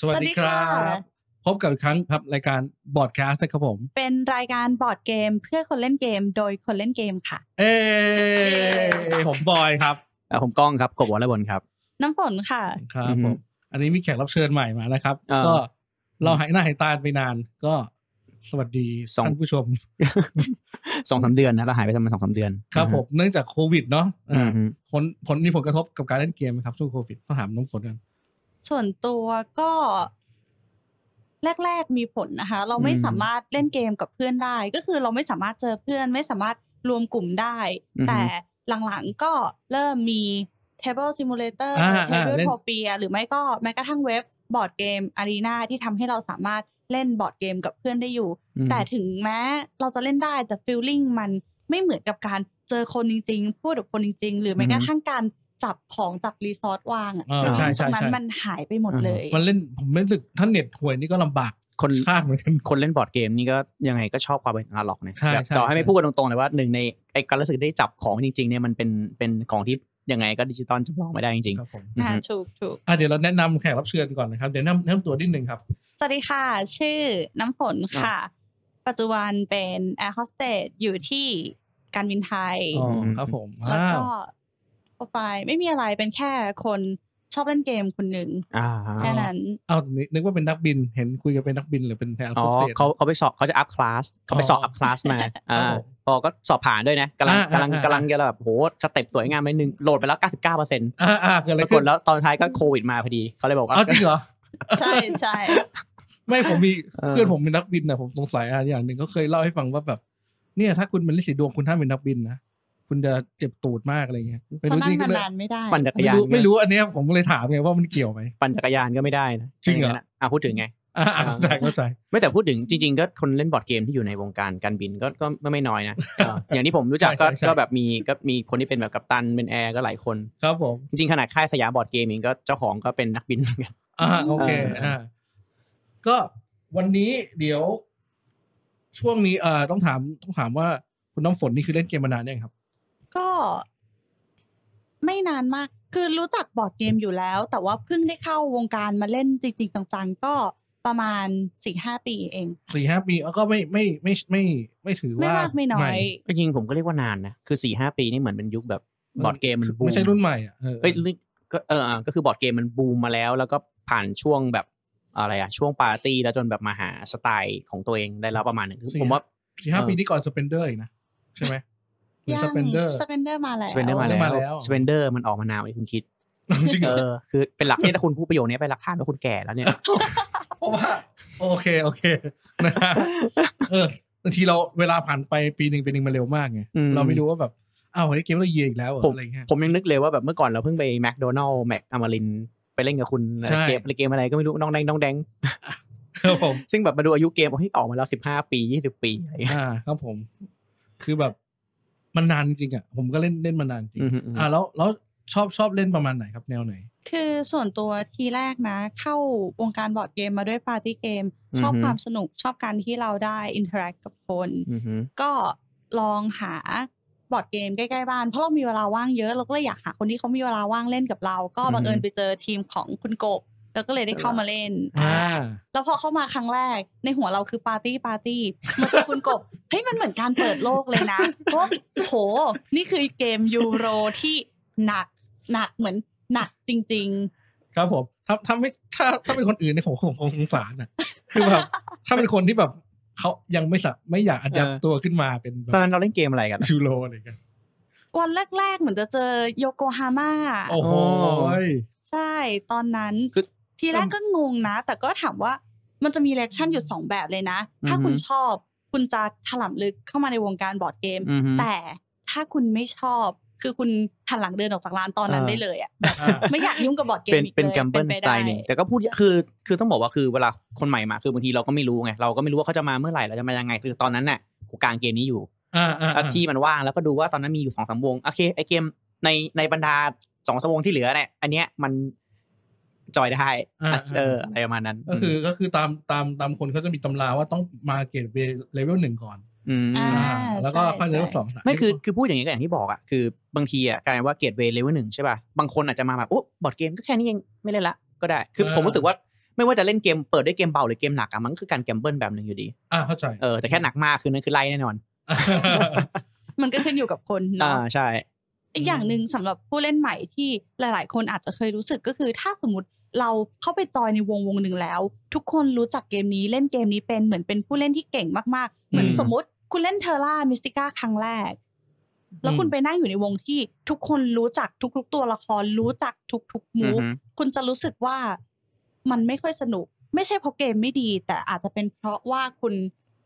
สวัสดีครับ พบกับอีกครั้งครับรายการบอดแคสต์นะครับผม เป็นรายการบอร์ดเกมเพื่อคนเล่นเกมโดยคนเล่นเกมค่ะ เอ้ผมบอยครับ อ่ะผมก้องครับกบวอลเลย์บอลครับ น้ำฝนค่ะ ครับผมอันนี้มีแขกรับเชิญใหม่มานะครับ อ่า ก็เราหายหน้าหายตาไปนานก็สวัสดี สอง ท่านผู้ชม สองสามเดือนนะเราหายไปประมาณสองสามเดือน ครับผมเนื่องจากโควิดเนาะ อืม อ่าผลผลมีผลกระทบกับการเล่นเกมไหมครับช่วงโควิดต้องถามน้องฝนกัน ส่วนตัวก็แรก ๆมีผลนะคะ เราไม่ อืม สามารถเล่นเกมกับเพื่อนได้ ก็คือเราไม่สามารถเจอเพื่อน ไม่สามารถรวมกลุ่มได้ แต่หลังๆก็เริ่มมี Table Simulator อ่าอ่า Table เล่น Topia หรือไม่ก็แม้กระทั่งเว็บบอร์ดเกม Arena ที่ทำให้เราสามารถเล่นบอร์ดเกมกับเพื่อนได้อยู่ อืม แต่ถึงแม้เราจะเล่นได้แต่ฟิลลิ่งมันไม่เหมือนกับการเจอคนจริงๆ พูดกับคนจริง ๆ หรือแม้กระทั่งการจับของจับรีซอสวางอะ อ่า ฟิล ใช่ ลิ่ง ใช่ ตรงนั้ ใช่ นมันหายไปหมดเลย มันเล่นผมรู้สึกท่านเน็ตห่วยนี่ก็ลำบาก คน ชาติเหมือนกัน คนเล่นบอร์ดเกมนี่ก็ยังไงก็ชอบความเป็นอนาล็อกนะ ใช่ แบบ ใช่ ต่อให้ไม่ ใช่ พูดกันตรงๆเลยว่าหนึ่งในไอ้การรู้สึกได้จับของจริงๆเนี่ยมันเป็นเป็นของที่ยังไงก็ดิจิตอลจำลองไม่ได้จริง ครับผม อ่าถูกถูก อ่ะเดี๋ยวเราแนะนำแขกรับเชิญก่อนนะครับเดี๋ยวแนะนำแนะนำตัวนิดนึงครับ สวัสดีค่ะ ชื่อน้ำฝนค่ะ ปัจจุบันเป็นแอร์โฮสเตสอยู่ที่การบินไทย อ๋อ อืม ครับผม แล้วก็ อ้าว โปรไฟล์ไม่มีอะไรเป็นแค่คนชอบเล่นเกมคนหนึ่ง ๆอ่า แค่นั้น เอานี่นึกว่าเป็นนักบินเห็นคุยกันเป็นนักบินหรือเป็นแทน อ๋อ โคสเต เขาเขาไปสอบเขาจะอัพคลาสเขาไปสอบอัพคลาสมาคอ่ารับผม พอก็สอบผ่านด้วยนะกำลัง อ่าก ำลัง อ่าก กำลังจะแบบโหสเต็ปสวยงามไปหนึ่งโหลดไปแล้ว 99%ป อ่าอ่าเกิดอะไร ราก ขึ้ ฏ น แล้วตอนท้ายก็โควิดมาพอดีเขาเลยบอกว่า เอาจริงเหรอ ใช่ใช่ ไม่ผมมี เออ เพื่อนผมเป็นนักบินนะผมสงสัยอะไรอย่างหนึ่งเขาเคยเล่าให้ฟังว่าแบบ เนี่ยถ้าคุณเป็นลิสีดวงคุณถ้ามเป็นนักบินนะคุณจะเจ็บตูดมากอะไรเงี้ยไม่ เพราะ รู้ นั่ง ที่ นานๆไม่ได้ ปั่นจักร ไม่ ยาน รู้ไม่รู้อันเนี้ยผมเลยถามไงว่ามันเกี่ยวไหม ปั่นจักรยานก็ไม่ได้นะ จริงเหรอ ย่านั้นน่ะอ่ะพูดถึงไง อ่าอ่าเข้าใจเข้าใจ ไม่แต่พูดถึงจริงๆ ก็คนเล่นบอร์ดเกมที่อยู่ในวงการการบินก็ก็ก็ไม่น้อยนะเอออย่างที่ผมรู้จัก ใช่ ก็ ใช่ใช่ ก็แบบมีก็มีคนที่เป็นแบบกัปตันเป็นแอร์ก็หลายคน ครับผม จริงๆ ขนาดค่ายสยามบอร์ดเกมเองก็เจ้าของก็เป็นนักบิน เหมือนกัน อ่าโอเค เอออ่ อ่าก็วันนี้เดี๋ยว ช่วงนี้เอ่อต้องถามต้องถามว่าคุณน้ำฝนนี่คือเล่นเกมมานานยังครับ ก็ไม่นานมาก คือรู้จักบอร์ดเกมอยู่แล้ว แต่ว่าเพิ่งได้เข้าวงการมาเล่นจริงๆจังๆ ก็ประมาณสี่ห้าปีเอง สี่ห้าปีก็ไม่ไม่ไม่ไม่ไม่ไม่ถือว่ามไม่ากไม่น้ ให อย จริงๆผมก็เรียกว่านานนะคือ4ี่ห้าปีนี่เหมือนเป็นยุคแบบบอร์ดเกมมันบูม ไม่ใช่รุ่นใหม่อ่ะเออ เอ้ยก็เออก็คือบอร์ดเกมมันบูมมาแล้ว แล้วก็ผ่านช่วงแบบอะไรอะช่วงปาร์ตี้แล้วจนแบบมาหาสไตล์ของตัวเองได้แล้วประมาณหนึ่งคือผมว่า สี่ห้า เออ ปีนี่ก่อนสเปนเดอร์อีกนะ ใช่ไหมหรือ ยั สเปนเดอร์ สเปนเดอร์มาแล้ว สเปนเดอร์มา มาแล้ แล้ว วสเปนเดอร์มันออกมานานไอ้คุณคิด จริงเหร เอ อ อคือเป็นหลักที่ถ้าคุณพูดประโยคนี้ไปนหลักฐานว่าคุณแก่แล้วเนี่ย เพราะว่า โอเคโอเค นะฮะเออบางทีเราเวลาผ่านไปปีหนึ่งปีหนึ่งมันเร็วมากไง อืม เราไม่รู้ว่าแบบอ้าวเฮ้ยเกมเราเยียอีกแล้วเหรออะไรเงี้ย ผมยังนึกเลยว่าแบบเมื่อก่อนเราเพิ่งไปแมคโดนัลล์แมคอมารินไปเล่นกับคุณ ใช่ เกมอะไรเกมอะไรก็ไม่รู้น้องแดงน้องแดง ครับผม ซึ่งแบบมาดูอายุเกมโอ้ยออกมาแล้วสิบห้าปียี่สิบปีอะไรอย่างเงี้ย อ่าครับผม คือแบบมันนานจริงอ่ะผมก็เล่นเล่นมานานจริง อืมอืม อ่าแล้วแล้วชอบชอบเล่นประมาณไหนครับแนวไหน คือส่วนตัวทีแรกนะ เข้าวงการบอร์ดเกมมาด้วยปาร์ตี้เกม ชอบความสนุกชอบการที่เราได้อินเทอร์แอคกับคน อืมอืม ก็ลองหาบอร์ดเกมใกล้ๆบ้านเพราะเรามีเวลาว่างเยอะเราก็เลยอยากหาคนที่เขามีเวลาว่างเล่นกับเรา ก็บังเอิญไปเจอทีมของคุณกบ แล้วก็เลยได้เข้ามาเล่น อ่า แล้วพอเข้ามาครั้งแรกในหัวเราคือปาร์ตี้ปาร์ตี้มาเจอคุณกบ เฮ้ยมันเหมือนการเปิดโลกเลยนะเพราะว่าโห นี่คือเกมยูโรที่หนักหนักเหมือนหนักจริง ครับผมถ้าถ้าไม่ถ้าถ้าเป็นคนอื่นในยผมผมคงสงสารอ่ะ คือแบบถ้าเป็นคนที่แบบเขายังไม่สะไม่อยากอัดยับตัวขึ้นมาเป็นแบ ตอบนนั้นเราเล่นเกมอะไรกันอะ ชูโรอะไรกัน ๆ วันแรกๆเหมือนจะเจอโยโกฮาม่า โอ้โห ใช่ ตอนนั้น คือ ทีแรกก็งงนะ แต่ก็ถามว่ามันจะมีเลคชั่นอยู่สองแบบเลยนะ ถ้าคุณชอบคุณจะถล่ำลึกเข้ามาในวงการบอร์ดเกม อืมอืม แต่ถ้าคุณไม่ชอบ คือคุณหันหลังเดินออกจากร้านตอนนั้น อ่า ได้เลยอะแบบไม่อยากยุ่งกับบอร์ดเกม เป็น อีกเลย เป็นแกมเปิล ไป สไตล์หนึ่ง ด้ แต่ก็พูดยากคือคือต้องบอกว่าคือเวลาคนใหม่มาคือบางทีเราก็ไม่รู้ไงเราก็ไม่รู้ว่าเขาจะมาเมื่อไหร่เราจะมายังไงคือตอนนั้นน่ะกูกลางเกมนี้อยู่ อ่าอ่า อ่ะที่มันว่างแล้วก็ดูว่าตอนนั้นมีอยู่สองสามวงโอเคไอเกมในในบรรดาสองสามวงที่เหลือเนี่ยอันเนี้ยมันจอยได้อ่ะเอออะไรประมาณนั้น ก็คือก็คือตามตามตามคนเขาจะมีตำราว่าต้องมาเกรดเลเวลหนึ่งก่อน ม อ่า อ่าแล้วก็ค่อยเล ใช่ เวลสอง ไม่คือคือพูดอย่างนี้ก็อย่างที่บอกอ่ะคือบางทีอ่ะกลายเป็นว่าเกรดเวเลเวลหนึ่งใช่ป่ะบางคนอาจจะมาแบบโอ้บอร์ดเกมก็แค่นี้เองไม่เล่นละก็ได้คืออา ผมรู้สึกว่า ไม่ว่าจะเล่นเกมเปิดด้วยเกมเบาหรือเกมหนักอะมันก็คือการแกมเบิลแบบหนึ่งอยู่ดี อ่าเข้า ใจ เออแต่แค่หนักมากคือนั่นคือไล่แน่นอน มันก็ขึ้นอยู่กับคน อ่า เนาะ ใช่ อีกอย่างหนึ่งสำหรับผู้เล่นใหม่ที่หลาย ๆ คนอาจจะเคยรู้สึกก็คือ ถ้าสมมติเราเข้าไปจอยในวงวงหนึ่งแล้ว ทุกคนรู้จักเกมนี้เล่นเกมนี้เป็นเหมือนเป็นผู้เล่นที่เก่งมาก ๆ เหมือน อืม สมมติคุณเล่นเทอร่ามิสติก้าครั้งแรก แล้วคุณไปนั่งอยู่ในวงที่ทุกคนรู้จักทุก ๆ ตัวละครรู้จักทุก ๆ อื มู อ ฟ ฮึ คุณจะรู้สึกว่ามันไม่ค่อยสนุก ไม่ใช่เพราะเกมไม่ดี แต่อาจจะเป็นเพราะว่าคุณ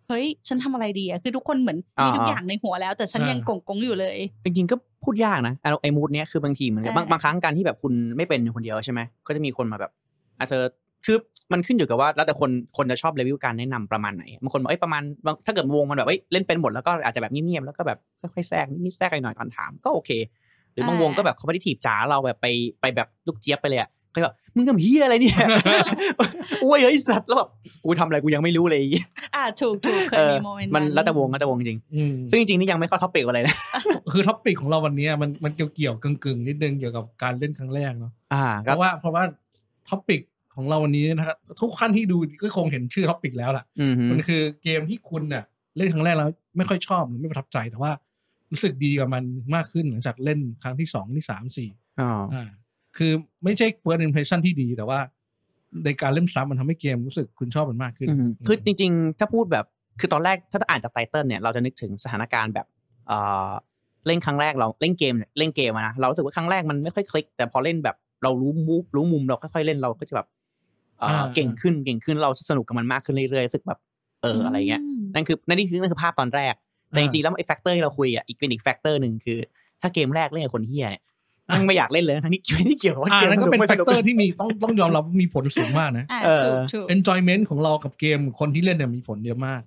เฮ้ยฉันทำอะไรดีอะคือทุกคนเหมือนมีทุกอย่างในหัวแล้ว แต่ฉันยังกงกงๆอยู่เลย จริงๆก็พูดยากนะไอ้ไอ้มูดเนี้ยคือบางทีเหมือนกันบาง อ่า บางครั้งการที่แบบคุณไม่เป็นคนเดียวใช่ไหมก็จะมีคนมาแบบอ่ะเธอคือมันขึ้นอยู่กับว่าแล้วแต่คนคนจะชอบรีวิวการแนะนำประมาณไหนบางคนบอกเอ้ยประมาณบางถ้าเกิดวงมันแบบเอ้ยเล่นเป็นหมดแล้วก็อาจจะแบบเงียบๆแล้วก็แบบค่อยๆแทรกนิดๆแทรกหน่อยๆตอนถามก็โอเค หรือบางวงก็แบบเขาไม่ได้ถีบจ๋าเราแบบไปไปแบบลูกเจี๊ยบไปเลยอ่ะเขาแบบมึงทำเฮียอะไรเนี่ย อ้วยเฮ้ยสัตว์แล้วแบบกูทำอะไรกูยังไม่รู้เลย อ่าถูกถูกเคย เออ มีโมเมนต์ มัน นั้น แล้วแต่วงแล้วแต่วงจริง อืม ซึ่งจริงๆนี่ยังไม่เข้าท็อปิกอะไรนะ คือท็อปปิกของเราวันเนี้ยมันมันเกี่ยวเกี่ยวๆกึ่งกึ่งๆนิดนึงเกี่ยวกับการเล่นครั้งแรกเนาะ อ่า เพ ก็ ราะว่าเพราะว่าท็อปปิกของเราวันนี้นะครับทุกขั้นที่ดูก็คงเห็นชื่อท็อปปิกแล้วล่ะ อืมฮึ มันคือเกมที่คุณน่ะเล่นครั้งแรกแล้วไม่ค่อยชอบหรือไม่ประทับใจแต่ว่า รู้สึกดีกับมันมากขึ้นหลังจากเล่นครั้งที่สองที่สามสี่ อ๋อ อ่า คือไม่ใช่ first impression ที่ดีแต่ว่า ในการเล่นซ้ำมันทำให้เกมรู้สึกคุณชอบมันมากขึ้น อืมคือจริงๆ ถ้าพูดแบบ คือตอนแรกถ้าอ่านจากไตเติลเนี่ย เราจะนึกถึงสถานการณ์แบบเอ่อเล่นครั้งแรกเราเล่นเกมเนี่ยเล่นเกมอะนะ เรารู้สึกว่าครั้งแรกมันไม่ค่อยคลิก แต่พอเล่นแบบเรารู้มูฟรู้มุมเราค่อยๆเล่นเราก็จะแบบเอ่อ อ่า เก่งขึ้นเก่งขึ้นเราสนุกกับมันมากขึ้นเรื่อยๆรู้สึกแบบเอออะไรเงี้ย ม นั่นคือนั่นนี่คือนั่นคือภาพตอนแรก แต่จริงๆแล้วไอ้แฟกเตอร์ที่เราคุยอ่ะอีกเป็นอีกแฟกเตอร์หนึ่งคือ ถ้าเกมแรกเล่นกับคนเฮียเนี่ยนั่งไม่อยากเล่นเลยทั้งที่ไม่ได้เกี่ยวกับว่า อ่า เกม นั่นก็เป็น ไม่ แฟ ส ก ก เตอร์ที่มีต้องต้องยอมรับว่ามีผลสูงมากนะ อ่า เออ ถูกถูก enjoyment ของเรากับเกมคนที่เล่นเนี่ยมีผลเยอะมาก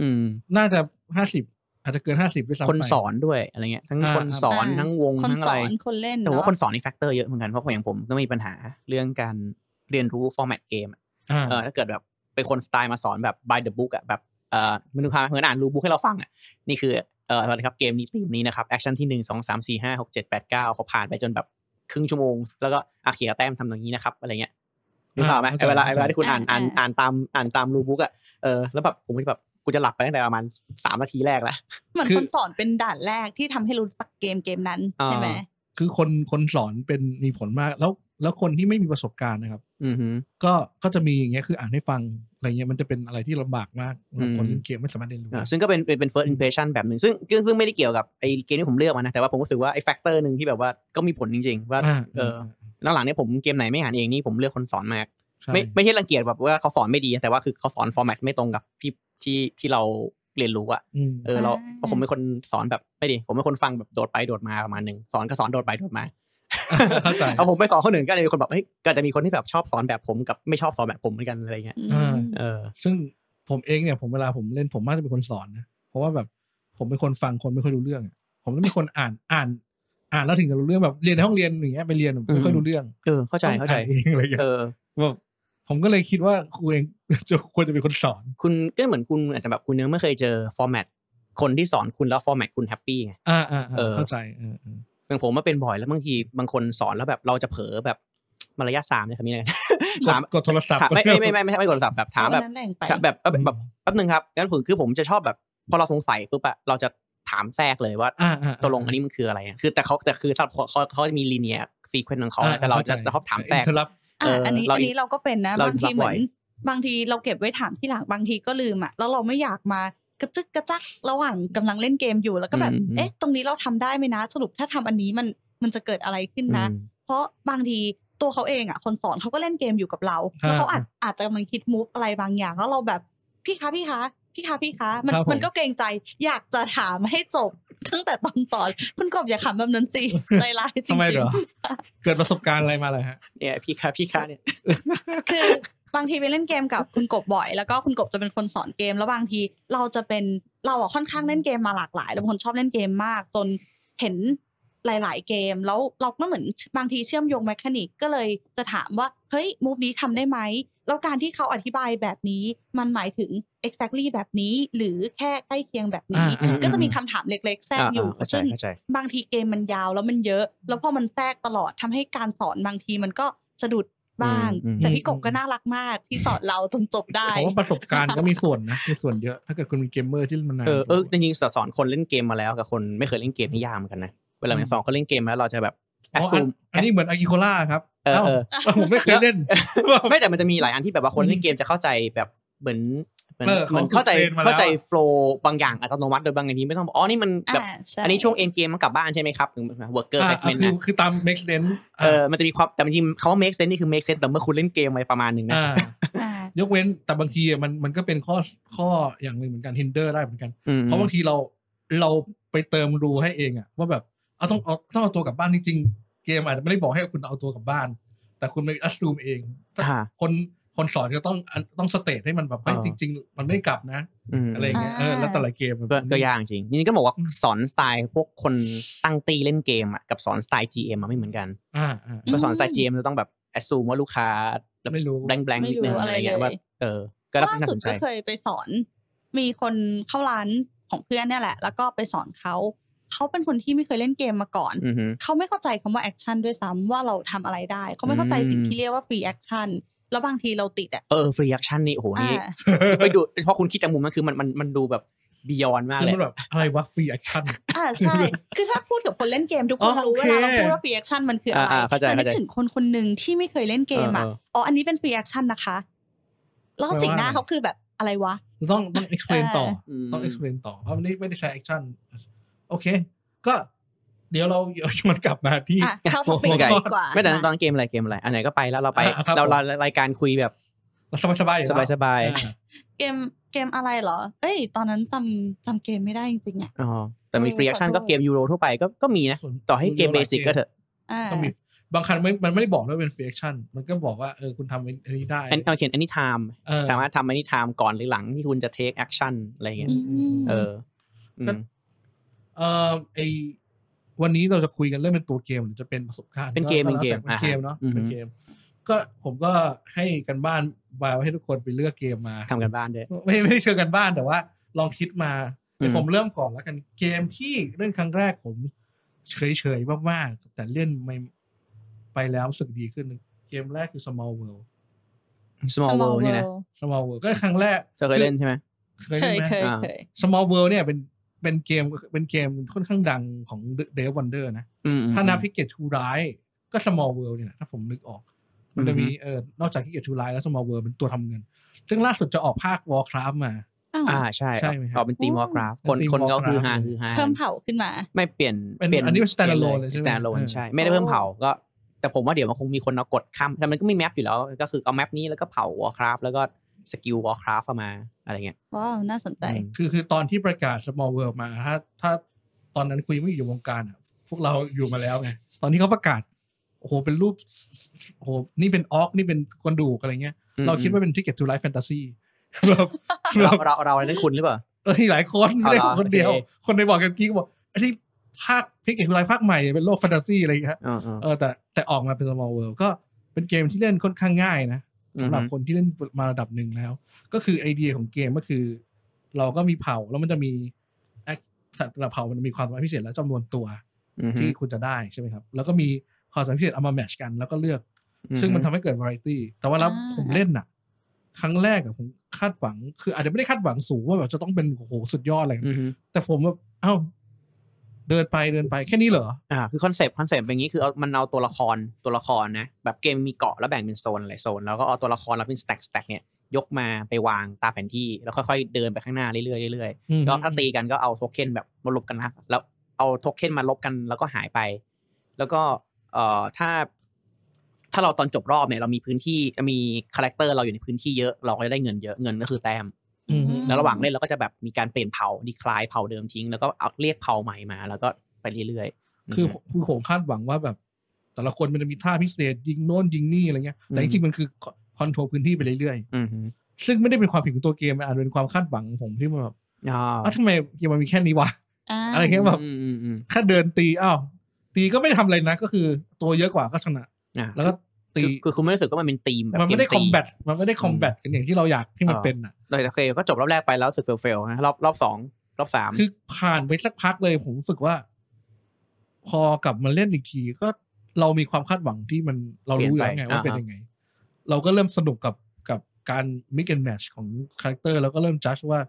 อืม น่าจะห้าสิบอาจจะเกินห้าสิบด้วยซ้ำไป คนสอนด้วยอะไรเงี้ยทั้ง อ่า คนสอน อ่า ทั้งวง คน ทั้งอะ ส ไร อนคนเล่น แต่ว่า เะ คนสอนนี่แฟกเตอร์เยอะเหมือนกันเพราะผมอย่างผมก็มีปัญหาเรื่องการเรียนรู้ฟอร์แมตเกม า เออถ้าเกิดแบบเป็นคนสไตล์มาสอนแบบ by the book อ่ะแบบเออมันดูความเหมือนอ่านรูบุ๊กให้เราฟังอ่ะนี่คือเอออะไรครับเกมนี้ตีมนี้นะครับแอคชั่นที่หนึ่งสองสามสี่ห้าหกเจ็ดแปดเก้าเขาผ่านไปจนแบบครึ่งชั่วโมง แล้วก็อ่ะเขียนแต้มทำตรงนี้นะครับอะไรเงี้ยนึกภาพไหมไอ้เวลาไอ้เวลาที่คุณอ่านอ่านอ่านตามอ่านตามรูบุ๊กอ่ะเออแล้วแบบผมก็จะแบบกูจะหลับไปตั้งแต่ประมาณสามนาทีแรกละ เหมือนคนสอนเป็นด่านแรกที่ทำให้รู้สักเกมเกมนั้น อ่า ใช่ไหม คือคนคนสอนเป็นมีผลมากแล้ว แล้วคนที่ไม่มีประสบการณ์นะครับ อือฮึ ก็ก็จะมีอย่างเงี้ยคืออ่านให้ฟังอะไรเงี้ยมันจะเป็นอะไรที่ลำบากมากสำหรับคน อืม เล่นเกมไม่สามารถเรียนรู้ อ่าซึ่งก็เป็นเป็นเป็น first impression แบบหนึ่งซึ่งซึ่งซึ่งไม่ได้เกี่ยวกับไอ้เกมที่ผมเลือกมานะ แต่ว่าผมรู้สึกว่าไอ้แฟกเตอร์หนึ่งที่แบบว่าก็มีผลจริง ๆ ว่า อ่า เออ หลังๆเนี่ยผมเกมไหนไม่อ่านเองนี่ผมเลือกคนสอนมาก ใช่ ไม่ไม่ใช่รังเกียจแบบว่าเขาสอนไม่ดี แต่ว่าคือเขาสอนฟอร์แมตไม่ตรงกับที่ที่ที่เราเรียนรู้อะ อืม เออเราเพราะผมเป็นคนสอนแบบไม่ดี ผมเป็นคนฟังแบบโดดไปโดดมาประมาณหนึ่งสอนก็สอนโดดไปโดด มา เข้าใจ เอาผมไปสอนคนอื่นก็จะมีคนแบบเฮ้ยก็จะมีคนที่แบบชอบสอนแบบผมกับไม่ชอบสอนแบบผมเหมือนกันอะไรเงี้ย อืม อ่า เออ ซึ่งผมเองเนี่ยผมเวลาผมเล่นผมมากจะเป็นคนสอนนะเพราะว่าแบบผมเป็นคนฟังคนไม่ค่อยรู้เรื่องอะผมต้องเป็นคนอ่านอ่านอ่านแล้วถึงจะรู้เรื่องแบบเรียนในห้องเรียนอย่างเงี้ยไปเรียนไม่ค่อยรู้เรื่อง เออเข้าใจเข้าใจ ต้องอ่นเองอะไรเงี้ย เออ แบบผมก็เลยคิดว่าครูเอง จะควรจะเป็นคนสอน คุณก็เหมือนคุณอาจจะแบบคุณยังไม่เคยเจอฟอร์แมตคนที่สอนคุณแล้วฟอร์แมตคุณแฮปปี้ไง อ่าอ่า เออ เข้าใจเออเออ อย่างผมมาเป็นบ่อยแล้วบางทีบางคนสอนแล้วแบบเราจะเผลอแบบมารยาทสามเนี่ยคำนี้เลย กด ถาม กดโทรศัพท์ ถามไม่ไม่ไม่ไม่ไม่ไม่ไม่กดโทรศัพท์แบบถามแบวับนนั้นแรงไป ถามแบบแบบแบบแบบแป๊บนึงครับงั้นผมคือผมจะชอบแบบพอเราสงสัยปุ๊บอะเราจะถามแทรกเลยว่า อ่าอ่า ตกลงอันนี้มันคืออะไรอะคือแต่เขาแต่คือสำหรับเขาเขาเขาจะมีลีเนียซีเควนต์ของเขานะแต่เราจะจะชอบถามแทรก อินเทอรับ เอออั อันนี้ เรา อันนี้เราก็เป็นนะ เรา บางทีเหมือนบ่อย บางทีเราเก็บไว้ถามที่หลังบางทีก็ลืมอ่ะแล้วเราไม่อยากมากระจึกกระจักระหว่างกำลังเล่นเกมอยู่แล้วก็แบบ เอ๊ะ ตรงนี้เราทำได้ไหมนะ สรุปถ้าทำอันนี้มันมันจะเกิดอะไรขึ้นนะ อืม เพราะบางทีตัวเขาเองอ่ะคนสอนเขาก็เล่นเกมอยู่กับเราแล้วเขาอาจอาจจะกำลังคิดมูฟอะไรบางอย่างแล้วเราแบบพี่คะพี่คะพี่คะพี่คะมัน ครับผม มันก็เกรงใจ อยากจะถามให้จบ ตั้งแต่ตอนสอน คุณกบอย่าขำแบบนั้น สิ ใจร้ายจริ ทำ ง ไม จ เหรอ เกิดประสบการณ์อะไรมาเลยฮะ เนี่ยพี่คะพี่คะเนี่ย คือบางทีไปเล่นเกมกับคุณกบบ่อย แล้วก็คุณกบจะเป็นคนสอนเกม แล้วบางทีเราจะเป็นเราอ่ะค่อนข้างเล่นเกมมาหลากหลายเราเป็นคนชอบเล่นเกมมาก จนเห็นหลาย ๆ เกม แล้วเราก็เหมือนบางทีเชื่อมโยงแมคานิกก็เลยจะถามว่าเฮ้ยมูฟนี้ทำได้ไหมแล้วการที่เขาอธิบายแบบนี้มันหมายถึง exactly แบบนี้ หรือแค่ใกล้เคียงแบบนี้ อ่าอ่า ก็จะมีคำถามเล็ก ๆ แทรกอยู่ เข้าใจ ซึ่ง เข้าใจ บางทีเกมมันยาวแล้วมันเยอะ แล้วพอมันแทรกตลอดทำให้การสอนบางทีมันก็สะดุด บ้าง อืม แต่พี่กบก็น่ารักมากที่สอนเราจนจบได้ เพราะว่าประสบการณ์ก็มีส่วนนะมีส่วนเยอะ ถ้าเกิดคุณเป็นเกมเมอร์ที่มันนาน เออเออจริงๆสอนคนเล่นเกมมาแล้วกับคนไม่เคยเล่นเกมนี่ยากเหมือนกันนะเวลาเป็นสอนคนเล่นเกมมาแล้วเราจะแบบ อ๋อ assume อันนี้เหมือนอากิโคล่าครับ เออเออ เอ้าผมไม่เคยเล่น ไม่แต่มันจะมีหลายอันที่แบบว่าคนเล่นเกมจะเข้าใจแบบเหมือนเหมือน เออ เหมือนเข้าใจ เขาเทรนมาแล้ว เข้าใจโฟล์บางอย่างอัตโนมัติโดยบางอย่างทีไม่ต้องบอกอ๋อนี่มันแบบ อ่าใช่ อันนี้ช่วงเอนเกมมันกลับบ้านใช่ไหมครับถึงเวิร์กเกอร์ อ่ะ แม็กซ์แมน คือ นะ คือตาม make sense เออมันจะมีความแต่จริงๆคำว่า make sense นี่คือ make sense แต่เมื่อคุณเล่นเกมไปประมาณหนึ่งนะ อ่า อ่าย กเว้นแต่บางทีอ่ะมันมันก็เป็นข้อข้ออย่างหนึ่งเหมือนกัน hinder ได้เหมือนกัน อืม เพราะบางทีเราเราไปเติมรูให้เองอะว่าแบบเอาต้องเอาต้องเอาตัวกลับบ้านจริงๆ เกมอาจจะไม่ได้บอกให้คุณเอาตัวกลับบ้าน แต่คุณไป assume เอง อ่า คนคนสอนก็ต้องต้องสเตทให้มันแบบเฮ้ย อ่า จริง ๆ มันไม่กลับนะ อืม อะไรอย่างเงี้ยเออแล้วแต่ละเกมมัน ก็ก็ มัน ยากจริงจริงๆก็บอกว่า อืม สอนสไตล์พวกคนตั้งตีเล่นเกมอะกับสอนสไตล์ GM อะไม่เหมือนกัน อ่าอ่า ก็สอนสไตล์ GM จะต้องแบบแอสซูมว่าลูกค้าแบบ ไม่รู้ แบงแบง ไม่ นิดนึ รู้ ง อะ อะไร ไร เล เงี้ยว่าย เออ ก็น่า ล่า ส สุด นใจ ก็เคยไปสอน มีคนเข้าร้านของเพื่อนเนี่ยแหละ แล้วก็ไปสอนเขา เขาเป็นคนที่ไม่เคยเล่นเกมมาก่อน อือฮึ เขาไม่เข้าใจคำว่าแอคชั่นด้วยซ้ำว่าเราทำอะไรได้ เขาไม่เข้าใจสิ่ง อืม ที่เรียกว่าฟรีแอคชั่นแล้วบางทีเราติดอ่ะ เออฟรีแอคชั่นนี่โอ้โหนี่ อ่า ไปดูพอคุณคิดจากมุมนั้นคือมันมันมันดูแบบบียอนมาก คือ เลย มันแบบอะไรวะ free action อ่า ใช่ คือถ้าพูดกับคนเล่นเกมทุกค อ๋ น อ รู้ โอ เว เค ลาเราพูดว่า r e a c t i o n มันคืออะไร อ่าๆเข้าใจ แต่นึก เข้าใจ ถึงคนคนหนึ่งที่ไม่เคยเล่นเกมอ่ะ เออ อ๋อ อันนี้เป็น r e a c t i o n นะคะแล้วสีหน้าเขาคือแบบอะไรวะ ต้องต้อง explain ต่อ อืม ต้อง explain ต่อ เพราะวันนี้ไม่ได้ใช้ action โอเค ก็เดี๋ยวเราย้อนมันกลับมาที่ อ่ะ เข้า หั ท็อ ว ปิก ข้อ ดีกว่า ไม่แต่ตอนนนเกมอะไรเกมอะไรอันไหนก็ไปแล้วเราไป อ่ะครับ เรา ผม เรารายการคุยแบบ สบายๆอยู่ ส แล้ว บายสบาย อ่า เกมเกมอะไรเหรอ เอ้ย ตอนนั้นจำจำเกมไม่ได้จริงๆอ่ะ อ๋อแต่มี เออ ฟรีแอคชั่น ขอโทษ ก็เกมยูโรทั่วไปก็ก็มีนะ ส่วน ต่อให้เกม ส่วน เบ หลาย สิกก็เถอะ อ่า ก็มีบางครั้งไม่มันไม่ได้บอกว่าเป็น free action มันก็บอกว่าเออคุณทำอันนี้ได้ อันเอาเขียนอันนี้ไทม์ เออ สามารถทำอันนี้ไทม์ก่อนหรือหลังที่คุณจะเทคแอคชั่นอะไรอย่างเงี้ย อืม เอออืม ก็ เออไอวันนี้เราจะคุยกันเรื่องเป็นตัวเกมหรือจะเป็นประสบการณ์ เป็นเกมเป็นเกม แล้วแต่เป็นเกมเนาะ อ่ฮ เป็นเกม ก็ผมก็ให้กันบ้านบายให้ทุกคนไปเลือกเกมมา ทำกันบ้านด้วย ไม่ไม่ได้เชิงกันบ้านแต่ว่า ลองคิดมา อืม ผมเริ่มก่อนแล้วกันเกมที่เรื่องครั้งแรกผมเฉยๆมากๆแต่เล่นไม่ไปแล้วรู้สึกดีขึ้น เกมแรกคือ small world small world เนี่ยนะ World small world ก็ครั้งแรก เธอเคยเล่นใช่ไหม เคย เค เล่น ย ไหม เคย อ่า เคย Small World เนี่ยเป็นเป็นเกมเป็นเกมค่อนข้างดังของ Dave Wonder นะ อืมอืม ถ้านับพิกเกตทูร้ายก็ Small World เนี่ยนะถ้าผมนึกออก มันจะมีเออนอกจากพิกเกตทูร้ายแล้ว Small World เป็นตัวทำเงิน ซึ่งล่าสุดจะออกภาค Warcraft มา อ้าว อ่าใช่ ใช่ไหมครับ ออกเป็นตีมวอลกราฟคน เป็น Team คนก็ Warcraft คือฮาคือฮา เพิ่มเผาขึ้นมา ไม่เปลี่ยน เป็น เปลี่ยน อันนี้เป็น standalone ป เลยใช่ น ไหม standalone เออ ใช่ไม่ได้เพิ่มเผาก็ แต่ผมว่าเดี๋ยวมันคงมีคนเอากดข้ามแต่มันก็มีแมปอยู่แล้ว ก็คือเอาแมปนี้แล้วก็เผาวอลคราฟแล้วก็สกิลวอลคราฟมาอะไรเงี้ย ว้าว น่าสนใจ อืม คือคือตอนที่ประกาศ Small World มา ถ้าถ้าตอนนั้นคุยงไม่อยู่วงการอ่ะ พวกเราอยู่มาแล้วไง ตอนที่เขาประกาศ โอ้โห เป็นรูปโอ้โหนี่เป็นออกนี่เป็นคนดูกอะไรเงี้ย เราคิดว่าเป็นทิกเกตทูไลฟ์แฟนตาซีแบบแบ เรา บ เราเราอะไรนั่นคุณหรือเปล่า เอ้ยหลายคนไม่ได้ อ๋อเหรอ คนเดียว โอเค คนในบอกกันกี้ก็บอกอันนี้ภาคพิกเอกไลภาคใหม่เป็นโลกแฟนตาซีอะไรอย่างเงี้ย อ่าอ่า เออแต่แต่ออกมาเป็น small world ก็เป็นเกมที่เล่นค่อนข้างง่ายนะสำหรับคนที่เล่นมาระดับหนึ่งแล้ว ก็คือไอเดียของเกมก็คือ เราก็มีเผ่าแล้วมันจะมี act- สัตว์แต่ละเผ่ามันมีความสามารถพิเศษและจำนวนตัว อือฮึ ที่คุณจะได้ใช่ไหมครับ แล้วก็มีความสามารถพิเศษเอามาแมทชกันแล้วก็เลือก อือฮึ ซึ่งมันทำให้เกิด variety แต่ว่าแล้ว อ่า ผมเล่นน่ะ ครั้งแรกอะผมคาดหวัง คืออาจจะไม่ได้คาดหวังสูงว่าแบบจะต้องเป็นโอ้โหสุดยอดอะไร อือฮึ แต่ผมแบบเอ้า เดินไปเดินไปแค่นี้เหรอ อ่าคือคอนเซปต์คอนเซปต์เป็นอย่างนี้คือเอามันเอาตัวละครตัวละครนะแบบเกมมีเกาะแล้วแบ่งเป็นโซนหลายโซน แล้วก็เอาตัวละครเราเป็นสแต็กสแต็กเนี่ยยกมาไปวางตามแผนที่แล้วค่อยๆเดินไปข้างหน้าเรื่อยๆเรื่อย อืม ๆแล้วถ้าตีกันก็เอาโทเค็นแบบมาลบกันนะแล้วเอาโทเค็นมาลบกันแล้วก็หายไป แล้วก็เอ่อถ้า ถ้าเราตอนจบรอบเนี่ยเรามีพื้นที่มีคาแรคเตอร์เราอยู่ในพื้นที่เยอะเราก็จะได้เงินเยอะเงินก็คือแต้ม อืม แล้วระหว่างเล่นเราก็จะแบบมีการเปลี่ยนเผ่าดีคลายเผ่าเดิมทิ้ง แล้วก็เอาเรียกเผ่าใหม่มา แล้วก็ไปเรื่อยๆ คือคือผมคาดหวังว่าแบบ แต่ละคนมันจะมีท่าพิเศษ ยิงโน่นยิงนี่อะไรเงี้ย แต่ อื จ ม ริงๆมันคือคอนโทรลพื้นที่ไปเรื่อย อือฮึ ๆ ซึ่งไม่ได้เป็นความผิดของตัวเกม มันอาจเป็นความคาดหวังของผมที่มันแบบ อ่า เอ้าวทำไมเกมมันมีแค่นี้วะ อ่า อะไรเงี้ยแบบ อืมอืมอืม แค่เดินตีอ้าวตีก็ไม่ได้ทำอะไรนะ ก็คือตัวเยอะกว่าก็ชนะ อ่ะ แล้วก็ตี คือคือคุณไม่รู้สึกว่ามันเป็นทีมแบบ มันไม่ได้ เก คอมแบท ตี มันไม่ได้คอมแบทกันอย่างที่เราอยากให้มัน อ่า เป็นอ่ะ เลยโอเคก็จบรอบแรกไปแล้วรู้สึกเฟลเฟลๆนะรอบรอบสองรอบสาม คือผ่านไปสักพักเลยผมรู้สึกว่า พอกลับมาเล่นอีกทีก็เรามีความคาดหวังที่มันเรารู้อยู่แล้วไงว่าเป็นยังไง เราก็เริ่มสนุกกับกับการ mix and match ของคาแรคเตอร์แล้วก็เริ่มจัดว่า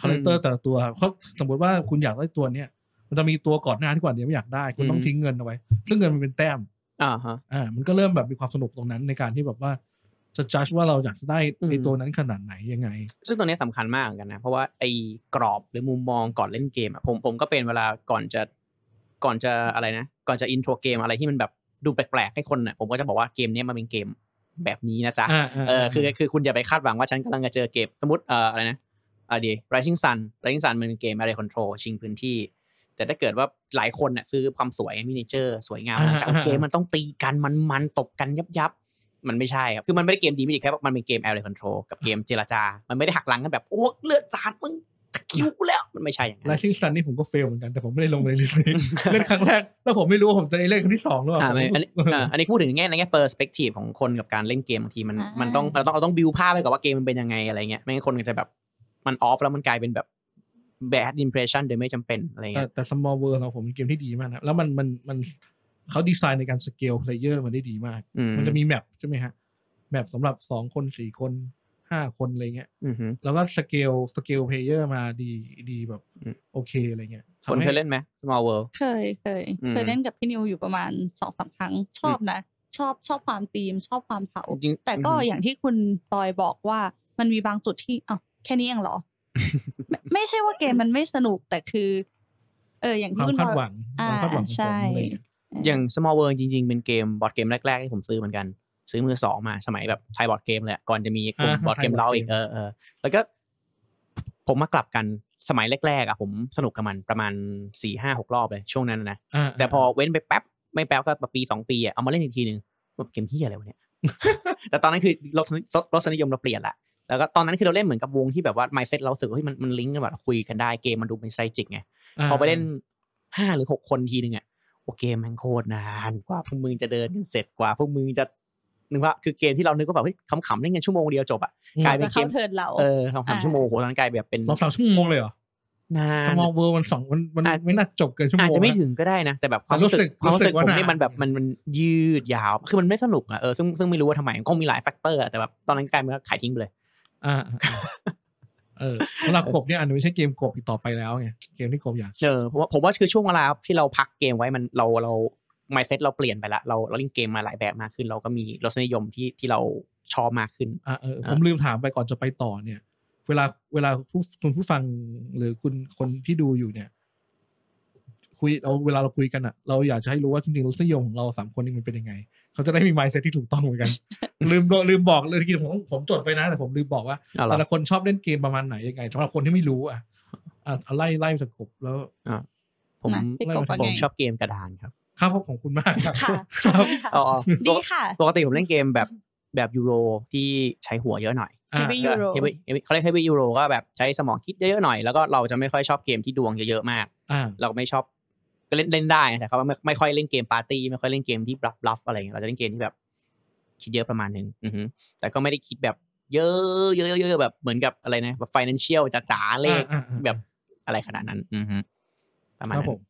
คาแรคเตอร์แต่ละตัวเขาสมมติว่าคุณอยากได้ตัวเนี้ยมันจะมีตัวก่อนหน้าที่ก่อนเนี้ยไม่อยากได้ คุณต้อง อืม ทิ้งเงินเอาไว้ ซึ่งเงินมันเป็นแต้ม อ่าฮะ อ่ามันก็เริ่มแบบมีความสนุกตรงนั้นในการที่แบบว่าจะจัดว่าเราอยากจะได้ไอ อืม ตัวนั้นขนาดไหนยังไง ซึ่งตรงเนี้ยสำคัญมากเหมือนกันนะ เพราะว่าไอ้กรอบหรือมุมมองก่อนเล่นเกมอะผมผมก็เป็นเวลาก่อนจะก่อนจะอะไรนะ ก่อนจะอินโทรเกมอะไรที่มันแบบดูแปลกๆให้คนน่ะผมก็จะบอกว่าเกมเนี้ยมันเป็นเกมแบบนี้นะจ๊ะ อ่า เออคือคือคุณอย่าไปคาดหวังว่าฉันกำลังจะเจอเกมสมมติเอ่ออะไรนะอ่าดี Rising Sun Rising Sun มันเป็นเกมอะไรคอนโทรลชิงพื้นที่ แต่ถ้าเกิดว่าหลายคนน่ะซื้อความสวยมินิเจอร์ สวยงาม อ่า ต่างๆ อ่า เกมมันต้องตีกันมันมันตบกันยับยับมันไม่ใช่ครับ คือมันไม่ได้เกมดีไม่ดีแค่ว่ามันเป็นเกมแอร์เลคอนโทรกับเกมเจรจา มันไม่ได้หักหลังกันแบบโอ้เลือดสาดมึงตะคริวกูแล้วมันไม่ใช่อย่าง ไล นั้น ซิ่งซันนี่ผมก็เฟลเหมือนกันแต่ผมไม่ได้ลงในลิสต์ เลย เล่นครั้งแรก แล้วผมไม่รู้ว่าผมจะได้เล่นครั้งที่สองหรือเปล่า อ่าไม่อันนี้ ผมรู้สึก อ่าอันนี้พูดถึงแง่ในแง่เปอร์สเปกทีฟของคนกับการเล่นเกมบางทีมัน อ่ามั มันต้องเราต้องเราต้องบิวภาพไปก่อนว่าเกมมันเป็นยังไงอะไรเงี้ยไม่งั้นคนก็จะแบบมันออฟแล้วมันกลายเป็นแบบ bad impression โดยไม่จำเป็นอะไร แต่ เงี้ย แต่ small world ของผมเป็นเกมที่ดีมากนะแล้วมันมันมันเขาดีไซน์ในการสเกลเพลเยอร์มันได้ดีมาก อืม มันจะมีแมปใช่ไหมฮะ แมปสำหรับสองคนสี่คนห้าคนอะไรเงี้ย อือฮึ แล้วก็สเกลสเกลเพลเยอร์มาดีดีแบบ อืม โอเคอะไรเงี้ย คน ทำให้ เคยเล่นไหม small world เคยเคย อืม เคยเล่นกับพี่นิวอยู่ประมาณสองสามครั้ง ชอบนะ ชอบชอบความธีม ชอบความเผา จริง แต่ก็ อือฮึ อย่างที่คุณบอยบอกว่ามันมีบางจุดที่อ้าวแค่นี้เอง เหรอ ไม่ไม่ใช่ว่าเกมมันไม่สนุกแต่คือ เออ อย่าง ค ที่ วาม คุณ คาดบอย หวังความคาดหวังของ อ่าใช่ ผมอะไรเงี้ย อย่าง Small World จริงๆ เป็นเกมบอร์ดเกมแรกๆ ที่ผมซื้อเหมือนกัน ซื้อมือสองมาสมัยแบบไทยบอร์ดเกมเลยอะก่อนจะมีกลุ่มบอร์ดเกมเราอีกเออเออแล้วก็ผมมากลับกันสมัยแรกๆอ่ะผมสนุกกับมันประมาณสี่ห้าหกรอบเลยช่วงนั้นนะ า แต่พอเว้นไปแป๊บ ไม่แป๊บก็ปีสองปีอ่ะเอามาเล่นอีกทีหนึ่งแบบเกมที่อะไรวะเนี่ย แต่ตอนนั้นคือรสนิรสนิยมเราเปลี่ยนละแล้วก็ตอนนั้นคือเราเล่นเหมือนกับวงที่แบบว่า mindset เรารู้สึกว่าเฮ้ยมันมันลิงก์กันแบบคุยกันได้เกมมันดูเป็นไซจิกไง พอไปเล่นห้าหรือหกคนทีหนึ่งอ่ะโอเคแม่งโคตรนานกว่าพวกมึงจะเดินกันเสร็จกว่าพวกมึงจะนึกว่าคือเกมที่เรานึกว่าแบบเฮ้ยขำๆเล่นกันชั่วโมงเดียวจบอ่ะ อืม กลายป็ จะ น เข้าเทิร์นเรา เออสองสามชั่วโมงโหตอนนั้นกลายแบบเป็น สองสามชั่วโมงเลยเหรอ นาน มองเวอร์มันสองมันมัน อาจ ไม่น่าจบเกินชั่วโมง อาจจะไม่ น ถึงก็ได้นะ แต่แบบความ แต่รู้ รู้สึ สึ ก ก ความรู้รู้สึกสึกว่า ผมนี่ นาน มันแบบมันมันยืดยาว คือมันไม่สนุกอ่ะเออซึ่งซึ่งไม่รู้ว่าทำไมก็มีหลายแฟกเตอร์อะแต่แบบตอนนั้นกลายเป็นว่าขายทิ้งไปเลย อ่าอ่าอ่าเออสำหรับกบเนี่ยอันไม่ใช่เกมกบอีกต่อไปแล้วไงเกมที่กบอยาก เออผมว่าผมว่าคือช่วงเวลาที่เราพักเกมไว้มันเราเรา mindset เราเปลี่ยนไปละเราเราเล่นเกมมาหลายแบบมากขึ้น เราก็มีรสนิยมที่ที่เราชอบมากขึ้น อ่ะเออ อ่ะ ผมลืมถามไปก่อนจะไปต่อเนี่ย เวลาเวลาผู้คุณผู้ฟังหรือคุณคนที่ดูอยู่เนี่ย คุยเราเวลาเราคุยกันอะเราอยากจะให้รู้ว่าจริงๆรสนิยมของเราสามคนนี่มันเป็นยังไง เขาจะได้มี mindset ที่ถูกต้องเหมือนกัน ลืมลืมบอกเลยทีผมผมจดไปนะ แต่ผมลืมบอกว่า เอา แต่ ละ ละคนชอบเล่นเกมประมาณไหนยังไงสำหรับคนที่ไม่รู้อ่ะอ่ะเอาไล่ไล่จากกบแล้ว ผม มาพี่กบว่าไง ผมชอบเกมกระดานครับ ครับผมขอบคุณมากครับ ค่ะ ค่ะ อ๋อ ดีค่ะ ปกติผมเล่นเกมแบบแบบยูโรที่ใช้หัวเยอะหน่อย อ่ะ Heavy Euro เฮฟวี่เฮฟวี่เขาเรียกเฮฟวี่ยูโรก็แบบใช้สมองคิดเยอะๆหน่อยแล้วก็เราจะไม่ค่อยชอบเกมที่ดวงเยอะๆมาก อ่า เราไม่ชอบก็เล่นเล่นได้นะแต่เขาไม่ไม่ค่อยเล่นเกมปาร์ตี้ไม่ค่อยเล่นเกมที่บลัฟบลัฟอะไรอย่างเงี้ยเราจะเล่นเกมที่แบบ คิดเยอะประมาณหนึ่งอือฮึแต่ก็ไม่ได้คิดแบบ เยอะเยอะเยอะแบบเหมือนกับอะไรนะแบบ financial จ๋าๆเลข อ่าอ่าอ่า แบบอะไรขนาดนั้น อือฮึประมาณ ครับผนั้น ม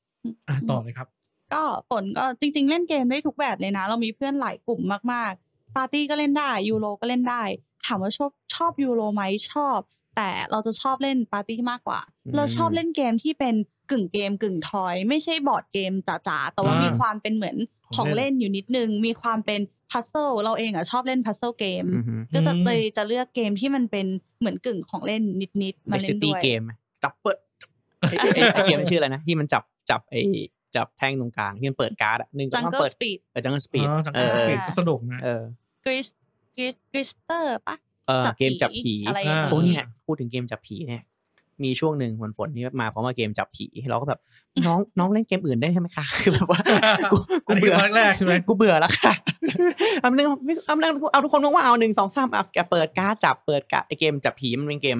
อ่ะต่อเลยครับ ก็ฝนก็จริง ๆ เล่นเกมได้ทุกแบบเลยนะ เรามีเพื่อนหลายกลุ่มมากๆ ปาร์ตี้ก็เล่นได้ยูโรก็เล่นได้ ถามว่าชอบชอบยูโรไหมชอบ แต่เราจะชอบเล่นปาร์ตี้มากกว่า เราชอบเล่นเกมที่เป็นกึ่งเกมกึ่งทอย ไม่ใช่บอร์ดเกมจ๋าๆแต่ว่า อ่ามี มีความเป็นเหมือนข ข อ อง งเล่ เล่น น อยู่นิดนึง มีความเป็นพัซเซิลเราเองอ่ะชอบเล่นพัซเซิลเกม อือฮึ ก็จะ อืม เลยจะเลือกเกมที่มันเป็นเหมือนกึ่งของเล่นนิดๆมาเล่เด็กซิ น ตี้ ด้วย เกมจับเปิดไอ้ไอ้ไอ้เกมมันชื่ออะไรนะที่มันจับจับไอ้จับแท่งตรงกลางที่มันเปิดการ์ดอะหนึ่งสองสาม Jungle เปิด Speed เออจังเกิลสปีด อ๋อจาก เอ การสอเอ ปี อ ดก็สนุกนะ เออ Gris Gris Grister ปะ เออ จับ เกมจับ ผี ผี อะไรอย่างเงี้ย โอ้เนี่ยพูดถึงเกมจับผีเนี่ย มีช่วงหนึ่งฝนฝนนี่มาพร้อมกับเกมจับผีเราก็แบบ น้องน้องเล่นเกมอื่นได้ใช่ไหมคะคือแบบว่ากู อันนี้ เบื่คืออตอนแรกใช่ไหม กูเบื่อแล้วค่ะ เอาเรื่องเอาเรื่องเอาทุกคนว่างๆเอาหนึ่งสองสามเอาแกเปิดการ์ดจับเปิดการ์ดไอเกมจับผีมันเป็นเกม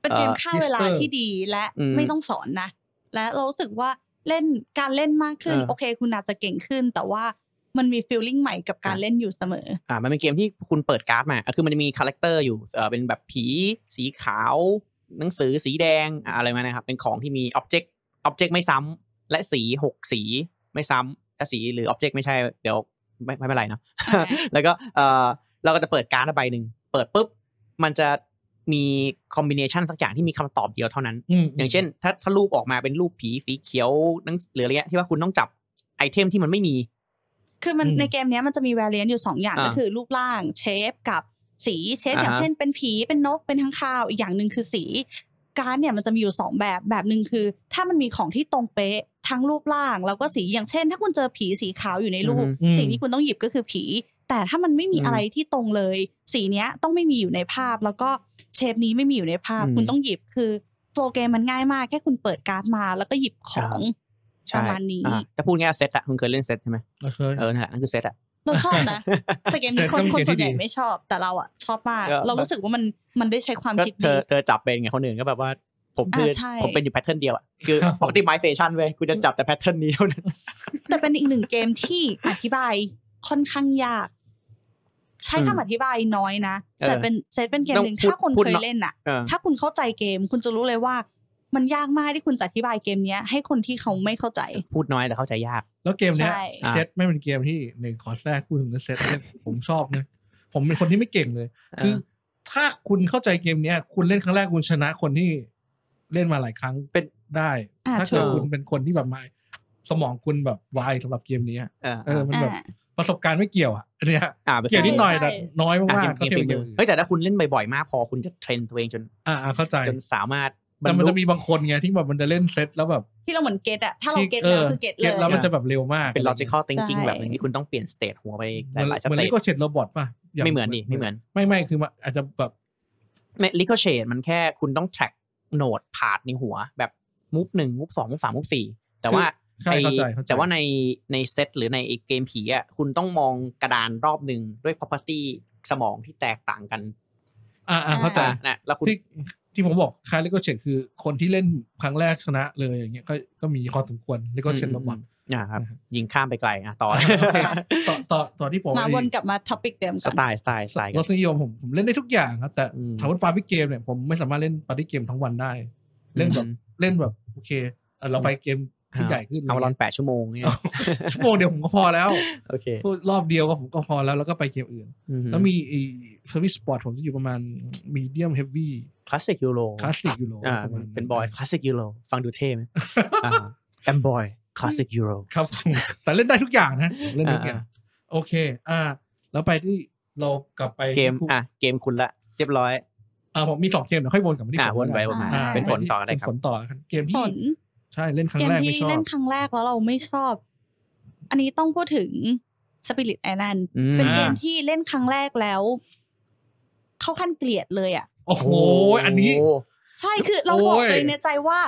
เป็นเกมฆ่าเวลา Twister ที่ดีและ อืม ไม่ต้องสอนนะ และเรารู้สึกว่าเล่นการเล่นมากขึ้น เออ โอเค คุณอาจจะเก่งขึ้น แต่ว่ามันมีฟีลลิ่งใหม่กับการ อ่ะ เล่นอยู่เสมอ อ่ามันเป็นเกมที่คุณเปิดการ์ดมาอ่ะคือมันจะมีคาแรคเตอร์อยู่เออเป็นแบบผีสีขาว หนังสือสีแดงอ่ะอะไรมานะครับ เป็นของที่มีอ็อบเจกต์อ็อบเจกต์ไม่ซ้ำและสีหกสีไม่ซ้ำถ้าสีหรืออ็อบเจกต์ไม่ใช่เดี๋ยวไม่ไม่เป็นไรเนาะ อ่า แล้วก็เอ่อ เราก็จะเปิดการ์ดใบหนึ่งเปิดปุ๊บมันจะมีคอมบิเนชันสักอย่างที่มีคำตอบเดียวเท่านั้น ม อย่างเช่น ถ้าถ้ารูปออกมาเป็นรูปผีสีเขียวหนังหรืออะไรเงี้ยที่ว่าคุณต้องจับไอเทมที่มันไม่มี คือมันในเกมเนี้ยมันจะมี v a เ i a n t อยู่สองอย่าง อ่า ก็คือรูปร่างเชฟกับสีเชฟ อ่าฮะ อย่างเช่นเป็นผีเป็นนกเป็นข้างคาวอีกอย่างหนึ่งคือสีการดเนี่ยมันจะมีอยู่สองแบบแบบหนึ่งคือ ถ้ามันมีของที่ตรงเป๊ะทั้งรูปร่างแล้วก็สีอย่างเช่น ถ้าคุณเจอผีสีขาวอยู่ในรูป อืม สิ่งที่คุณต้องหยิบก็คือผี แต่ถ้ามันไม่มี อืม อะไรที่ตรงเลย สีเนี้ยต้องไม่มีอยู่ในภาพ แล้วก็เชฟนี้ไม่มีอยู่ในภาพ อืม คุณต้องหยิบคือโฟเกมมันง่ายมากแค่คุณเปิดการ์ดมา แล้วก็หยิบของป ใช่ ระมาณนี้ อ่าจะพูดง่ายๆเซตอะคุณเคยเล่นเซตใช่ไหม โอเค เออนั่นแหละนั่นคือเซตอะ เราชอบนะ แต่เกมนี้ เซต คน ต้อง คน เป็นเกมที่ ส่วนใหญ่ ดี ไม่ชอบ แต่เราอะชอบมาก ก็ เรารู้สึกว่ามันมันได้ใช้ความ ก็ คิด เธ ดี อเธอจับเป็นไงคนอื่นก็แบบว่าผม อ่า คือ ใช่ ผมเป็นอยู่แพทเทิร์นเดียวอะคือ ครับผม optimization เว้ยกูจะจับแต่แพทเทิร์นนี้เท่านั้น แต่เป็นอีกหนึ่งเกมที่อธิบายค่อนข้างยาก ใช้ อื คำ ม อธิบายน้อยนะ เออ แต่เป็นเซตเป็นเกม ต้อง หนึ่ง พูด ถ้าคน พูด เคย เนาะ เล่นอะ เออ ถ้าคุณเข้าใจเกม คุณจะรู้เลยว่า มันยากมากที่คุณจะอธิบายเกมเนี้ย ให้คนที่เขาไม่เข้าใจ พูดน้อยแต่เข้าใจยาก แล้วเกมเนี้ย ใช่ เซตไม่เป็นเกมที่หนึ่งขอแทรกพูดถึงเรื่องเซตเนี่ยผมชอบนะผมเป็นคนที่ไม่เก่งเลย คือ ถ้าคุณเข้าใจเกมเนี้ย คุณเล่นครั้งแรกคุณชนะคนที่เล่นมาหลายครั้ง เป็น ได้ อ่า ถ้าเกิด ถูก คุณเป็นคนที่แบบไม่สมองคุณแบบไวายสำหรับเกมนี้อะ เออ เออมัน อ่า แบบประสบการณ์ไม่เกี่ยวอ่ะอันเนี่ย อ่าไป เกี่ยวนิดหน่อยแต่ ใช่ น้อย อ่ะ มากๆ เก ก็ ม เทียบ ฝี กับเก มื ม อ อื่น เฮ้ยแต่ถ้าคุณเล่นบ่อยๆมากพอคุณจะเทรนตัวเองจน อ่าอ่าเข้าใจ จนสามารถบร แต่ ร มัน ลุ จะมีบางคนไงที่แบบมันจะเล่นเซตแล้วแบบ ที่เราเหมือนเก็ตอะถ้าเรา ที่ เก็ต อ แล้ว อ คือเก็ตเล เก็ ย ตแล้วมันจะแบบเร็วมาก เป็น logical ใช่ thinking แบบหนึงที่คุณต้องเปลี่ยนสเตทหัวไป เห ห มือน ลายๆส เหมือน เต เล ท โก้เชดโรบอทป่ะย่าง ไม่เหมือนดิไม่เหมือน ไม่ไม่คือมันอาจจะแบบ ไม่ลิโกเชตมันแค่คุณต้อง track โหนดผาดในหัว แบบมูฟหนึ่งมูฟสองมูฟสามมูฟสี่แต่ว่า ใช่เข้าใจเข้าใจ แต่ว่าในในเซตหรือในเกมผีอ่ะคุณต้องมองกระดานรอบหนึ่งด้วย property สมองที่แตกต่างกัน อ่าอ่าเข้าใจ อ่ะนะแล้วคุณ ที่ที่ผมบอกคล้ายเลโก้เชดคือคนที่เล่นครั้งแรกชนะเลยอย่างเงี้ยก็ก็มีความสมควรเลโก้เชด อืม โรบอท นะครับ นะครับ ยิงข้ามไปไกลอ่ะต่อ ต่อต่อต่อที่ผม มา ไอ้ วนกลับมาท็อปิกเดิม ส ก่อน ไตล์สไตล์สไตล์กั ร น สนิยมผมผมเล่นได้ทุกอย่างครับแต่ อืม ถามว่าปาร์ตี้เกมเนี่ยผมไม่สามารถเล่นปาร์ตี้เกมทั้งวันได้ เล่นแบบ อืม เล่นแบบโอเคเอ่อเราไปเกมที่ อ่า ใหญ่ขึ้น เอามาลอนแปดชั่วโมงเนี่ย ชั่วโมงเดียวผมก็พอ แล้ว โอเค พูดรอบเดียวก็ผมก็พอแล้วแล้วก็ไปเกมอื่น แล้วมีเซอร์วิสสปอร์ตผมจะอยู่ประมาณมีเดียมเฮฟวี่ คลาสสิกยูโร คลาสสิกอยู่โล อ่า ประมาณ เป็นบอยคลาสสิกยูโรฟังดูเท่ ไหมอ่าแอมบอยคลาสสิกยูโร ครับผม แต่เล่นได้ทุกอย่างนะผมเล่นได้ทุกอย่าง อ่ โอเค อ่า แล้วไปที่เรากลับไป เกม ที่ อ่ะเกมคุณละเรียบร้อย อ่าผมมีสองเกมเดี๋ยวค่อยวนกลับมาที่ อ่ะ ผม วนไปวนมา อ่า เป็นฝนต่ออะไร เป็น ครั ฝ บ นต่อครับเกม ผ ที่ ล ใช่เล่นครั้ เก ง ม แรกไม่ ที่ ชอ เล่ บ นครั้งแรกแล้วเราไม่ชอบ อันนี้ต้องพูดถึง Spirit Island อืม เป็นเก อ่า มที่เล่นครั้งแรกแล้ว เข้าขั้นเกลียดเลยอะ โอ้โห อันนี้ ใช่คือเราบอก โอ้ย ตัวเองในใจว่า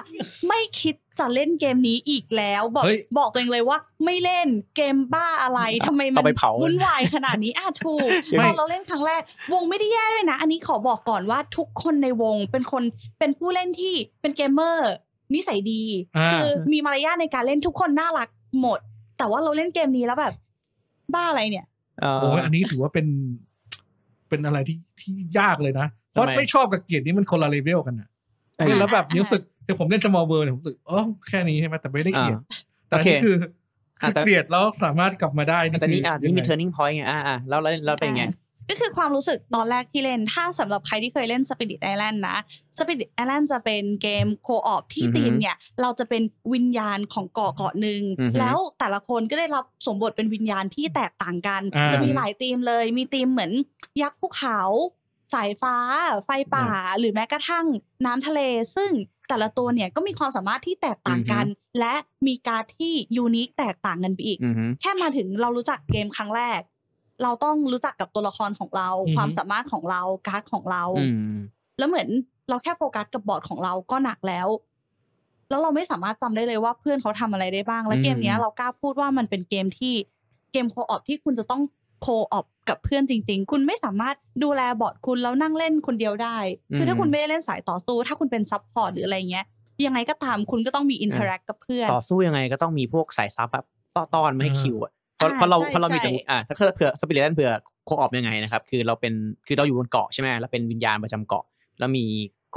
ไม่คิดจะเล่นเกมนี้อีกแล้ว บอก เฮ้ย บอกตัวเองเลยว่า ไม่เล่นเกมบ้าอะไรทำไมมั เอาไปเผา วุ่นวายขนาดนี้อ่ะถูกตไม่อนเราเล่นครั้งแรก วงไม่ได้แย่ด้วยนะ อันนี้ขอบอกก่อนว่าทุกคนในวงเป็นคนเป็นผู้เล่นที่เป็นเกมเมอร์ นิสัยดี อ่า คือมีมารยาทในการเล่นทุกคนน่ารักหมด แต่ว่าเราเล่นเกมนี้แล้วแบบ บ้าอะไรเนี่ย เอ่อ โอ้ยอันนี้ถือว่าเป็น เป็นอะไรที่ที่ยากเลยนะ เพราะ ทำไม ไม่ชอบกับเกียรตินี่มันคนละเลเวลกันนะ เอ้ย เล่นแล้วแบบ อ่าอ่า รู้สึกแต่ผมเล่น small world เนี่ยผมรู้สึกเออแค่นี้ใช่ไหมแต่ไม่ได้เกลียดแต่อัน โอเค นี่คือคื อ่ะ อ แต่ เกลียดแล้วสามารถกลับมาได้ แต่นี่อ่ะนี่มี ยังไง turning point ไงอ่ะอ่ะแล้วแล้วแล้วเป็นไง อ่ะก็คือความรู้สึกตอนแรกที่เล่น ถ้าสำหรับใครที่เคยเล่น Spirit Island นะ Spirit Island จะเป็นเกมโคออปที่ อือฮึ ทีมเนี่ย เราจะเป็นวิญญาณของเกาะเกาะหนึ่ง อือฮึ แล้วแต่ละคนก็ได้รับสวมบทเป็นวิญญาณที่แตกต่างกัน อ่า จะมีหลายธีมเลยมีธีมเหมือนยักษ์ภูเขา สายฟ้า ไฟป่า หรือแม้กระทั่งน้ำทะเล ซึ่งแต่ละตัวเนี่ยก็มีความสามารถที่แตกต่างกัน และมีการดที่ยูนิคแตกต่างกันไปอีก ือฮึ แค่มาถึงเรารู้จักเกมครั้งแรก เราต้องรู้จักกับตัวละครของเรา อือฮึ ความสามารถของเราการ์ดของเรา อืม แล้วเหมือนเราแค่โฟกัสกับบอร์ดของเราก็หนักแล้ว แล้วเราไม่สามารถจำได้เลยว่าเพื่อนเขาทำอะไรได้บ้าง และ อืม เกมเนี้ยเรากล้าพูดว่ามันเป็นเกมที่เกมโคออปที่คุณจะต้องโคออปกับเพื่อนจริง ๆ คุณไม่สามารถดูแลบอร์ดคุณแล้วนั่งเล่นคนเดียวได้ คือถ้าคุณไม่ได้เล่นสายต่อสู้ถ้าคุณเป็นซัพพอร์ตหรืออะไรเงี้ย ยังไงก็ตามคุณก็ต้องมีอินเทอร์แอคกับเพื่อน ต่อสู้ยังไงก็ต้องมีพวกสายซับแบบต้อต้อนไม่ให้ อ่า คิวอ่ะเพราะ อ่า เพราะเรา ใช่ เพราะเรามีแต่ ใช่ อ่ะถ้าเผื่อสปิริตแลนเผื่อโคออปยังไงนะครับ คือเราเป็นคือเราอยู่บนเกาะใช่ไหมเราเป็นวิญญาณประจำเกาะ แล้วมี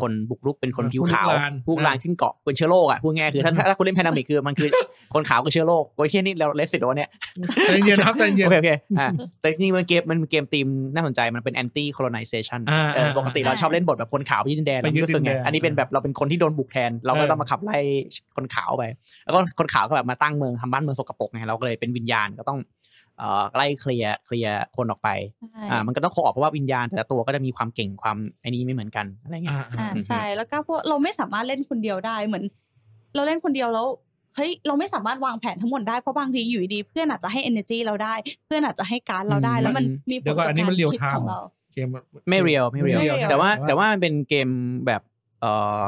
คนบุกรุกเป็นคน อ่า ผิวขาว พวกลาน พวกลาน อ่า ขึ้นเกาะเป็นเชื้อโรคอ่ะพูดง่ายๆคือถ้าถ้าถ้าคุณเล่นแพนดามิกคือมันคือ คนขาวกับเชื้อโรคโอ้ยแค่นี้เราเลสสิตวะเนี่ย ใจเย็นนะครับใจเย็น โอเคโอเคอ่าแต่จริงๆมันเกมมันเกมธีมน่าสนใจมันเป็น anti colonization อ่า เออ อ่า ปกติเราชอบเล่นบทแบบคนขาวไปยึดดินแดน ไปยึด รู้สึกไง ดินแดน อันนี้เป็นแบบเราเป็นคนที่โดนบุกแทน เราก็ เออ ต้องมาขับไล่คนขาวไป แล้วก็คนขาวก็แบบมาตั้งเมืองทำบ้านเมืองสกปรกไงเราก็เลยเป็นวิญญาณก็ต้องเอ่อไล่เคลียร์เคลียร์คนออกไป ใช่ อ่ามันก็ต้องขอออกเพราะว่าวิญญาณแต่ละตัวก็จะมีความเก่งความไอ้นี้ไม่เหมือนกันอะไรเงี้ย อ่า อ่า อ่า ใช่แล้วก็พวกเราไม่สามารถเล่นคนเดียวได้เหมือน เราเล่นคนเดียวแล้วเฮ้ยเราไม่สามารถวางแผนทั้งหมดได้เพราะบางทีอยู่ดีๆเพื่อนอาจจะให้ energy เราได้ เพื่อนอาจจะให้การดเราได้ อืม แล้วมัน มัน มีผล เดี๋ยวก่อนกับ อันนี้ การ มันเรียล คิด ไท ขอ ม์ งเรา เกม ไม่เรียลไม่เรียล ไม่เรียล แต่ว่าแต่ว่ามันเป็นเกมแบบเอ่อ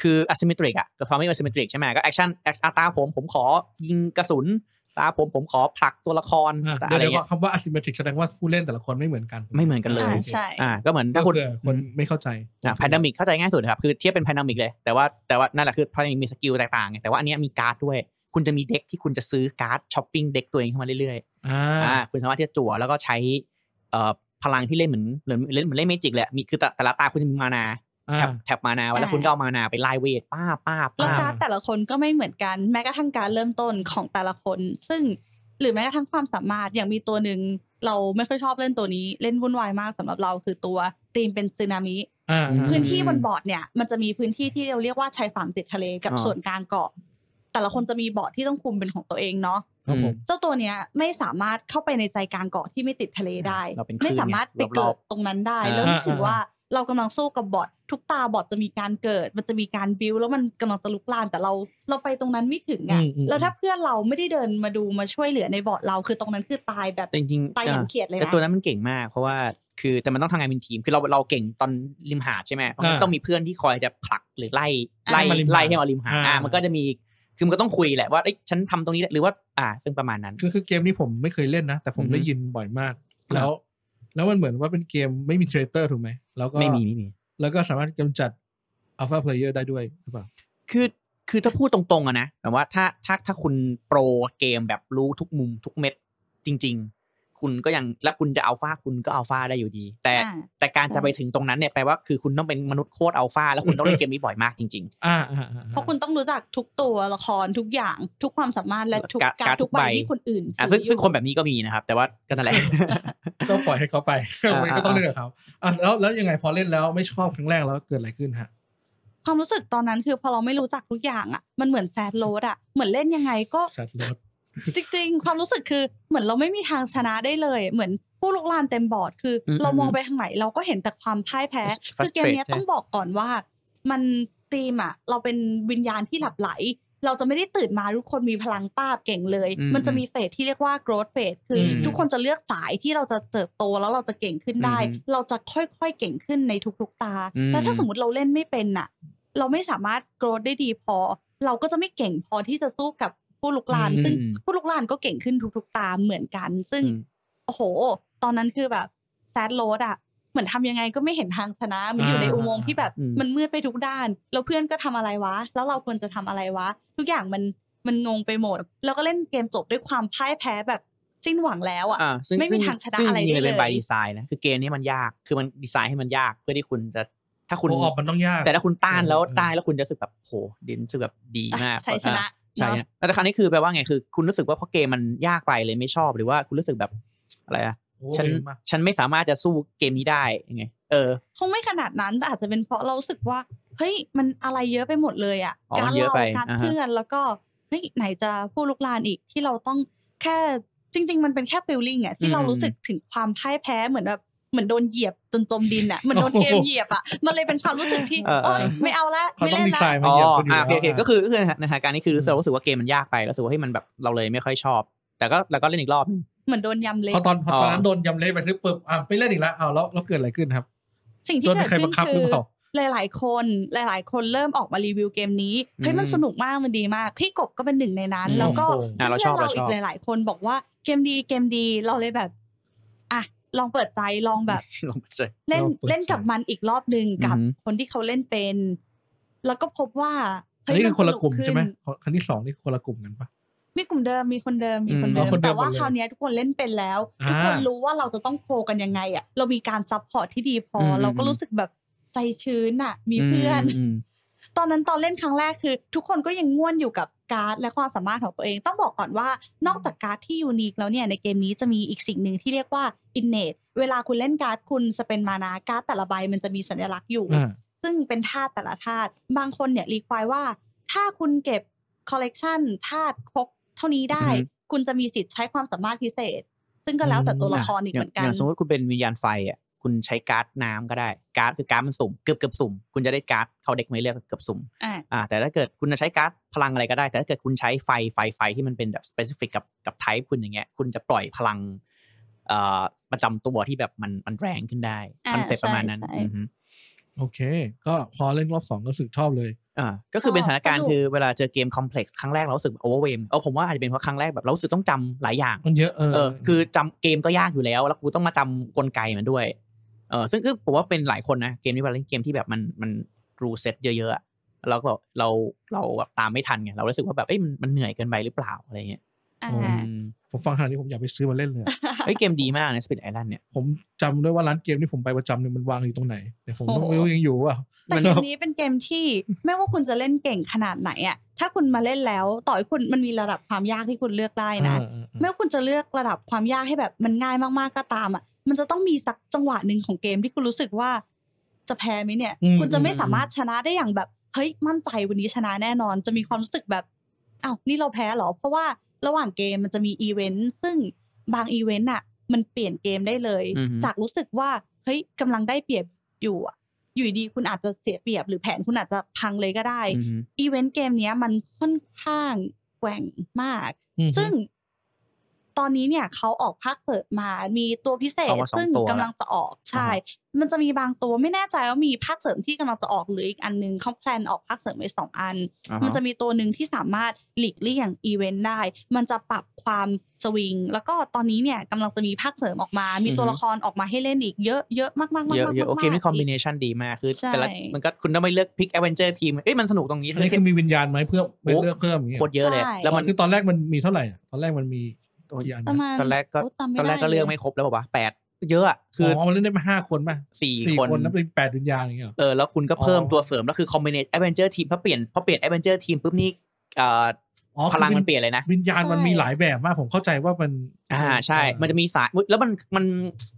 คืออ s y m m e t r i c อะก็ความไม่ asymmetric ใช่ไหมก็แอคชั่นแอคตาผมผมขอยิงกระสุน ตาผมผมขอผลักตัวละคร อ่า แต่ เดี๋ยวอะไร เดี๋ยวก็ เงี้ย คำว่า asymmetric แสดงว่าผู้เล่นแต่ละคนไม่เหมือนกัน ไม่เหมือนกันเล อ่า ย ใช่ อ่า ก็เหมือน ถ้า ถ้า คุ คุณ ณ คนไม่เข้าใจ อ่าแพนดมิกเข้าใจง่ายสุดครับ คือเทียบเป็นแพนดมิกเลย แต่ว่าแต่ว่านั่นแหละคือแพนดมิกมีสกิลแตกต่างไงแต่ว่าอันเนี้ยมีการ์ดด้วย คุณจะมีเด็กที่คุณจะซื้อการ์ดช้อปปิ้งเด็กตัวเองเข้ามาเรื่อยๆ อ่า อ่าคุณสามารถที่จะจั่วแล้วก็ใช้เอ่อพลังที่เล่นเหมือนเหมือนเล่นเหมือนเล่นเมจิกเลยอะมีคือแต่แต่ละตาคุณจะมีมานา อ่า แท็บแท็บมานาไว้แล้ว อ่า คุณก็เอามานาไปไล่เวทป้าป้า แล้วอ่ป้าการดแต่ละคนก็ไม่เหมือนกันแม้กระทั่งการเริ่มต้นของแต่ละคน ซึ่งหรือแม้กระทั่งความสามารถอย่างมีตัวหนึ่งเราไม่ค่อยชอบเล่นตัวนี้เล่นวุ่นวายมากสำหรับเราคือตัวตีมเป็นสึนามิ อ่า า พื้นที่บนบอร์ดเนี่ยมันจะมีพื้นที่ที่เราเรียกว่าชายฝั่งติดทะเลกับ อ่า ส่วนกลางเกาะ แต่ละคนจะมีบอร์ดที่ต้องคุมเป็นของตัวเองเนาะ ครับผม เจ้าตัวเนี้ยไม่สามารถเข้าไปในใจกลางเกาะที่ไม่ติดทะเลได้ เราเป็นคลื่น ไม่สามารถไปเกิ รอ ด บ ตรงนั้นได้ อ่า แล้วรู้สึก อ่า ว่าเรากำลังสู้กับบอร์ดทุกตาบอร์ดจะมีการเกิด มันจะมีการบิวแล้วมันกำลังจะลุกลามแต่เราเราไปตรงนั้นไม่ถึงอ่ะ อืมอืม แล้วถ้าเพื่อนเราไม่ได้เดินมาดูมาช่วยเหลือในบอร์ดเราคือตรงนั้นคือตายแบบ แต่จริงๆ ตายอย่าง อ่า เขียดเลย แต่ นะ ตัวนั้นมันเก่งมาก เพราะว่าคือแต่มันต้องทำงานเป็นทีมคือเราเราเก่งตอนริมหาดใช่ไหมเพราะมัน อ่า ต้องมีเพื่อนที่คอยจะผลักหรือไล่ อ่า ไล่ มาริมหาด ไล่ให้มาริมหาด อ่า อ่ามันก็จะมีคือมันก็ต้องคุยแหละว่าเอ้ยฉันทำตรงนี้แหละหรือว่าอ่า ซึ่งประมาณนั้น คือคือเกมนี้ผมไม่เคยเล่นนะ แต่ผม อือฮึ ได้ยินบ่อยมาก แล้ว แล้วมันเหมือนว่าเป็นเกมไม่มีเทรเตอร์ถูกไหมแล้วก็ ไม่มีไม่มี แล้วก็สามารถกำจัดอัลฟาเพลเยอร์ได้ด้วยหรือเปล่า คือคือถ้าพูดตรงๆอะนะแบบว่าถ้าถ้าถ้าคุณโปรเกมแบบรู้ทุกมุมทุกเม็ดจริง ๆ คุณก็ยังและคุณจะอัลฟาคุณก็อัลฟาได้อยู่ดี แต่ อ่า แต่การจะไปถึงตรงนั้นเนี่ยแปลว่าคือคุณต้องเป็นมนุษย์โคตรอัลฟาแล้วคุณต้องเล่นเกมนี้บ่อยมากจริง อ่าอ่าอ่า เพราะคุณต้องรู้จักทุกตัวละครทุกอย่างทุกความสามารถและทุก การ์ด การ การ์ ด ด ทุก ทุก ใบ ใบ ที่คนอื่น ๆอ่ะซึ่ง ถืยู่ ซึ่งคนแบบนี้ก็มีนะครับ แต่ว่าก็นั่นแหละ ก็ปล่อยให้เขาไป อ่า ก็ต้องเล่นกับเขาอ่ะแล้วแล้วยังไงพอเล่นแล้วไม่ชอบครั้งแรกแล้วเกิดอะไรขึ้นฮะ ความรู้สึกตอนนั้นคือพอเราไม่รู้จักทุกอย่างอ่ะมันเหมือนแซดโรดอ่ะเหมือนเล่นยังไงก็ สัตว์รถ จริง ๆ ความรู้สึกคือเหมือนเราไม่มีทางชนะได้เลย เหมือนผู้ลุกลานเต็มบอร์ดคือ อืม เรามองไปทางไหนเราก็เห็นแต่ความพ่ายแพ้ Frustrate คือเกมเนี้ย ใช่ไหม ต้องบอกก่อนว่า มันตีมอ่ะเราเป็นวิญญาณที่หลับไหล เราจะไม่ได้ตื่นมาทุกคนมีพลังป้าบเก่งเลย อืม มันจะมีเฟสที่เรียกว่า growth phase คืออ ม ทุกคนจะเลือกสายที่เราจะเติบโตแล้วเราจะเก่งขึ้นได้ อืม เราจะค่อยๆเก่งขึ้นในทุกๆตา อืม แล้วถ้าสมมติเราเล่นไม่เป็นอ่ะ เราไม่สามารถ growth ได้ดีพอ เราก็จะไม่เก่งพอที่จะสู้กับผู้ลุกลาน อืม ซึ่งผู้ลุกลานก็เก่งขึ้นทุกๆตามเหมือนกัน ซึ่ง โอ้โห ตอนนั้นคือแบบแซดโรดอะเหมือนทำยังไงก็ไม่เห็นทางชนะเหมันอยู่ใน อ่า อุโมงค์ที่แบบ อืม มันมืดไปทุกด้าน แล้วเพื่อนก็ทำอะไรวะ แล้วเราควรจะทำอะไรวะ ทุกอย่างมันมันงงไปหมด แล้วก็เล่นเกมจบด้วยความพ่ายแพ้แบบสิ้นหวังแล้วอะ อ่าซึ่ง ไม่มี ซึ่ ทางชนะ ซึ่ อะไร จงๆ ได้ มันเป็น เลย บายดีไซน์นะคือเกมนี้มันยากคือมันดีไซน์ให้มันยากเพื่อที่คุณจะถ้าคุณ โอ้ออกมันต้องยาก แต่ถ้าคุณต้านแล้ว เออเออ ต้านแล้วคุณจะรู้สึกแบบโหเด่นรู้สึกแบบดีมาก ใช้ชนะ ใช่ เนอะ ฮะแต่คราวนี้คือแปลว่าไงคือคุณรู้สึกว่าเพราะเกมมันยากไปเลยไม่ชอบหรือว่าคุณรู้สึกแบบอะไรอะ โอ้ ฉัน เร็วมาก ฉันไม่สามารถจะสู้เกมนี้ได้ยังไง เออ คงไม่ขนาดนั้นแต่อาจจะเป็นเพราะเรารู้สึกว่า เฮ้ยมันอะไรเยอะไปหมดเลยอ่ะ อ๋อ การ มันเยอะ เรา ไป การ อ่าฮะ เพื่อนแล้วก็เฮ้ยไหนจะผู้ลุกลานอีกที่เราต้องแค่จริง ๆ มันเป็นแค่ฟีลลิ่งอ่ะที่เรารู้สึกถึงความพ่ายแพ้เหมือนแบบเหมือนโดนเหยียบจนจมดินอ่ะเหมือนโดนเกม โอ้โห เหยียบอ่ะมันเลยเป็นความรู้สึกที่ เออเออ โอ๊ยไม่เอาละ เขา ไม่ ต้อง เล่น ดี ละ ไซน์มา อ๋อ เยอะคุณอยู่ อ่ะโอเค แล้ว โอเคก็คือก็คือในสถานการณ์นี้คือเรารู้สึกว่าเกมมันยากไปรู้สึกว่าให้ยมันแบบเราเลยไม่ค่อยชอบ แต่ก็แล้วก็เล่นอีกรอบนึง เหมือนโดนยำเละ พอตอนพอตอนนั้ อ๋ น อ โดนยำเละไปซื้อปุ๊บอ่ะไม่เล่นอีกแล้วอ้าวแล้วแล้วเกิดอะไรขึ้นครับ สิ่งที่ โดน เกิด ใคร ขึ้ บั น งคับหคืรือ อเปล่า หลาย ๆ คนหลาย ๆ คนเริ่มออกมารีวิวเกมนี้เฮ้ยมัน อืม สนุกมากมันดีมากพี่กบก็เป็นหนึ่งในนั้น อืม แล้วก็ โอ้โห อ่ะเราชอบ พื่น เราชอบ กหลาย ๆ คนบอกว่าเกมดีเกมดีเราเลยแบบอ่ะลองเปิดใจลองแบบ ลองไปเจอ เล่น ลองเปิดใจ เล่นกับมันอีกรอบหนึ่งกับ อือหือ คนที่เขาเล่นเป็น แล้วก็พบว่า อั เฮ้ น ย นี้คือคนละ ส กลุ่ม ขึ้ ใช่ไหมคนคนที่สองนี่คนละกลุ่มกันปะ มีกลุ่มเดิมมีคนเดิมมีคน อืม เดิม เอาคนเดิม แต่ว่า หมดเลย คราวเนี้ยทุกคนเล่นเป็นแล้ว อ่า ทุกคนรู้ว่าเราจะต้องโคกันยังไงอ่ะเรามีการซัพพอร์ตที่ดีพออ ม เราก็ อืม รู้สึกแบบ ใจชื้นอะมีเพื่อน มม ตอนนั้นตอนเล่นครั้งแรกคือ ทุกคนก็ยังง่วนอยู่กับการ์ดและความสามารถของตัวเอง ต้องบอกก่อนว่านอกจากการ์ดที่ยูนิคแล้วเนี่ยในเกมนี้จะมีอีกสิ่งหนึ่งที่เรียกว่า innate เวลาคุณเล่นการ์ดคุณสเปนมานาการ์ดแต่ละใบมันจะมีสัญลักษณ์อยู่ อ่า ซึ่งเป็นธาตุแต่ละธาตุบางคนเนี่ยรีควายว่า ถ้าคุณเก็บคอลเลกชันธาตุครบเท่านี้ได้ อือฮึ คุณจะมีสิทธิ์ใช้ความสามารถพิเศษ ซึ่งก็แล้วแต่ตัวละครอีก ย่าง เหมือนกัน ย่างสมมติคุณเป็นวิญญาณไฟอ่ะคุณใช้การ์ดน้ำก็ได้ การ์ดคือการ์ดมันสุ่มเกือบเกือบสุ่ม คุณจะได้การ์ดเขาเด็กไม่เลือกเกือบสุ่ม อ่า อ่าแต่ถ้าเกิดคุณจะใช้การ์ดพลังอะไรก็ได้ แต่ถ้าเกิดคุณใช้ไฟไฟไฟที่มันเป็นแบบ s p e c i f i c กับกับ type คุณอย่างเงี้ยคุณจะปล่อยพลังเอ่อประจำตัวที่แบบมันมันแรงขึ้นได้ อ่า คอนเซ็ปต์ประมาณนั้น ใช่ใช่ อือฮึ โอเค ก็พอเล่นรอบสองก็รู้สึกชอบเลย อ่าก็คือเป็นสถานการสณ์นุก คือเวลาเจอเกมคอมเพล็กซ์ครั้งแรกเรารู้สึกโอเวอร์เวมเออผมว่าอาจจะเป็นเพราะครั้งแรกแบบเรารู้สึกต้องจำหลายอย่าง มันเยอะเออ เออคือจำเกมก็ยากอยู่แล้ว แล้วกูต้องมาจำกลไกมันด้วยเออซึ่งคือผมว่าเป็นหลายคนนะเกมนี้เป็นเกมที่แบบมันมันรูเซ็ตเยอะๆอะเราก็แบบเราเราแบบตามไม่ทันไงเรารู้สึกว่าแบบเอ้ยมันมันเหนื่อยเกินไปหรือเปล่าอะไรเงี้ย อ่า อืม ผมฟังขนาดนี้ผมอยากไปซื้อมาเล่นเลยอะ เฮ้ยเกมดีมากนะ Split Island เนี่ย ผมจำด้วยว่าร้านเกมที่ผมไปประจำเนี่ยมันวางอยู่ตรงไหนเดี๋ยวผมต้อง โอ้ ไม่รู้ยังอยู่ว่า แต่เกมนี้เป็นเกมที่ไม่ว่าคุณจะเล่นเก่งขนาดไหนอะถ้าคุณมาเล่นแล้วต่อให้คุณมันมีระดับความยากที่คุณเลือกได้นะ ไม่ว่าคุณจะเลือกระดับความยากให้แบบมันง่ายมากๆก็ตามอ่ะ มันจะต้องมีสักจังหวะหนึ่งของเกมที่คุณรู้สึกว่า จะแพ้ไหมเนี่ย อืม คุณจะไม่สามารถชนะได้อย่างแบบเฮ้ยมั่นใจวันนี้ชนะแน่นอน จะมีความรู้สึกแบบอ้าวนี่เราแพ้เหรอ เพราะว่าระหว่างเกมมันจะมีอีเวนต์ซึ่งบางอีเวนต์อ่ะ มันเปลี่ยนเกมได้เลย อือฮึ จากรู้สึกว่าเฮ้ยกำลังได้เปรียบอยู่อะอยู่ดีๆคุณอาจจะเสียเปรียบ หรือแผนคุณอาจจะพังเลยก็ได้ อือฮึ อีเวนต์เกมเนี้ยมันค่อนข้างแกว่งมาก ซึ่งตอนนี้เนี่ยเขาออกภาคเปิดมา มีตัวพิเศษ ออกมาสอง ซึ่ง ตัว กำลังจะออกใช่ อ่าฮ มันจะมีบางตัวไม่แน่ใจว่ามีภาคเสริมที่กำลังจะออกหรืออีกอันนึงเขาแพลนออกภาคเสริมไว้สองอัน อ่า มัน ฮะ จะมีตัวหนึ่งที่สามารถหลีกเลี่ยงอีเวนต์ได้ มันจะปรับความสวิง แล้วก็ตอนนี้เนี่ยกำลังจะมีภาคเสริมออกมา มีตัวละครออกมาให้เล่นอีกเยอะเยอะมากๆมากๆ เยอะ มาก เยอะ ๆ โอเคนี่คอมบิเนชันดีมากคือ ใช่ แต่ละมันก็คุณต้องไปเลือกพิกแอเวนเจอร์ทีมเอ้ยมันสนุกตรงนี้ อันนี้คือมีวิญญาณไหมเพื่อไปเลือกเพิ่มอย่างเงี้ย โคตรเยอะเลย ใช่ แล้วมัน คือตอนแรกมันมีเท่าไหร่อะตอนแรกมันมีกี่อัน ประมาณ ตอนแรกก็ โจำไม่ ตอนแรก ได้ ก็เลือกไม่ครบแล้วบอกว่าแปดเยอะอะ คื คือ ออ อ๋อมันเล่นได้มาห้าคนป่ะ สี่ สี่ ค คน น นับเป็นแปดวิญญาณอย่างเงี้ยเหรอ เออแล้วคุณก็เพิ่ม อ๋อ ตัวเสริมแล้วคือคอมบิเนชั่นแอดเวนเจอร์ทีมพอเปลี่ยนพอเปลี่ยนแอดเวนเจอร์ทีมปุ๊บนี่เอ่อ อ๋อ พลัง คือ มันเปลี่ยนเลยนะ วิญญาณมันมีหลายแบบมากผมเข้าใจว่ามัน อ่าใช่ มันจะมีสายแล้วมันมัน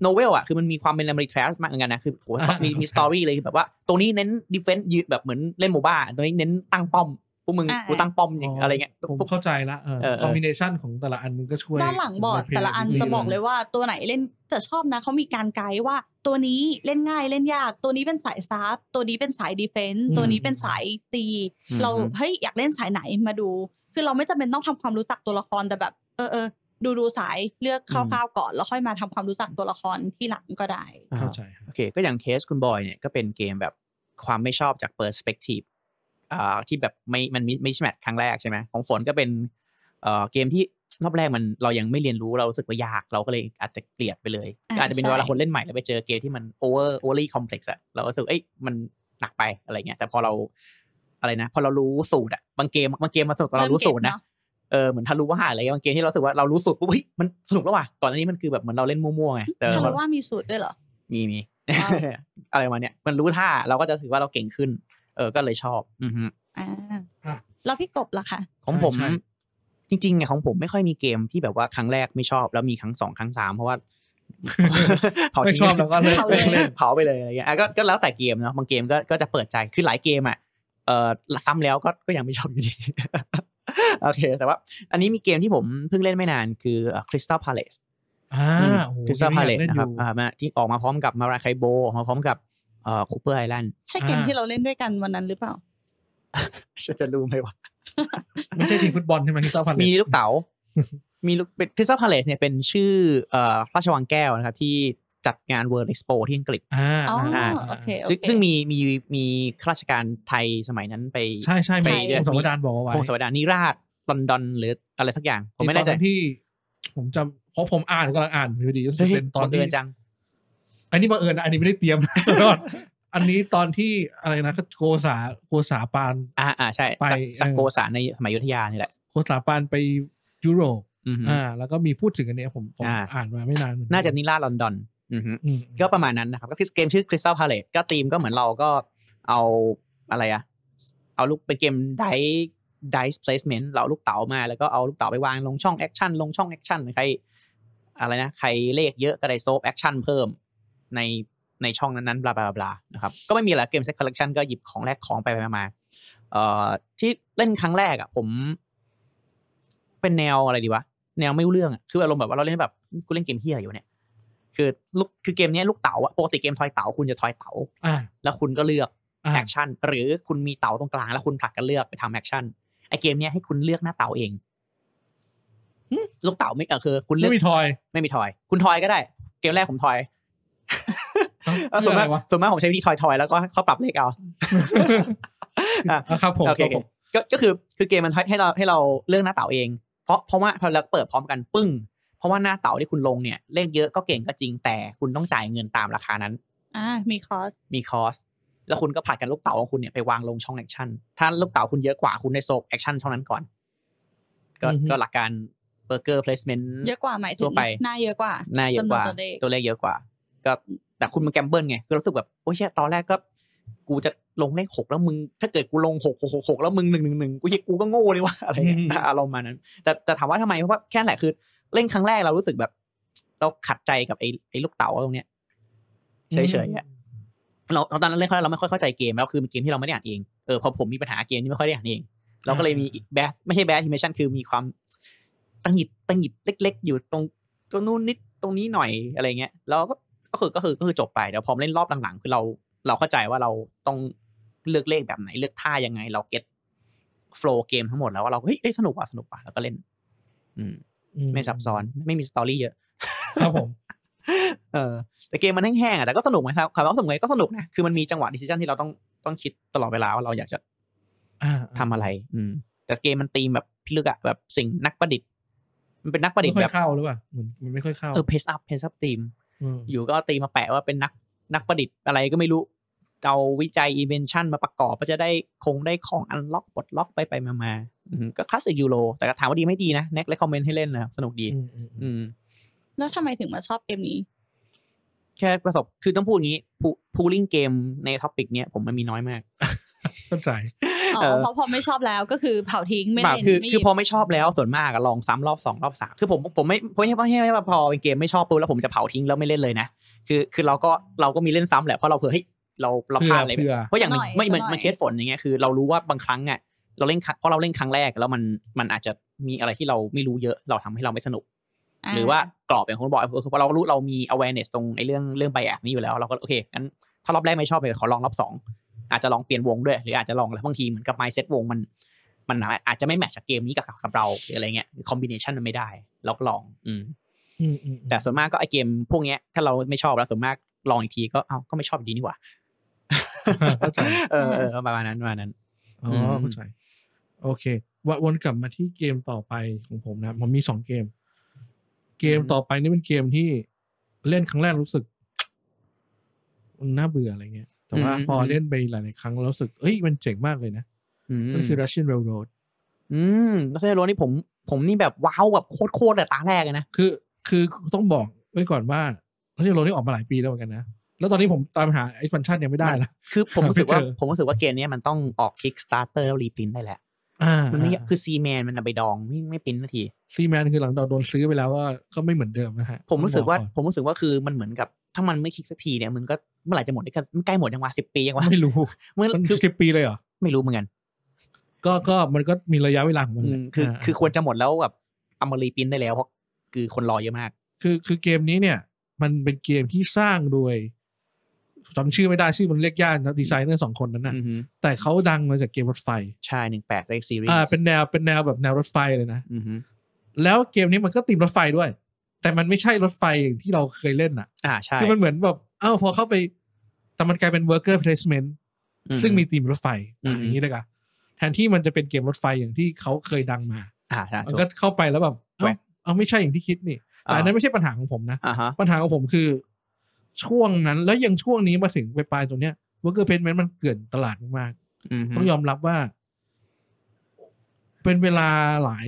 โนเวลอ่ะคือมันมีความเป็น memory trash มากเหมือนกันนะ คือโหมีมีสตอรี่เลยคือแบบว่า ตรงนี้เน้น defense ยืนแบบเหมือนเล่นโมบ้าตรงนี้เน้นตั้งป้อมพวกมึงกูตั้งป้อมอย่างอะไรเงี้ย ผม พวก เข้าใจละเออ เออเอคออมบิเนชันของแต่ละอันมันก็ช่วย ด้านหลังบอร์ดแต่ละอันจะบอกเลยว่าตัวไหนเล่นจะชอบนะเขามีการไกด์ว่า ตัวนี้เล่นง่ายเล่นยาก ตัวนี้เป็นสายซับตัวนี้เป็นสายดีเฟนส์ตัวนี้เป็นสายตี อืม เราเฮ้ยอยากเล่นสายไหนมาดู คือเราไม่จำเป็นต้องทำความรู้จักตัวละครแต่แบบ เออเออดูดูสายเลือกคร่าวๆก่อน แล้วค่อยมาทำความรู้จักตัวละครที่หลังก็ได้ เข้าใจครับ โอเค ก็อย่างเคสคุณบอยเนี่ยก็เป็นเกมแบบความไม่ชอบจากเปอร์สเปกทีฟอ่าที่แบบไม่มันมิชแมทครั้งแรกใช่ไหมของฝนก็เป็นเอ่อเกมที่รอบแรกมันเรายังไม่เรียนรู้เรารู้สึกว่ายากเราก็เลยอาจจะเกลียดไปเลย อ่า ก็อาจจะเป็น ใช่ เวลาคนเล่นใหม่แล้วไปเจอเกมที่มันโอเวอร์โอเวอร์ลี่คอมเพล็กซ์อะเราก็รู้สึกเอ้ยมันหนักไปอะไรเงี้ยแต่พอเราอะไรนะ พอเรารู้สูตรอะบางเกมบางเกมมาสนุกตอนเรารู้สูตรนะ เก็ตเอ เออเหมือนทารุว่าอะไรเงี้ยบางเกมที่เรารู้สึกว่าเรารู้สูตรปุ๊บเฮ้ยมันสนุกแล้วว่ะก่อนอันนี้มันคือแบบเหมือนเราเล่นมั่วๆไงแต่ ทารุว่ามีสูตรด้วยเหรอ มีมี ว้าว อะไรมาเนี่ย มันรู้ท่าเราก็จะถือว่าเราเก่งขึ้น เออก็เลยชอบ อือฮึ อ่า อ่ะ แล้วพี่กบล่ะคะ ของผม ใช่ใช่ จริงๆเนี่ยของผมไม่ค่อยมีเกมที่แบบว่าครั้งแรกไม่ชอบ แล้วมีครั้งสองครั้งสามเพราะ ว่า เผา ไม่ ทิ้ง ชอบแล้วก็เลิก เขาเลย เผาไปเลยอะไรเงี้ยอ่ะก็ก็แล้วแต่เกมเนาะบางเกมก็ก็จะเปิดใจคือหลายเกมอ่ะเออซ้ำแล้วก็ก็ยังไม่ชอบอยู่ดี โอเค แต่ว่า อันนี้มีเกมที่ผมเพิ่งเล่นไม่นานคือ Crystal Palace อ่าโอ้โห คริสตัลพาเลต ยังอยก นะ อ ครับ ยู่ อ่ามาที่ออกมาพร้อมกับมาราไคโบออกมาพร้อมกับเอ่อคูเปอร์ไอแลนด์ ใช่เกม อ่า ที่เราเล่นด้วยกันวันนั้นหรือเปล่า จะรู้ไหมวะ ไม่ใช่ทีมฟุตบอลใช่ไหมคริสตัลพาเลต มีลูกเต๋า มีลูกเป็นคริสตัลพาเลตเนี่ยเป็นชื่อเอ่อราชวังแก้วนะครับ ที่จัดงาน World Expo ที่อังกฤษ อ่า อ๋อ อ่า โอเคโอ ซึ่ง เค ซึ่งมีมีมีข้าราชการไทยสมัยนั้นไป ใช่ใช่ ไท มี ย คุณสมวดานบอกเอาไว้ พงศวดานิราชลอนดอนหรืออะไรสักอย่าง ผมไม่แน่ใจ ตอนที่ ผมจำเพราะผมอ่านกำลังอ่านอยู่ดีรู้สึก เฮ้ย เป็นตอน บัง ที่ เอิญจัง อันนี้บังเอิญนะอันนี้ไม่ได้เตรียม ก่อนอันนี้ตอนที่อะไรนะโกษาโกษาปาน อ่าอ่าใช่ ไป สักสัก เออ โกสารในสมัยอยุธยานี่แหละ โกษาปานไปยุโรป อือฮึ อ่า แล้วก็มีพูดถึงอันเนี้ยผมผม อ่า อ่านมาไม่นานเหมือกั น่าจะนิราชลอนดอน อือฮึ อืม ก็ประมาณนั้นนะครับ ก็คือเกมชื่อ Crystal Palace ก็ธีมก็เหมือนเราก็เอาอะไรอะเอาลูกเป็นเกม dice dice placement เราเอาลูกเต๋ามาแล้วก็เอาลูกเต๋าไปวางลงช่องแอคชั่นลงช่องแอคชั่นใครอะไรนะ ใครเลขเยอะก็ได้โซฟแอคชั่นเพิ่มในในช่องนั้นๆบลาบลาบลานะครับ ก็ไม่มีอะไรเกมเซ็ตคอลเลกชันก็หยิบของแลกของไปไปมาๆเอ่อที่เล่นครั้งแรกอะผม เป็นแนวอะไรดีวะ แนวไม่รู้เรื่องอะคืออารมณ์แบบว่าเราเล่นแบบกูเล่นเกมเฮียอะไรอยู่เนี่ย คือลูกคือเกมเนี้ยลูกเต๋าอะปกติเกมทอยเต๋าคุณจะทอยเต๋า อ่า แล้วคุณก็เลือก อ่า แอคชั่นหรือคุณมีเต๋าตรงกลางแล้วคุณผลักกันเลือกไปทำแอคชั่นไอเกมเนี้ยให้คุณเลือกหน้าเต๋าเองลูกเต๋าไม่เออคือคุณเลื ไม่ อก มีทอย ไม่มีทอย คุณทอยก็ได้ เกมแรกผม ทอย เอ้า ส่วน เพื่ออะ มา ไร ก วะ ส่วนมากผมใช้วิธีทอยทอยๆแล้วก็เขาปรับเลขเอา อ่ะ อ่ะ ครับผม โอเค ครับผม ก็ก็คือคือเกมมันให้ให้เราให้เราเลือกหน้าเต่าเอง เพราะเพราะว่าพอเราเปิดพร้อมกันปึ้ง เพราะว่าหน้าเต่าที่คุณลงเนี่ยเลขเยอะก็เก่งก็จริงแต่คุณต้องจ่ายเงินตามราคานั้น อ่ามีคอส มีคอสแล้วคุณก็ผลัดกันลูกเต๋าของคุณเนี่ยไปวางลงช่องแอคชั่น ถ้าลูกเต๋าคุณเยอะกว่าคุณได้โซกแอคชั่นช่องนั้นก่อน ก็ อือฮึ ก็หลักการเบอร์เกอร์เพลสเมนต์ เยอะกว่าหมายถึ ทั่ ง วไป หน้าเยอะกว่า น่าเยอะกว่า จำนวนตัวเลข ตัวเลขเยอะกว่า ก็แต่คุณมันแกมเบิลไงคือรู้สึกแบบโอ้ยเชี่ยตอนแรกก็ กูจะลงเลขหกแล้วมึง ถ้าเกิดกูลงหกหกหกหกแล้วมึงหนึ่งหนึ่งหนึ่งกูเหี้ยกูก็โง่เลยวะ อะไรเงี้ย อืม อารมณ์ประมาณนั้น แต่แต่ถามว่าทำไมเพราะว่าแค่นั้นแหละคือ เล่นครั้งแรกเรารู้สึกแบบ เราขัดใจกับไอ้ไอ้ลูกเต๋าตรงเนี้ยเฉยๆอะ เราเราตอนนั้นเล่นเขาเราไม่ค่อยเข้าใจเกมแล้วคือเป็นเกมที่เราไม่ได้อ่านเองเออพอผมมีปัญหาเกมที่ไม่ค่อยได้อ่านเอง เราก็เลยมีแบสไม่ใช่แบสอิมเมชันคือมีความตังหงิดตังหงิดเล็ก ๆ อยู่ตรงตัวนู้นนิดตรงนี้หน่อยอะไรเงี้ยแล้วก็ก็คือก็คือก็คือจบไปเดี๋ยวพอเล่นรอบหลังๆคือเราเราเข้าใจว่าเราต้องเลือกเลขแบบไหนเลือกท่ายังไง เราเก็ตโฟล์เกมทั้งหมดแล้วว่าเราเฮ้ยเอ้ยสนุกว่ะสนุกว่ะแล้วก็เล่น อืม ไม่ซับซ้อนไม่มีสตอรี่เยอะ ครับผม เออแต่เกมมันแห้งๆอ่ะแต่ก็สนุกไหมครับคำว่าสนุกไหมก็สนุกนะคือมันมีจังหวะดิสซิชันที่เราต้องต้องคิดตลอดเวลาว่าเราอยากจะ อ่า ทำอะไร อืม แต่เกมมันตีมแบบพิลึกอะแบบสิ่งนักประดิษฐ์ มันเป็นนักประดิ ไม่ ษฐ์ ค่อยแบบ เข้าหรือเปล่าเหมือนมันไม่ค่อยเข้า เออเพสอัพเพสอัพตีม ม อยู่ก็เอาตีมมาแปะว่าเป็นนักนักประดิษฐ์อะไรก็ไม่รู้เอาวิจัยอีเวนชั่นมาประกอบก็จะได้คงได้ของอันล็อกปลดล็อกไปไปมามาอืมก็คลาสสิกยูโรแต่ก็ถามว่าดีไม่ดีนะแน็กเลยคอมเมนต์ให้เล่นนะครับสนุกดี อืมอืมอืม อืม แล้วทำไมถึงมาชอบเกมนี้ แค่ประสบ คือต้องพูดอย่างนี้พูลิงเกมในท็อปิกเนี้ยผมมันมีน้อยมาก เข้าใจ อ๋อ เออ เพราะพอไม่ชอบแล้วก็คือเผาทิ้งไม่ แบบ เล่น คือ ไม่ห คื ยิ อบ พอไม่ชอบแล้วส่วนมากอะลองซ้ำรอบสองรอบสามคือผมผมไม่ผมไม่ใช่ไม่ใช่ไม่ใช่ว่าพอเป็นเกมไม่ชอบปุ๊บแล้วผมจะเผาทิ้งแล้วไม่เล่นเลยนะ คือคือเราก็เราก็มีเล่นซ้ำแหละเพราะเราเผื่อเฮ้ยเราเราพลาดอะไรไป เผื่อ เพราะอย่างมันไม่มันมันเคสฝนอย่างเงี้ยคือเรารู้ว่าบางครั้งอ่ะเราเล่นครั้งเพราะเราเล่นครั้งแรกแล้วมันมันอาจจะมีอะไรที่เราไม่รู้เยอะเราทำให้เราไม่สนุก หรือว่ากรอบอย่างคุณบอกคือพอเรารู้เรามี awareness ตรงไอ้เรื่องเรื่อง bias นี้อยู่แล้ว เราก็โอเคงั้นถ้ารอบแรกไม่ชอบเลยขอลองรอบสองอาจจะลองเปลี่ยนวงด้วย หรืออาจจะลองแล้วบางทีเหมือนกับ mindset วงมัน มันอาจจะไม่แมทช์กับเกมนี้กับกับเราหรืออะไรเงี้ยคอมบิเนชันมันไม่ได้เราก็ลองอืม อืมอืมอืม แต่ส่วนมากก็ไอเกมพวกเนี้ยถ้าเราไม่ชอบแล้วส่วนมากลองอีกทีก็เอ้าก็ไม่ชอบอยู่ดีนี่หว่า เข้าใจ เออเออประมาณนั้นประมาณนั้น อ๋ออ ม เข้าใจ โอเควะวนกลับมาที่เกมต่อไปของผมนะครับผมมีสองเกม เกมต่อไปนี่เป็นเกมที่เล่นครั้งแรกรู้สึกน่าเบื่ออะไรเงี้ย แต่ว่าพอเล่นไปหลาย ๆ ครั้งแล้วรู้สึก เอ้ยมันเจ๋งมากเลยนะ อืม ก็คือ Russian Railroad อืมแล้วเซโรนี่ผมผมนี่แบบว้าวแบบโคตรโคตรแต่ตาแรกเลยนะ คือคือต้องบอกไว้ก่อนว่า Russian Railroad นี่ออกมาหลายปีแล้วเหมือนกันนะ แล้วตอนนี้ผมตามหา expansion ยังไม่ได้ละ คือผมรู้สึก ว่าไม่เจอ ผมรู้สึกว่าเกมเนี้ยมันต้องออก Kickstarter แล้วรีปรินท์ได้แหละ อ่า มันไม่คือซีแมนมันเอาไปดองไม่ไม่ปรินท์นาที ซีแมนคือหลังจากโดนซื้อไปแล้วว่าก็ไม่เหมือนเดิมนะฮะ ผมรู้สึกว่า ต้องบอ ผมรู้สึกว่าคือมันเหมือนกับ ถ้ามันไม่คลิกสักทีเนี่ยมันก็เมื่อไหร่จะหมดนี่ก็มันใกล้หมดยังวะสิบปียัง ก่อน วะ ไม่รู้ เมื่อ มัน คือ สิบปีเลยเหรอ ไม่รู้เหมือนกัน ก็ก็มันก็มีระยะเวลาของมัน อื แห ม ละ คืออา คือควรจะหมดแล้วแบบเอามารีปรินท์ได้แล้วเพราะคือคนรอเยอะมาก คือคือเกมนี้เนี่ย มันเป็นเกมที่สร้างโดยจำชื่อไม่ได้ชื่อมันเรียกยากนะดีไซเนอร์สองคนนั้นนะ อือฮึ แต่เขาดังมาจากเกมรถไฟ ใช่หนึ่งแปดได้ซีรีส์ อ่า เป็นแนวเป็นแนวแบบแนวรถไฟเลยนะ อือฮึ แล้วเกมนี้มันก็ตีมรถไฟด้วย แต่มันไม่ใช่รถไฟอย่างที่เราเคยเล่นอ่ะ อ่าใช่ คือมันเหมือนแบบอ้าวพอเข้าไป แต่มันกลายเป็น worker placement อือฮึ ซึ่งมีตีมรถไฟ อืม อย่างนี้เลยกันแทนที่มันจะเป็นเกมรถไฟอย่างที่เขาเคยดังมา อ่าใช่ มัน ถูก ก็เข้าไปแล้วแบบเอ้า แหวก เอาไม่ใช่อย่างที่คิดนี่ แต่อันนั้นไม่ใช่ปัญหาของผมนะ อ่าฮะ ปัญหาของผมคือช่วงนั้นแล้วยังช่วงนี้มาถึงปลายๆตรงเนี้ย worker placement มันเกลื่อนตลาดมาก ฮึ ๆต้องยอมรับว่า เป็นเวลาหลาย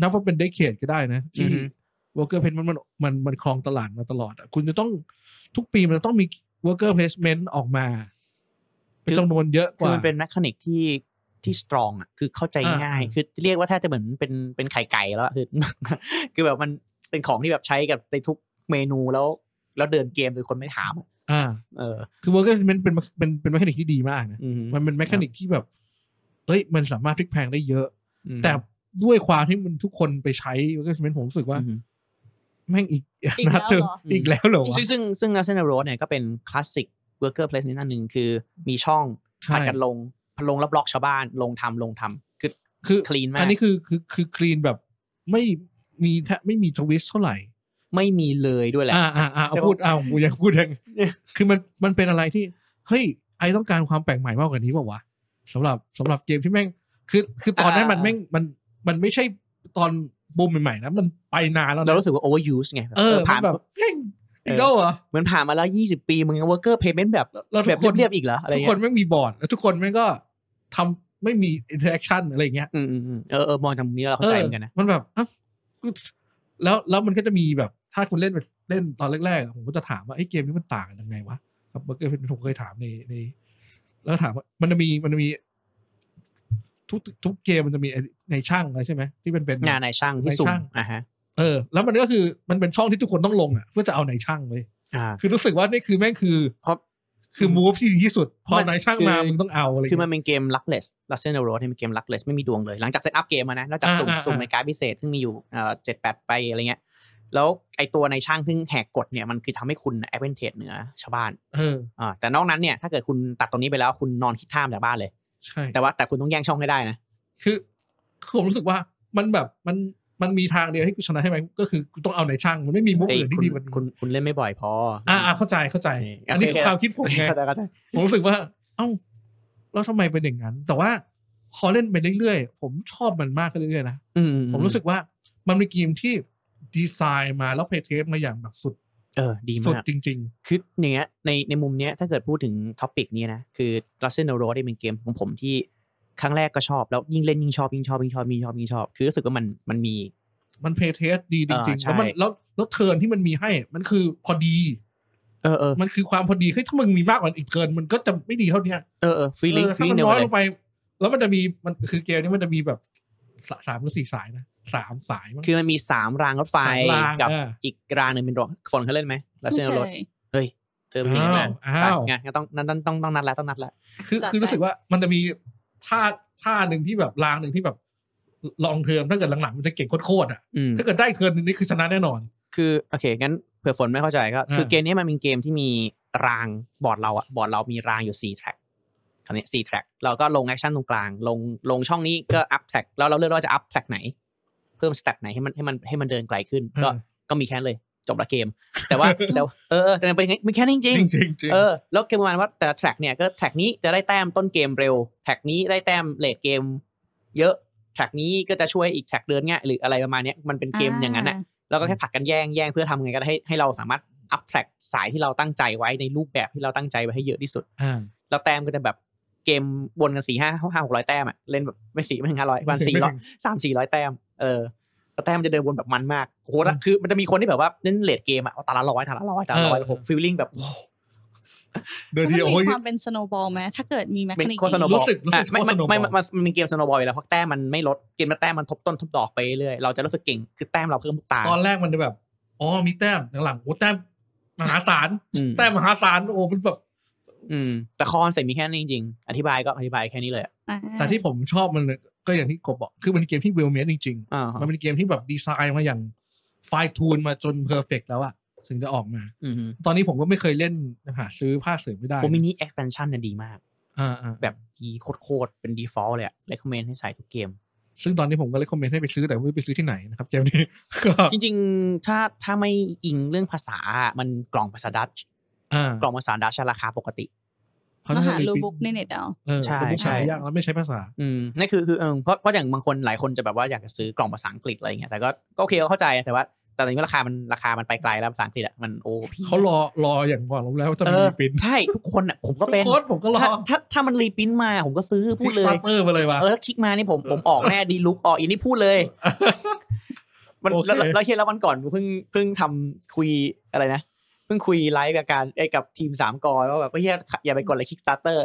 นับว่าเป็นเดคเคดก็ได้นะ ที่ อือฮึ worker placement มันมันมันครองตลาดมาตลอดอะคุณจะต้องทุกปีมันจะต้องมี worker placement ออกมาเป็นจำนวนเยอะก คือ ว่า มันเป็นแมคานิกที่ที่สตรองอ่ะคือเข้าใจง่าย อ่า คือเรียกว่าแทบจะเหมือนเป็นเป็นไข่ไก่แล้วอะคือ คือแบบมันเป็นของที่แบบใช้กับในทุกเมนูแล้ว แล้วเดินเกมโดยคนไม่ถามอะ อ่า เออ คือ worker placement เป็นเป็นเป็นแมคานิกที่ดีมากนะ อืม มันเป็นแมคานิกที่แบบเอ้ย มันสามารถพลิกแพลงได้เยอะ อืม แต่ด้วยความที่มันทุกคนไปใช้ worker placement ผมรู้สึกว่า อืม แม่งอีก อีกแล้วเหรอ ถึงอีกแล้วเหรอวะ ซึ่งซึ่งซึ่ง Nelson Road เนี่ยก็เป็นคลาสสิก worker place นี่นั่นหนึ่งคือมีช่อง ใช่ ผัดกันลงลงแล้วบล็อกชาวบ้านลงทำลงทำคือ คือ clean มาก อันนี้คือคือคือคลีนแบบไม่มีแทบไม่มีทวิสเท่าไหร่ ไม่มีเลยด้วยแหละ อ่าอ่าอ่าเอา ใช่ปะ พูดเอากูยังพูดยัง เนี่ย คือมันมันเป็นอะไรที่ เฮ้ย ไอต้องการความแปลกใหม่มากกว่านี้เปล่าวะสำหรับสำหรับเกมที่แม่ง คือคือตอนนั้นมันแม่งมันมันไม่ใช่ตอนบูมใหม่ๆนะมันไปนานแล้ว เรา นะ รู้สึกว่า overuse ไง เออ ผ่า ผ่าน นแบบแม่งอีกแล้วเหรอ เหมือนผ่านมาแล้ว 20 ปีมึงยัง worker payment แบบ เราทุ แบบ กคน เรียบๆอีกเหรออะไร ทุกค เงี้ น ย ไม่งมีบอร์ดแล้วทุกคนไม่งก็ทำไม่มีอินเทอร์แอคชั่นอะไรอย่างเงี้ย อืมอืมอืมเออเออมองจากมุมนี้เราเข้าใจเหมือนกันนะ มันแบบอ่ะกูแล้วแล้วมันก็จะมีแบบ ถ้าคุณเล่นเล่นตอนแรกๆอ่ะผมก็จะถามว่าไอ้เกมนี้มันต่างกันยังไงวะครับเมื่อกี้ผมเคยถามในในแล้วถามว่ามันจะมีมันจะมี ทุกทุกเกมมันจะมีไอ้ในช่างอะไรใช่ไหมที่เป็นเป็น งานนายช่างที่สุ่ม นายช่าง อ่าฮะ เออ แล้วมันก็คือมันเป็นช่องที่ทุกคนต้องลงอ่ะเพื่อจะเอาในช่างเลย อ่า คือรู้สึกว่านี่คือแม่งคือ เพราะ คือมูฟที่ดีที่สุด พอ มัน ในช่างมา คือ มึงต้องเอาอะไร คือมั เงี้ย นเป็นเกม luckless l u c k e n road เนี่ยเป็นเกม luckless ไม่มีดวงเลย หลังจากเซตอัพเกมมานะนอกจาก อ่า สุ่ม อ่า สุ่ม อ่า ในการดพิเศษ ซึ่งมีอยู่เจ็ดแปดไปอะไรเงี้ย แล้วไอตัวในช่างเพิ่งแหกกฎเนี่ย มันคือทำให้คุณแอ v เ n นเทจเหนือชาวบ้าน เออ อ่าแต่นอกนั้นเนี่ย ถ้าเกิดคุณตัดตรงนี้ไปแล้วคุณนอนคิดท่ามแต่บ้านเลย ใช่ แต่ว่าแต่คุณต้องแย่งช่องให้ได้นะ คือคือผมรู้สึกว่ามันแบบมันมันมีทางเดียวให้กูชนะใช่ไหมก็คือกูต้องเอาไหนช่างมันไม่มีมุก เอ้ย อื่น คุ ที่ ณ ดีกว่านี้ คุณคุณเล่นไม่บ่อยพออ อ่าอ่าเข้าใจเข้าใจ อันนี้คือความคิดผมไง เข้าใจเข้าใจ ผมรู้สึกว่า เอ้าแล้วทำไมเป็นอย่างนั้น แต่ว่าพอเล่นไปเรื่อยๆ ผมชอบมันมากขึ้นเรื่อยๆนะ อื ผมรู้สึกว่ามันเป็นเกมที่ดีไซน์มาแล้วเพย์เทสมาอย่างแบบสุด เออดี สุด มาก จริง คืออย่างเนี้ยในในมุมเนี้ยถ้าเกิดพูดถึงท็อปิกนี้นะ คือ r u s s e n o r o ได้เป็นเกมของผมที่ครั้งแรกก็ชอบ แล้วยิ่งเล่นยิ่งชอบยิ่งชอบยิ่งชอบยิ่งชอบยิ่งชอบ คือรู้สึกว่ามันมันมี ๆ มันเพย์เทสดีจริง ๆ อ่าใช่ แล้วมันแล้วแล้วเทิร์นที่มันมีให้ มันคือพอดี เออเออ มันคือความพอดีคือถ้ามึงมีมากกว่าอีกเทิร์นมันก็จะไม่ดีเท่าเนี้ย เออเออฟรีลิง เออ ฟรี ถ้ามัน เน น้อย เล ล ย งไป แล้วมันจะมีมันคือเกมนี้มันจะมีแบบสสามหรือสี่สายนะสามสายมั้ง คือมันมีสามรางรถไฟ สามราง กับ เอออี อีกรางหนึ่งเป็นรถฝนเขาเล่นไหม r u s ไม่ s e n o เค r o ย เฮ้ยเธอจริงจัง อ้าวอ้าว ไงงั้นต้องนั่นต้องต้องต้องนัดแล้วต้องนัดแล้ว คือ จัดไป คือรู้สึกว่ามันจะมีท่าท่าหนึ่งที่แบบรางหนึ่งที่แบบลองเทอมถ้าเกิดหลังๆมันจะเก่งโคตรๆอ่ะ อืม ถ้าเกิดได้เทิร์นหนึงนี่คือชนะแน่นอน คือโอเคงั้นเผื่อฝนไม่เข้าใจก็ อ่า คือเกมนี้มันเป็นเกมที่มีรางบอร์ดเราอะบอร์ดเรามีรางอยู่4แทร็กคราวนี้4แทร็กเราก็ลงแอคชั่นตรงกลาง ลงลงช่องนี้ก็อัพแทร็กแล้วเราเลือกว่าจะอัพแทร็กไหน เพิ่มสแต็กไหนให้มันให้มันให้มันเดินไกลขึ้น ก็ก็มีแค่นั้นเลยจบละเกม แต่ ว่าแต่ว่าเออเออแต่มันเป็นไงมีแค่นี้จริง จริง ๆ จริงจริง เออแล้วเกมประมาณว่าแต่ละแทร็กเนี่ยก็แทร็กนี้จะได้แต้มต้นเกมเร็วแทร็กนี้ได้แต้มเลทเกม เยอะแทร็กนี้ก็จะช่วยอีกแทร็กเดินง่ายหรืออะไรประมาณเนี้ยมันเป็นเกมอย่างนั้นอะ แล้วก็แค่ผลัดกันแย่งแย่งเพื่อทำไงก็ได้ให้ให้เราสามารถอัพแทร็กสายที่เราตั้งใจไว้ในรูปแบบที่เราตั้งใจไว้ให้เยอะที่สุด อ่า แล้วแต้มก็จะแบบเกมวนกันสี่ห้าห้าหกร้อยแต้มอะเล่นแบบไม่สี่ไม่ห้าร้อยวันสี่ร้อยสามสี่ร้อยแต้มเออแล้วแต้มมันจะเดินวนแบบมันมากโอ้โหแล้วคือมันจะมีคนที่แบบว่าเล่นเลดเกมอะเอาตาละร้อยตาละร้อยตาละร้อยผมฟีลลิ่งแบบโอ้โห เดิน แล้ทีวมัน โอ้ มี ย ความเป็นสโนบอลไหมถ้าเเกิดมีแมคา เป็น นิก โคสโนบอล รู้สึกรู้สึก อ่ะไม่ โคสไม่โนบอล ไม่มันมันเป็นเกมสโนบอลอยู่แล้วเพราะแต้มมันไม่ลดเกมมันแต้มมันทบต้นทบดอกไปเรื่อยเราจะรู้สึกเก่งคือแต้มเราเพิ่มทุกตา ตอนแรกมันจะแบบอ๋อมีแต้มหลังๆโอ้แต้มมหาศาล อืม แต้มมหาศาลโอ้เป็นแบบ อืมแต่คอนเสร็จมีแค่นี้จริงๆ อธิบายก็อธิบายแค่นี้เลยอะ อ่า แต่ที่ผมชอบมันเลยก็อย่างที่กบบอกคือมันเกมที่เวลเมดจริง ๆ อ่า มันเป็นเกมที่แบบดีไซน์มาอย่างไฟทูนมาจนเพอร์เฟกแล้วอะถึงจะออกมา อืม ตอนนี้ผมก็ไม่เคยเล่นหาซื้อผ้าเสริมไม่ได้ โอมินิ expansion เนี่ยดีมาก อ่าอ่า แบบดีโคตรๆเป็น default เลยอะ recommend ให้ใส่ทุกเกม ซึ่งตอนนี้ผมก็เลยคอมเมนต์ให้ไปซื้อแต่ไม่รู้ไปซื้อที่ไหนนะครับ เกมนี้ ก็ จริงๆ ถ้าถ้าไม่อิงเรื่องภาษาอะมันกล่องภาษาดัตช์ อ่าก ล่องภาษาดัตช์ราคาปกติ ม หาลูบุ๊กในเน็ตเอา เออ ใช่ ลูก ใช่ หายากแล้วไม่ใช้ภาษา อืมนั่นคือคือเออเพราะเพราะอย่างบางคนหลายคนจะแบบว่าอยากจะซื้อกล่องภาษาอังกฤษอะไรอย่างเงี้ยแต่ก็ก็โอเคก็เข้าใจแต่ว่า แต่ตอนนี้ราคามันราคามันไปไกลแล้วภาษาอังกฤษอะมันโอ้พี่ เขารอรออย่างก่อนรู้แล้วว่าจะ เอ มี อ ปริ้น ใช่ทุกคนอะผมก็เป็น โค้ดผมก็รอ ถ้าถ้าถ้ามันรีปรินท์มาผมก็ซื้อพู พิ ด ก เล สตาย ร์เตอร์มาเลยว่ะ เออถ้าคลิกมานี่ผมผมออกแน่ดีลุกออกอีนี่พูดเลย มัน โอเค แล้วแล้วแล้วเฮียแล้ววันก่อนเพิ่งเพิ่งทำคุยอะไรนะเพิ่งคุยไลฟ์กับการไอ้ยกับทีมสามกอว่าแบบเฮียอย่าไปกดเลยคิกสตาร์เตอร์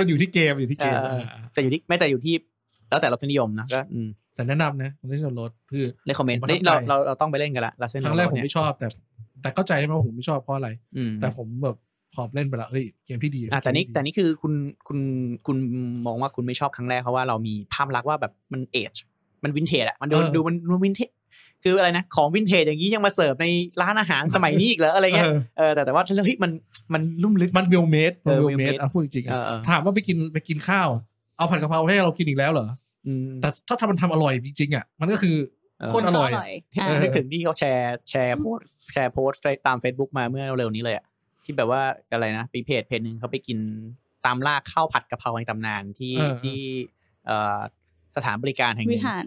มันอยู่ที่เกมอยู่ที่เกม เออ เออ แต่อยู่ที่ไม่แต่อยู่ที่ แล้วแต่เราสนิยมนะก็อืม แต่แนะนำนะผมได้ส่วนลดคือ ในคอมเมนต์ ผมประทับ นี่ใจเราเราเราต้องไปเล่นกันละลาเส้น ครั้งแรกผม เนี่ย ไม่ชอบแต่ แต่เข้าใจใช่ไหมว่าผมไม่ชอบเพราะอะไร อืม แต่ผมแบบพอเล่นไปและเอ้ยเกมที่ดี อ่ะแต่นี่ เกมที่ดี แต่นี่คือคุณคุณคุณมองว่าคุณไม่ชอบครั้งแรกเพราะว่าเรามีภาพลักษณ์ว่าแบบมันเอจมันวินเทจอะมันดูดูมันมันวินเทจคืออะไรนะของวินเทจอย่างนี้ยังมาเสิร์ฟในร้านอาหารสมัยนี้อีกเหรออะไรเงี้ย เออ เออแต่แต่ว่าเฮ้ยมันมันลุ่มลึก มันวิวเมดมัน เออ วิวเมด well-made อ่ะพูดจริงๆ เอ อ่ะ อเออ ถามว่าไปกินไปกินข้าว เอาผัดกะเพราให้เรากินอีกแล้วเหรอ อืม แต่ถ้าทำมันทำอร่อยจริงๆอ่ะมันก็คือ เออ โคตร อร่อย มันก็อ่ะ เออ นึกถึงที่เขาแชร์แชร์โพสต์แชร์โพสต์ตาม Facebook มาเมื่อเร็วๆนี้เลยอะที่แบบว่าอะไรนะปีเพจเพจหนึ่งเขาไปกินตามล่าข้าวผัดกะเพราในตำนานที่ เออ ที่เอ่อสถานบริการแห่งหนึ่ วิ ง หาร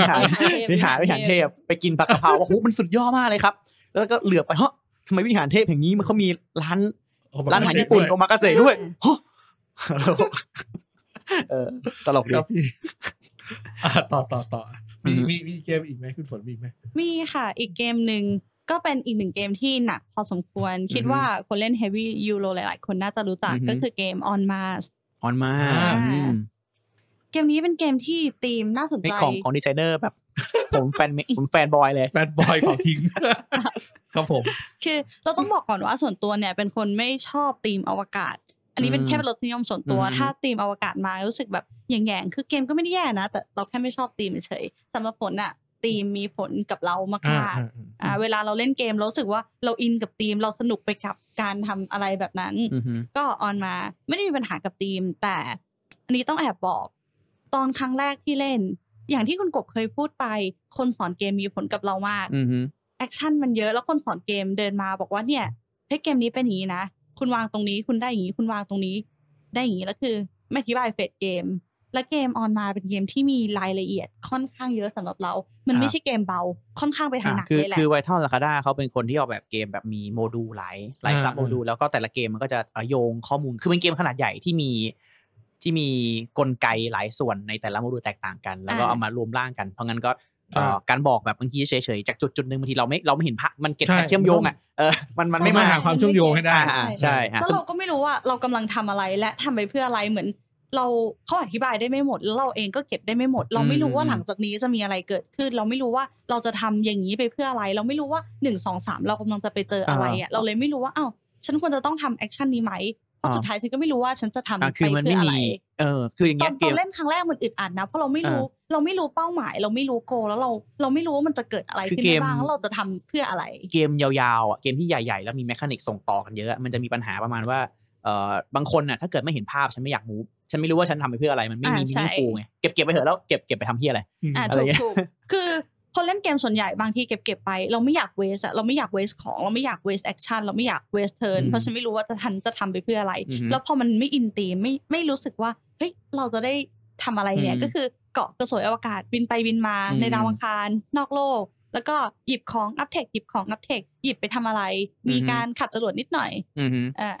วิหาร วิ วิหา หาร รเทพ วิหารเทพไปกินผัดกะเพราโอ้โหมันสุดยอดมากเลยครับ แล้วก็เหลือบไปเฮ้ยทำไมวิหารเทพแห่งนี้มันเขามีร้าน เแบบ ร้านอาหารญี่ปุ่น ด้ว โอมากาเสะด้วยเฮ้ยเออตลก ค ดี รับพี่อ่ะต่อต่อต่อมี อือฮึ มีมีเกมอีกไหมคุณฝนมีอีกไหม มีค่ะ อีกเกมหนึ่งก็เป็นอีกหนึ่งเกมที่หนักพอสมควร คิด อือฮึ ว่าคนเล่น Heavy Euro หลาย ๆ คนน่าจะรู้จัก อือฮึ ก็คือเกม On Mars ออนมา อ่า อืม เกมนี้เป็นเกมที่ธีมน่าสน นี่ ใจ ของของดีไซเนอร์แบบ ผมแฟนเมผมแฟนบอยเลย แฟนบอยของ ทิ้ง ครับผม คือเราต้องบอกก่อนว่าส่วนตัวเนี่ยเป็นคนไม่ชอบธีมอวกาศ อันนี้เป็น อืม แค่เป็นรสนิยมส่วนตัว อืม ถ้าธีมอวกาศมารู้สึกแบบแหย่งๆคือเกมก็ไม่ได้แย่นะ แต่เราแค่ไม่ชอบธีมเฉยๆสำหรับฝนอะธีมมีผลกับเรา อ่าม ากๆ อ่า อ่าเวลาเราเล่นเกมเรารู้สึกว่าเราอินกับธีมเราสนุกไปกับการทำอะไรแบบนั้น อือหือ ก็ออนมาไม่ได้มีปัญหากับธีม แต่อันนี้ต้องแอบบอก ตอนครั้งแรกที่เล่น อย่างที่คุณกบเคยพูดไป คนสอนเกมมีผลกับเรามาก อือหือ แอคชั่นมันเยอะแล้วคนสอนเกมเดินมาบอกว่าเนี่ยเฮ้ยเกมนี้เป็นอย่างนี้นะ คุณวางตรงนี้คุณได้อย่างนี้คุณวางตรงนี้ได้อย่างนี้แล้วคือไม่อธิบายเฟดเกม และเกมออนมาเป็นเกมที่มีรายละเอียดค่อนข้างเยอะสำหรับเรา มัน ครั ไม่ บ ใช่เกมเบาค่อนข้างไปทางหนัก คือ เลยแหละ คือไวท์ทอลลาคาด้าเขาเป็นคนที่ออกแบบเกมแบบมีโมดูลหลายหลายซับโมดูลแล้วก็แต่ละเกมมันก็จะเอ่อโยงข้อมูล คือเป็นเกมขนาดใหญ่ที่มีที่มีกลไกหลายส่วนในแต่ละโมดูลแตกต่างกัน แล้วก็ อ่า เอามารวมร่างกัน เพราะงั้นก็เอ่อการบอกแบบบางทีเฉยๆจากจุดจุดๆหนึ่งบางทีเราไม่เราไม่เห็นภาพมันเก็บ ใช่ ภาพเชื่อมโยงอ่ะเออมันมันไม่ ต้อง มา หาความเชื่อมโยงให้ได้ อ่าๆใช่อ่ะ แล้วเราก็ไม่รู้ว่าเรากำลังทำอะไรและทำไปเพื่ออะไรเหมือน เราเขาอธิบายได้ไม่หมดแล้วเราเองก็เก็บได้ไม่หมด เราไม่รู้ว่าหลังจากนี้จะมีอะไรเกิดขึ้น เราไม่รู้ว่าเราจะทำอย่างนี้ไปเพื่ออะไร เราไม่รู้ว่าหนึ่งสองสามเรากำลังจะไปเจออะไรอ่ะเราเลยไม่รู้ว่าอ้าวฉันควรจะต้องทำแอคชั่นนี้ไหมเพราะสุดท้ายฉันก็ไม่รู้ว่าฉันจะทำไป อ่ะ เพื่ คือมันไม่ ออะ มี ไร เออคืออย่าง ตอเงี้ย น เก ตอน ม เล่นครั้งแรกมันอึดอัดนะเพราะเราไม่รู้ เราไม่รู้เป้าหมาย เราไม่รู้โกแล้วเราเราไม่รู้ว่ามันจะเกิดอะไร คือ ขึ้น เกม ได้บ้างแล้วเราจะทำเพื่ออะไร เกมยาวๆอ่ะเกมที่ใหญ่ๆ แล้วมีแมคานิกส่งต่อกันเยอะ มันจะมีปัญหาประมาณว่าเอ่อบางคนน่ะถ้าเกิดไม่เห็นภาพฉันไม่อยากมูฟฉันไม่รู้ว่าฉันทำไปเพื่ออะไรมันไม่มี อ่า มิ ใช่ นิฟูไงเก็บเก็บไปเถอะแล้วเก็บเก็บไปทำเพี้ยอะไร อ่า อะไร ถูก เงี้ย ถูกคือคนเล่นเกมส่วนใหญ่บางทีเก็บเก็บไป เราไม่อยากเวสอะเราไม่อยากเวสของเราไม่อยากเวสแอคชั่นเราไม่อยากเวสเทิร์น อืม เพราะฉันไม่รู้ว่าจะทันจะทำไปเพื่ออะไร อือฮึ แล้วพอมันไม่อินตีมไม่ไม่รู้สึกว่าเฮ้ยเราจะได้ทำอะไรเนี่ย อืม ก็คือเกาะกระสวยอวกาศบินไปบินมา อืม ในดาวอังคาร นอกโลก แล้วก็หยิบของอัพเทคหยิบของอัพเทคหยิบไปทำอะไร มีการขัดจรวดนิดหน่อย อือฮึ อ่า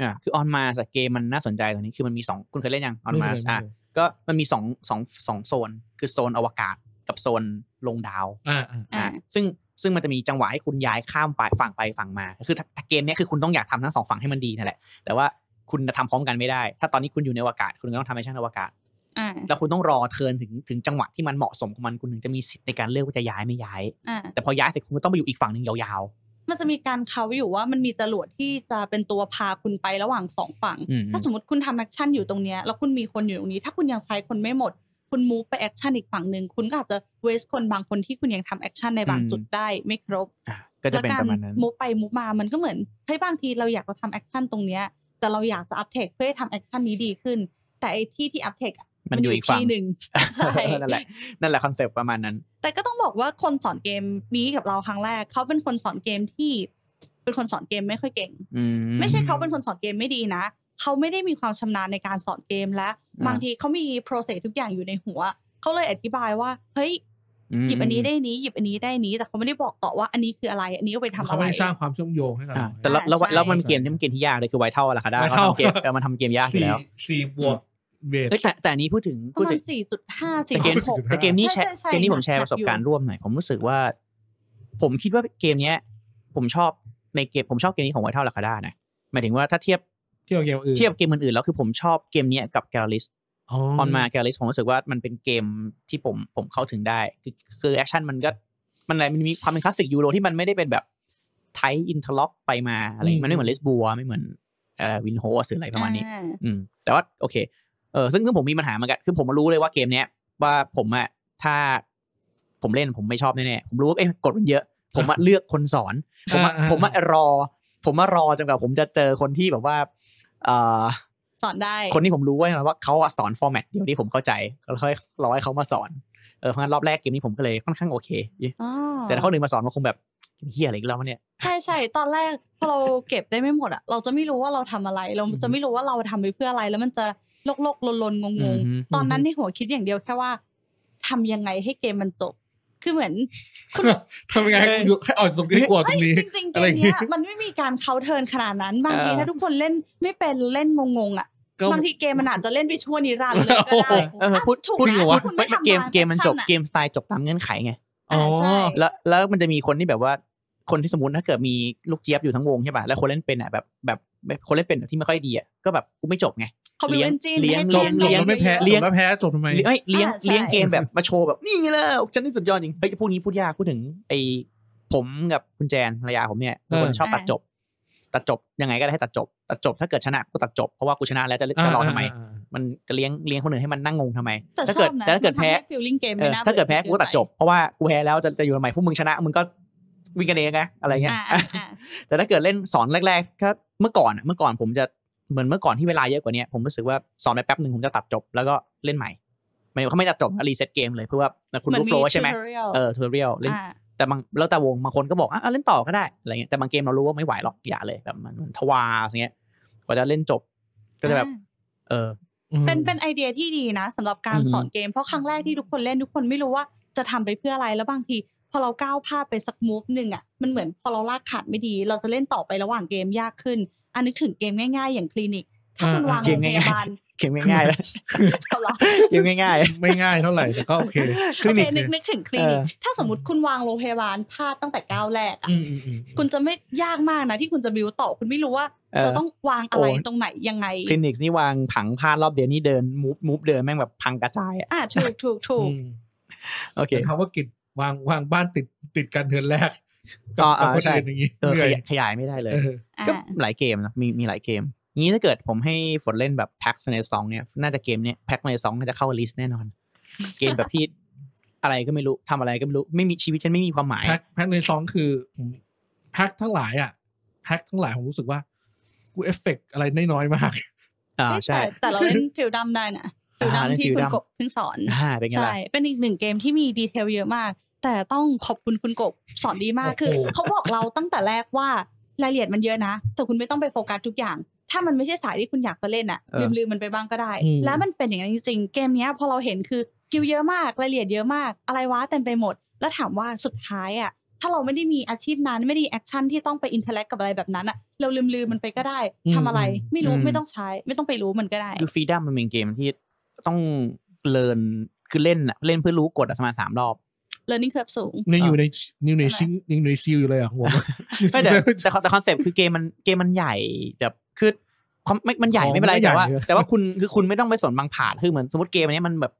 อ่าคือออนมาสเกมมันน่าสนใจตรงนี้คือมันมีสองคุณเคยเล่นยังออน ไเค มายอ่ะ ไม่เคย ก็มันมีสองสองสองโซน คือโซนอวกาศกับโซนลงดาว อ่าอ่า อ่า อ่ะซึ่งซึ่งมันจะมีจังหวะให้คุณย้ายข้ามไปฝั่งไปฝั่งมา คือถ้าถ้าเกมเนี้ยคือคุณต้องอยากทำทั้งสองฝั่งให้มันดีนั่นแหละ แต่ว่าคุณจะทำพร้อมกันไม่ได้ ถ้าตอนนี้คุณอยู่ในอวกาศ คุณก็ต้องทำให้ช่างอวกาศ อ่า แล้วคุณต้องรอเทิร์นถึงถึงจังหวะที่มันเหมาะสมของมัน คุณถึงจะมีสิทธิ์ในการเลือกว่าจะย้ายไม่ย้าย อ่า แต่พอย้ายเสร็จคุณก็ต้องไปอยู่อีกฝั่งหนึ่งยาว มันจะมีการเขาอยู่ว่ามันมีจรวดที่จะเป็นตัวพาคุณไประหว่างสองฝั่ง อืม ถ้าสมมติคุณทำแอคชั่นอยู่ตรงเนี้ยแล้วคุณมีคนอยู่ตรงนี้ ถ้าคุณยังใช้คนไม่หมด คุณมูฟไปแอคชั่นอีกฝั่งหนึ่งคุณก็อาจจะเวสคนบางคนที่คุณยังทำแอคชั่นในบาง อืม จุดได้ไม่ครบ ๆอ่ะก็จะเป็น กา ป ร ระมาณนั้น มูฟไปมูฟมามันก็เหมือนเฮ้ยบางทีเราอยากจะทำแอคชั่นตรงเนี้ยแต่เราอยากจะอัพเทคเพื่อให้ทำแอคชั่นนี้ดีขึ้น แต่ไอ้ที่ที่อัพเทค มันอยู่อีกฝั่ง ที่หนึ่ง ใช่ นั่นแหละนั่นแหละคอนเซปต์ประมาณนั้น แต่ก็ต้องบอกว่าคนสอนเกมนี้กับเราครั้งแรก เขาเป็นคนสอนเกมที่ เป็นคนสอนเกมไม่ค่อยเก่ง อืม ไม่ใช่เขาเป็นคนสอนเกมไม่ดีนะ เขาไม่ได้มีความชำนาญในการสอนเกมและ อ่า บางทีเขามีโปรเซสทุกอย่างอยู่ในหัว เขาเลยอธิบายว่า เฮ้ย หยิบอันนี้ได้นี้ หยิบอันนี้ได้นี้ แต่เขาไม่ได้บอกต่อว่าอันนี้คืออะไร อันนี้เอาไปทำ เขา อะไร ไม่ได้สร้างความเชื่อมโยงให้กับ อ่ะ เรา แต่แล้ว อ่าใช่แล้วแล้วมันเกมที่มันเกมที่ยากเลยคือไวท์เท่าล่ะค่ะได้ White เขา House ทำเกมเออมันทำเกมยากอยู่ สี่ แล้ว สี่บวก เวท เอ้ยแต่แต่อันนี้พูดถึง ป พูด ระมา ถึ ณ ง สี่จุดห้าสี่ แต่เก จุ ม ด4.5หกแต่เกมนี้แชร์ ใช่ใช่ เกมนี้ หนัก ผมแชร์ประสบการ หนั ณ์ กอยู่ ร่วมหน่อย ผมรู้สึกว่า ผมคิดว่าเกมเนี้ย ผมชอบในเกมผมชอบเกมนี้ของไวท์เท่าลาคาด้านะหมายถึงว่าถ้าเทียบ เที่ยวเกมอื่น เทียบเกมอื่นๆแล้วคือผมชอบเกมเนี้ยกับแกลลิส อ๋อ ออนมาแกลลิสผมรู้สึกว่ามันเป็นเกมที่ผมผมเข้าถึงได้ คือคือแอคชั่นมันก็มันอะไรมันมีความเป็นคลาสสิกยูโรที่มันไม่ได้เป็นแบบไทอินเทอร์ล็อกไปมาอะไรมันไม่เหมือนเลสบัวไม่เหมือนเอ่อวินโฮสหรืออะไรประมาณนี้ อ่ อืมแต่ว่าโอเค เออซึ่งซึ่งผมมีปัญหาเหมือนกัน คือผมรู้เลยว่าเกมเนี้ยว่าผมอะถ้าผมเล่นผมไม่ชอบแน่ๆ ผมรู้ว่าเอ้ยกดมันเยอะ ผมอะเลือกคนสอน ผม อะผมอะรอ ผมอะรอจนกว่าผมจะเจอคนที่แบบว่าเอ่อ สอนได้ คนที่ผมรู้ไว้แล้วว่าเขาอะสอนฟอร์แมตเดียวที่ผมเข้าใจแล้วค่อยรอให้เขามาสอน เออเพราะงั้นรอบแรกเกมนี้ผมก็เลยค่อนข้างโอเค อ๋อ แต่ถ้าเขาหนึ่งมาสอนมันคงแบบเฮียอะไรอีกแล้ววะเนี่ย ใช่ใช่ตอนแรกพอเราเก็บได้ไม่หมดอะเราจะไม่รู้ว่าเราทำอะไร เราจะไม่รู้ว่าเราทำไปเพื่ออะไร แล้วมันจะโลกโลกลนลนงง อื ง อฮึ ตอนนั้นในหัวคิดอย่างเดียวแค่ว่าทำยังไงให้เกมมันจบ คือเหมือน ทำยังไงให้กูให้ออกจากตรงนี้กลัวตร เอ้ย งนี้ จริงๆเก อะไรอ ม ย่างงี้ เนี้ยมันไม่มีการเคาน์เทิร์นขนาดนั้นบางที เออ ถ้าทุกคนเล่นไม่เป็นเล่นงงๆอะ ก็ บางทีเกมมันอาจจะเล่นไปชั่วนิรันดร์เลยก็ได้ เออพูด อ่ะถูก พูด นะ อยู่ว่า ถ้าคุณไม่ทำ เกม ตา เกมมันจบ แอคชั่อะ เกมสไตล์จบตามเงื่อนไขไง อ๋อ ใช่ แล้วแล้วมันจะมีคนที่แบบว่าคนที่สมมติถ้าเกิดมีลูกเจี๊ยบอยู่ทั้งวงใช่ป่ะแล้วคนเล่นเป็นอ่ะแบบแบบแบบคนเล่นเป็นแบบที่ไม่ค่อยดีอ่ะก็แบบกูไม่จบไง เขาเป็นเวนจิน เลี้ยง ให้ จบ กม จบ เลี้ยง แล้วไม่แพ้ เลี้ยง จบแล้วแพ้จบทำไม เฮ้ยเลี้ยง อ่าใช่ เลี้ยงเกมแบบมาโชว์แบบนี่ไงล่ะฉันนี่สุดยอดจริงเฮ้ยพวกนี้พูดยากพูดถึง ไอ้ผมกับคุณแจนภรรยาผมเนี่ยเป็นคน เออ ชอบตัดจบ ตัดจบยังไงก็ได้ให้ตัดจบ ตัดจบถ้าเกิดชนะก็ตัดจบเพราะว่ากูชนะแล้วจะจะรอทำไม า มันจะเลี้ยงเลี้ยงคนอื่นให้มันนั่งงงทำไม แต่ ถ้า ช เกิ อ ด บนะ แต่ถ้าเกิดแพ้ มันทำให้ feeling เกม เอ ไม่ อ น่บื่อ ถ้าเกิดแพ้กูก็ตัดจบ น เพราะว่ากูแพ้แล้วจะจะอยู่ทำไมพวกมึงชนะมึงก็วิ่งกันเองไงอะไร ไป เงี้ย อ่าอ่าอ่า แต่ถ้าเกิดเล่นสอนแรกๆก็เมื่อก่อนอะเมื่อก่อนผมจะเหมือนเมื่อก่อนที่เวลาเยอะกว่าเนี้ยผมรู้สึกว่าสอนไปแป๊บหนึ่งผมจะตัดจบแล้วก็เล่นใหม่หมายถึงเขาไม่ตัดจบรีเซ็ตเกมเลยเพื่อว่าคุณรู้โฟล์ใช่ไหม tutorial เออทูเรียลเล่น อ่า แต่บางแล้วแต่วงบางคนก็บอกอ่ะเอาเล่นต่อก็ได้อะไรเงี้ยแต่บางเกมเรารู้ว่าไม่ไหวหรอกอย่าเลยแบบมันมันทวาอย่างเงี้ยกว่าจะเล่นจบก็จะแบบ อ่า เออ อืม เป็นเป็นไอเดียที่ดีนะสำหรับการ อือฮึ สอนเกม เพราะครั้งแรกที่ทุกคนเล่นทุกคนไม่รู้ว่าจะทำไปเพื่ออะไรแล้วบางที พอเราก้าวพลาดไปสักมูฟหนึ่งอ่ะมันเหมือนพอเราลากขาดไม่ดี เราจะเล่นต่อไประหว่างเกมยากขึ้น อันนึกถึงเกมง่าย ๆ อย่างคลินิก ถ้าคุณ อ่า วาง เก โร ม งพ ง่ายๆ ยา บาล เกมง่ายๆแล้ว เอาละ เกมง่าย ไม่ง่ายเท่าไหร่แต่ก็โอเค โอเคนึกนึกถึงคลินิก เออ ถ้าสมมติคุณวางโรงพยาบาลพลาดตั้งแต่ก้าวแรกอะ อืมอืมอืม คุณจะไม่ยากมากนะที่คุณจะบิวต่อคุณไม่รู้ว่า เออ จะต้องวางอะไร โอ้ย ตรงไหนยังไง คลินิกนี่วางผังผ้ารอบเดียวนี่เดินมูฟมูฟเดินแม่งแบบพังกระจายอ่ะ อ่ะถูกถูกถูก อืม โอเค เป็นคำว่ากิจวางวางบ้านติดติดกันเทือนแรกกั อ๋ บ อ กับ อ่า คน ใช่ อื่นอย่างนี้ เออ เห ข นื่อย ยายขยายไม่ได้เลย เออ อ่ะ ก็หลายเกมนะมีมีหลายเกม งี้ถ้าเกิดผมให้ฝนเล่นแบบแพ็กในซองเนี่ยน่าจะเกมเนี้ยแพ็กในซองน่าจะเข้าลิสต์แน่นอน เกมแบบที่อะไรก็ไม่รู้ทำอะไรก็ไม่รู้ไม่มีชีวิตฉันไม่มีความหมาย แพ็คแพ็คในซองคือผมแพ็คทั้งหลายอ่ะแพ็คทั้งหลายผมรู้สึกว่า กูเอฟเฟกต์อะไรน้อยๆมาก อ่า เอ้ย ใช่ แต่แต่เราเล่นฟิลดัมได้นะฟิลดัม อ่าเล่น ที่ Till คุณ Dawn กบเพิ่งสอน อ่าเป็นไง ใช่ ล่ะ เป็นอีกหนึ่งเกมที่มีดีเทลเยอะมาก แต่ต้องขอบคุณคุณกบสอนดีมาก โอ้โห คือเขาบอกเราตั้งแต่แรกว่ารายละเอียดมันเยอะนะแต่คุณไม่ต้องไปโฟกัสทุกอย่าง ถ้ามันไม่ใช่สายที่คุณอยากจะเล่นอ่ะ เออ ลืมลืมมันไปบ้างก็ได้ อืม แล้วมันเป็นอย่างนั้นจริงๆเกมเนี้ยพอเราเห็นคือกิวเยอะมากรายละเอียดเยอะมาก อะไรวะเต็มไปหมด แล้วถามว่าสุดท้ายอ่ะถ้าเราไม่ได้มีอาชีพนั้นไม่ได้แอคชั่นที่ต้องไปอินเทอร์แอคกับอะไรแบบนั้นอ่ะเราลืมลืมมันไปก็ได้ทำอะไร อืม ไม่รู้ อืม ไม่ต้องใช้ ไม่ต้องไปรู้มันก็ได้ คือฟรีดัมมันเป็นเกมที่ต้องเลินคือเล่นอะเล่นเพื่อรู้กฎอะประมาณสามรอบ learning curve สูง ๆในอยู่ในอยู่ใน ใช่ ซิงอยู่ไหมในซิลอยู่เลยอ่ะผมว่า ไม่แต่แต่แต่คอนเซปต์คือเกมมันเกมมันใหญ่แบบคือความไม่มันใหญ่ ของ ไม่เป็นไร มันก็ แต่ว่า ใหญ่อยู่ แต่ว่าคุณคือคุณไม่ต้องไปสนบางผ่านคือเหมือนสมมติเกมอันเนี้ยมันแบบ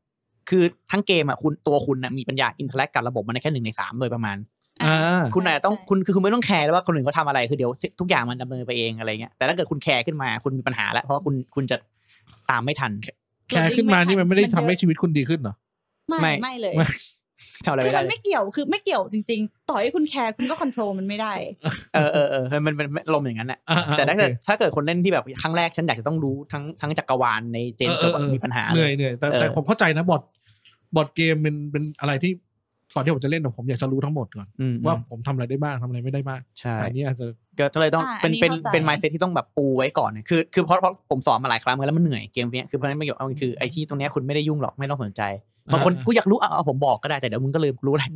คือทั้งเกมอ่ะคุณตัวคุณน่ะมีปัญญาอินเทอร์แอคกับระบบมันได้แค่หนึ่งในสามโดยประมาณ อ่า คุณอาจจะต้อง ใช่ คุณคือคุณไม่ต้องแคร์แล้วว่าคนอื่นเขาทำอะไรคือเดี๋ยวทุกอย่างมันดำเนินไปเองอะไรเงี้ยแต่ถ้าเกิดคุณแคร์ขึ้นมาคุณมีปัญหาแล้วเพราะว่าคุณคุณจะตามไม่ทัน แคร์ขึ้นมานี่มันไม่ได้ทำให้ชีวิตคุณดีขึ้นเหรอ ไม่ ไม่ไม่เลย ไม่ ทำอะไร คือไม่ได้ มัน เลย ไม่เกี่ยวคือไม่เกี่ยวจริง ๆ ต่อให้คุณแคร์คุณก็คอนโทรลมันไม่ได้ เออเออเออเออมันมันมันลมอย่างนั้นแหละ อ่าๆ แต่ถ้าเกิด โอเค ถ้าเกิดคนเล่นที่แบบครั้งแรกฉันอยากจะต้องรู้ทั้งทั้งจักรวาลในเจนจบอะมีปัญหา เห เล นื่อย ยเหนื่อยแต่ เออ แต่ผมเข้าใจนะบอดบอดเกมเป็นเป็นอะไรที่ก่อนที่ผมจะเล่นอะผมอยากจะรู้ทั้งหมดก่อน อืม ว่าผมทำอะไรได้บ้างทำอะไรไม่ได้บ้าง ใช่ แต่อันนี้อาจจะ ก็เลยต้อง อ่าอั เป็น น นี้ เป็น เข้าใจ เป็น mindset ที่ต้องแบบปูไว้ก่อนเนี่ยคือคือเพราะเพราะผมสอนมาหลายครั้งแล้วมันเหนื่อยเกมเนี้ยคือเพราะฉะนั้นไม่เกี่ยวเอาคือไอที่ตรงเนี้ยคุณไม่ได้ยุ่งหรอกไม่ต้องสนใจบางคน อ่า กูอยากรู้อ่ะเอาผมบอกก็ได้แต่เดี๋ยวมึงก็ลืมกูรู้แห ละ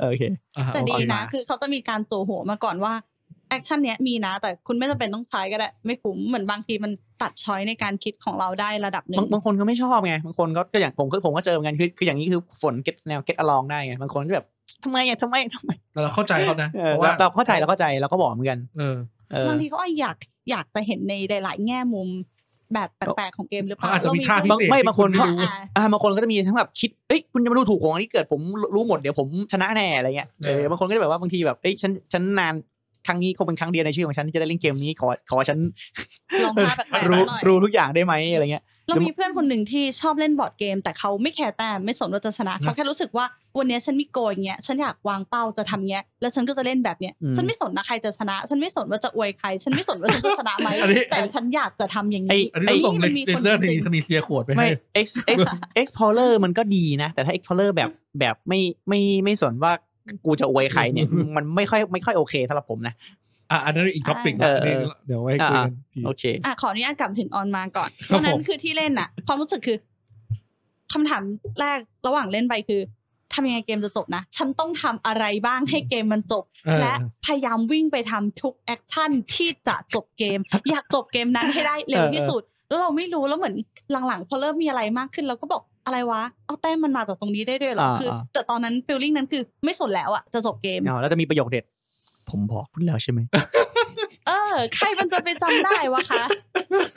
โอเค อ่า แต่ โอ ดี เค นะ คือเขาจะมีการตัวหัวมาก่อนว่า แอคชั่นเนี้ยมีนะ แต่คุณไม่จำเป็นต้องใช้ก็ได้ ไม่คุ้มเหมือนบางทีมันตัดช้อยในการคิดของเราได้ระดับหนึ่ บาง ง บางคนก็ไม่ชอบไงบางคนก็ก็อย่างผมก็ผมก็เจอเหมือนกันคือคืออย่างนี้คือฝนเก็ตแนวเก็ตอลองได้ไงบางคนก็แบบทำไมอ่ะทำไมทำไม แต่เราเข้าใจเขานะ เอ เพ อ ราะว่า เราเราเข้าใจเราเข้าใจเราก็บอกเหมือนกัน เออ เออบ างทีเขาอาจอยากอยากจะเห็นในหลาย ๆ แง่มุมแบบแปลกๆของเกมหรือเป เขา ล่า อาจจะมีท่าพิ เร เศษ ไม่บางคน ที่ณก็ไม่รู้ อ่า อ่าบางคนก็จะมีทั้งแบบคิดเอ้ยคุณจะมาดูถูกผมอันนี้เกิดผมรู้หมดเดี๋ยวผมชนะแน่อะไรเงี้ยเออบางคนก็จะแบบว่าบางทีแบบเอ้ยฉันฉันนานครั้งนี้คงเป็นครั้งเดียวในชีวิตของฉันที่จะได้เล่นเกมนี้ขอขอฉัน ลองพาแบบแปลกๆ รู้ หน่อย รู้ทุกอย่างได้ไหมอะไรเงี้ย เรามีเพื่อนคนหนึ่งที่ชอบเล่นบอร์ดเกม แต่เขาไม่แคร์แต้มไม่สนว่าจะชนะเขาแค่รู้สึกว่าวันเนี้ยฉันมีโกลอย่างเงี้ยฉันอยากวางเป้าจะทำเงี้ยแล้วฉันก็จะเล่นแบบเนี้ย อืม ฉันไม่สนนะใครจะชนะ ฉันไม่สนว่าจะอวยใคร ฉันไม่สนว่าฉันจะชนะไหม อันนี้ แต่ฉันอยากจะทำอย่าง ไอ้ นี้ อันนี้ ไอ้ เราส่ง นี่ เล มันมีคน เดอร์ จ ที ริง ทมีเซียขวดไป ไม่ ให้ ex ex explorer มันก็ดีนะ แต่ถ้า explorer แบบแบบไม่ไม่ไม่สนว่ากูจะอวยใคร เนี่ย มันไม่ค่อยไม่ค่อยโอเคสำหรับผมนะ อ่ะอันนั้นอีกท็อปิก เออเออ เดี๋ยวไว้คุยกันที โอเค อ่ะขออนุญาตกลับถึงออนมาก่อน ครั วั บผม นนั้นคือที่เล่นอะความรู้สึกคือคำถามแรกระหว่างเล่นไปคือทำยังไงเกมจะจบนะฉันต้องทำอะไรบ้างให้เกมมันจบ เออ และพยายามวิ่งไปทำทุกแอคชั่นที่จะจบเกม อยากจบเกมนั้นให้ได้เร็ว เออ ที่สุด แล้วเราไม่รู้แล้วเหมือนหลังๆ พอเริ่มมีอะไรมากขึ้นเราก็บอกอะไรวะ เอาแต้มมันมาจากตรงนี้ได้ด้วยเหรอคือ แต่ตอนนั้นฟีลลิ่งนั้นคือไม่สนแล้วอะจะจบเกม เอาแล้วจะมีประโยคเด็ด ผมบอกคุณแล้วใช่ไหม เออ ใครมันจะไปจำได้วะคะ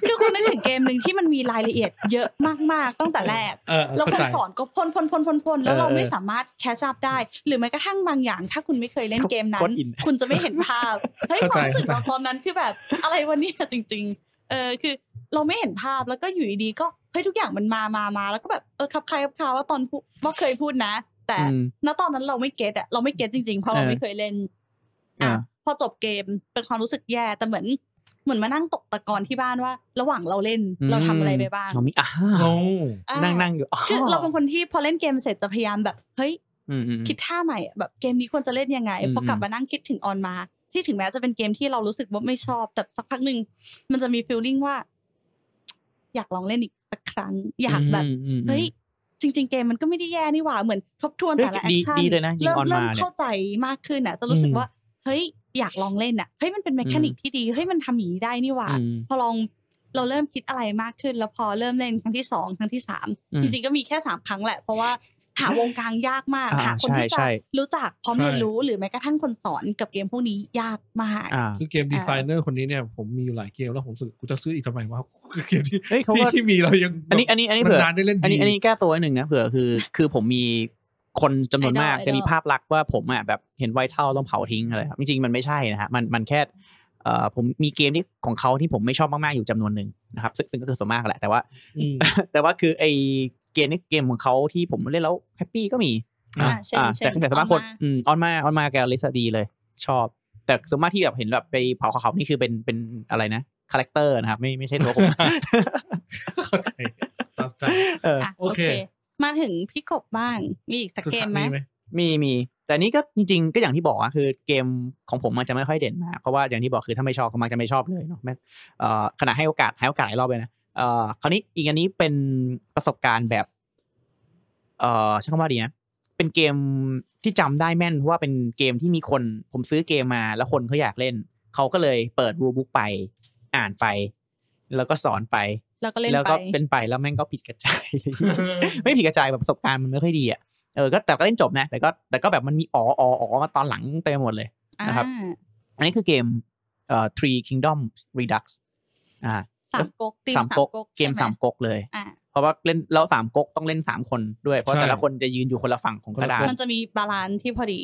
คือคุณนึกถึงเกมหนึ่งที่มันมีรายละเอียดเยอะมากๆตั้งแต่แรก เออเออ แล้ว เข้า ค ใจ นสอนก็พ่นพ่นพ่นพ่นพ่นแล้ว เออ เราไม่สามารถแคชอัพได้ หรือแม้กระทั่งบางอย่าง ถ้าคุณไม่เคยเล่นเกมนั้ โคน ตรอิน คุณจะไม่เห็นภาพเฮ้ยความรู้สึกเราตอนนั้นคือแบบอะไรวันนี้จริง ๆ เออคือเราไม่เห็นภาพแล้วก็อยู่ดีๆก็เฮ้ยทุกอย่างมันมามามาแล้วก็แบบเออครับใครครับคาว่าตอนพูดว่าเคยพูดนะ แต่ อืม ณตอนนั้นเราไม่เก็ตอะเราไม่เก็ตจริง ๆ เพราะเรา เออ ไม่เคยเล่น อ่า อ่ะพอจบเกมเป็นความรู้สึกแย่แต่เหมือนเหมือนมานั่งตกตะกอนที่บ้านว่า ระหว่างเราเล่นเราทำอะไรไปบ้าง เรามีอ่า โอ้ อ่า นั่งนั่งอยู่ คือเราเป็นคนที่พอเล่นเกมเสร็จจะพยายามแบบเฮ้ย อืมอืม คิดท่าใหม่อะแบบเกมนี้ควรจะเล่นยังไง อืม พอกลับมานั่งคิดถึงออนมา ที่ถึงแม้จะเป็นเกมที่เรารู้สึกว่าไม่ชอบ แต่สักพักหนึ่งมันจะมีฟีลลิ่งว่า อยากลองเล่นอีกสักครั้ง อยากแบบ อืมอืมอืม เฮ้ยจริง ๆ เกมมันก็ไม่ได้แย่นี่หว่าเหมือนทบทวน เฮ้ย แต่ละแอ ดี คชั่น ดีเลยนะยิง เริ่ม on เริ่ม มาเนี่ย เข้าใจมากขึ้นอ่ะจะรู้สึก อืม ว่าเฮ้ยอยากลองเล่นอ่ะเฮ้ยมันเป็นเมคานิกที่ดีเฮ้ยมันทำอย่างนี้ได้นี่หว่า อืม พอลองเราเริ่มคิดอะไรมากขึ้น แล้วพอเริ่มเล่นครั้งที่สองครั้งที่สาม อืม จริงๆก็มีแค่สามครั้งแหละ เพราะว่าหาวงกลางยากมาก อ่า หาคนที่ ใช่ จะ ใช่ รู้จักพร้อมเรียนรู้หรือแม้กระทั่งคนสอนกับเกมพวกนี้ยากมาก อ่า คือเกมดีไซเนอร์คนนี้เนี่ยผมมีอยู่หลายเกมแล้วผมรู้สึกกูจะซื้ออีกทำไมวะคือเกมที่ เฮ้ยเขา ที่ ก็ ที่มีเรายัง อันนี้อันนี้อันนี้เผื่อ นานๆได้เล่นดี อันนี้อันนี้แก้ตัวนิดหนึ่งนะเผื่อคือ คือผมมีคนจำนวนมาก Idol จะมี Idol ภาพลักษณ์ว่าผมอ่ะแบบเห็นไวท์เท่าต้องเผาทิ้งอะไรครับจริงๆมันไม่ใช่นะฮะมันมันแค่เอ่อผมมีเกมที่ของเขาที่ผมไม่ชอบมากๆอยู่จำนวนหนึ่งนะครับซึ่งซึ่งก็คือส่วนมากแหละแต่ว่า อืม แต่ว่าคือไอเกมนี้เกมของเขาที่ผมเล่นแล้วแฮปปี้ก็มี อ่า เช่น อ่า เช่น แต่แต่สวนมากคน Onma อืมออนมาออนมาแกลิสดีเลย ชอบ แต่ส่วนมากที่แบบเห็นแบบไปเผาเขาๆนี่คือเป็นเป็นอะไรนะคาแรคเตอร์นะครับไม่ไม่ใช่ตัวผม เข้าใจตามใจ เออ อ่ะ โอ โอ เค เค มาถึงพี่กบบ้าง มีอีกสักเกมไหม ไหม มีมีแต่นี่ก็จริงๆ ก็อย่างที่บอกอะคือเกมของผมมันจะไม่ค่อยเด่นมากเพราะว่าอย่างที่บอกคือถ้าไม่ชอบก็มักจะไม่ชอบเลยเนาะแม้เอ่อขณะให้โอกาสให้โอกาสหลายรอบเลยนะเอ่อคราวนี้อีกอันนี้เป็นประสบการณ์แบบ เอ่อใช้คำว่าดีนะเป็นเกมที่จำได้แม่นเพราะว่าเป็นเกมที่มีคนผมซื้อเกมมา แล้วคนเขาอยากเล่นเขาก็เลยเปิดรูบุ๊กไป อ่านไป แล้วก็สอนไป แล้วก็เล่น แล้ว ไป ก็เป็นไปแล้วแม่งก็ผิดกระจาย ไม่ผิดกระจายแบบประสบการณ์มันไม่ค่อยดีอ่ะ เออ ก็แต่ก็เล่นจบนะ แต่ก็แต่ก็แบบมันมีอ๋ออ๋ออ๋อมาตอนหลังเต็มไปหมดเลย อ่า นะครับ อันนี้คือเกมเอ่อ Three Kingdom Redux อ่า สามก๊กตีม สาม สาม ก๊ก ก๊ก เกม ใช่ไห สามก๊กเลย อ่ะ เพราะว่าเล่นแล้วสามก๊กต้องเล่นสามคนด้วย เพราะ ใช่ แต่ละคนจะยืนอยู่คนละฝั่งของกระดาน มันจะมีบาลานซ์ที่พอดี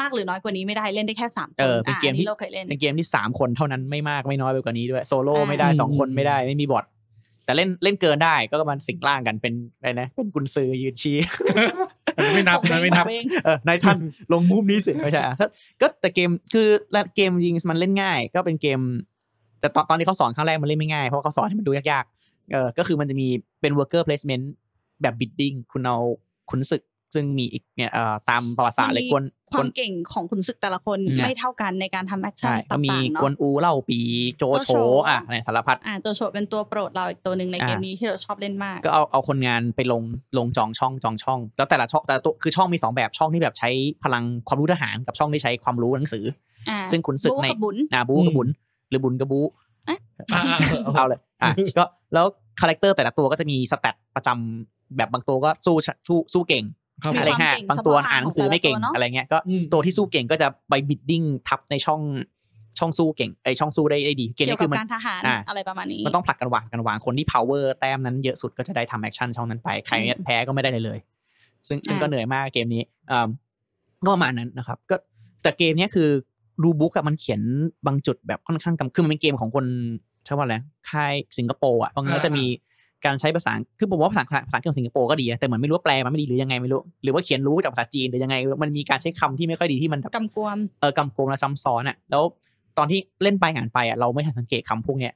มากหรือน้อยกว่านี้ไม่ได้เล่นได้แค่สามค เอน อเป็นเกม ะ ที่ เราเคยเล่น เป็นเกมที่สามคนเท่านั้นไม่มากไม่น้อยไปกว่านี้ด้วยโซโล่ อ่า ไม่ได้สองคน อืม ไม่ได้ไม่มีบอทแต่เล่นเล่นเกินได้ก็มันสิงร่างกันเป็นอะไรนะเป็นกุญซือยืนชี้ ไม่นับ ของเอง ไม่นับ ของเอง เออนายท่าน ลงมูฟนี้สิไม่ใช่อะก็ก็แต่เกมคือและเกมยิงมันเล่นง่าย ก็เป็นเกม แต่ตอนตอนที่เขาสอนครั้งแรกมันเล่นไม่ง่าย เพราะเขาสอนให้มันดูยากๆเออก็คือมันจะมีเป็น worker placement แบบ bidding คุณเอาขุนศึก ซึ่งมีอีกเนี่ยเอ่อตามประวัติศาสตร์เลยกวน ค กว วาน มเก่งของขุนศึกแต่ละคน อืม ไม่เท่ากันในการทำแอคชั่น ใช่ก็มี ต่างๆ กว เนาะ นอูเล่าปีโจ โจ โฉ โฉ อ่ะอะไรสารพัด อ่าตัวโฉดเป็นตัวโปรดเราอีกตัวหนึ่งในเกม อ่า นี้ที่เราชอบเล่นมาก ก็เอาเอาคนงานไปลงลงจองช่องจองช่อง แล้วแต่ละช่องแต่ละตัวคือช่องมีสองแบบช่องที่แบบใช้พลังความรู้ทหารกับช่องที่ใช้ความรู้หนังสือ อ่า ซึ่งขุนศึก บู๊ ใน กับบุญ อ่าบู อืม กับบุญหรือบุญกับบู อ่ะอ่ะเอา เอาเลย อ่ะก็แล้วคาแรคเตอร์แต่ละตัวก็จะมีสแตทประจำแบบบางตัวก็สู้ชะสู้สู้เก่ง ครับ มี ผ อะ ม ไร ความ ฮะ เก่ง บางตัว เฉพาะทาง อ่านหนังสือไม่เก่ง ของแต่ละตัวเนอะ อะไรเงี้ยก็ อืม ตัวที่สู้เก่งก็จะไปบิดดิ้งทับในช่องช่องสู้เก่งไอยช่องสู้ได้ได้ดีเกม เกี่ยวนี้กั คื บ อมัน การทหาร อ่า อะไรประมาณนี้ มันต้องผลัดกันวางกันวางคนที่ power แต้มนั้นเยอะสุดก็จะได้ทำแอคชั่นช่องนั้นไป ใคร อืม แพ้ก็ไม่ได้เลยเลย ซึ่งซึ่ง อ่า ก็เหนื่อยมากเกมนี้อ่าก็ประมาณนั้นนะครับ ก็แต่เกมเนี้ยคือรูบุ๊กอะมันเขียนบางจุดแบบค่อนข้างกำคือมันเป็นเกมของคนใช่ว่าอะไรค่ายสิงคโปร์อะเพราะงั้น อ่า ก็จะมีการใช้ภาษาคือผมว่าภาษาภาษาอังกฤษของสิงคโปร์ก็ดีนะแต่เหมือนไม่รู้ว่าแปลมาไม่ดีหรือยังไงไม่รู้หรือว่าเขียนรู้จากภาษาจีนหรือยังไง มันมีการใช้คำที่ไม่ค่อยดีที่มันแบบ กำกวม เออกำโกงและซ้ำซ้อนอ่ะ แล้วตอนที่เล่นไปอ่านไปอ่ะเราไม่ทันสังเกตคำพวกเนี้ย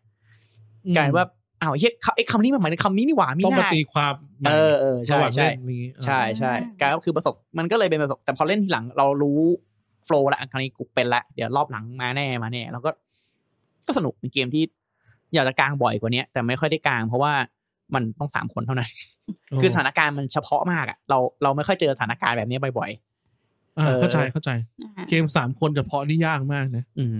อืม กลายเป็นว่าอ้าวเฮ้ยคำไอ้คำนี้มันหมายถึงคำนี้นี่หว่ามี ต้อง ห มา น้า ตีความใหม่ เออเออ ระ ใช่ หว่าง ใช่ เล่นนี้เออ ใช่ใช่ อ่า กลายก็คือประสบมันก็เลยเป็นประสบแต่พอเล่นทีหลังเรารู้โฟล์ละคราวนี้กูเป็นละเดี๋ยวรอบหลังมาแน่มาแน่แล้วก็ ก็สนุกเป็นเกมที่ อยากจะกลางบ่อยกว่าเนี้ยแต่ไม่ค่อยได้กลางเพราะว่ามันต้องสามคนเท่านั้น โอ้ คือสถานการณ์มันเฉพาะมากอ่ะเราเราไม่ค่อยเจอสถานการณ์แบบนี้บ่อย อ่า เออ เข้าใจเข้าใจ อ่า เกมสามคนเฉพาะนี่ยากมากนะ ๆอืม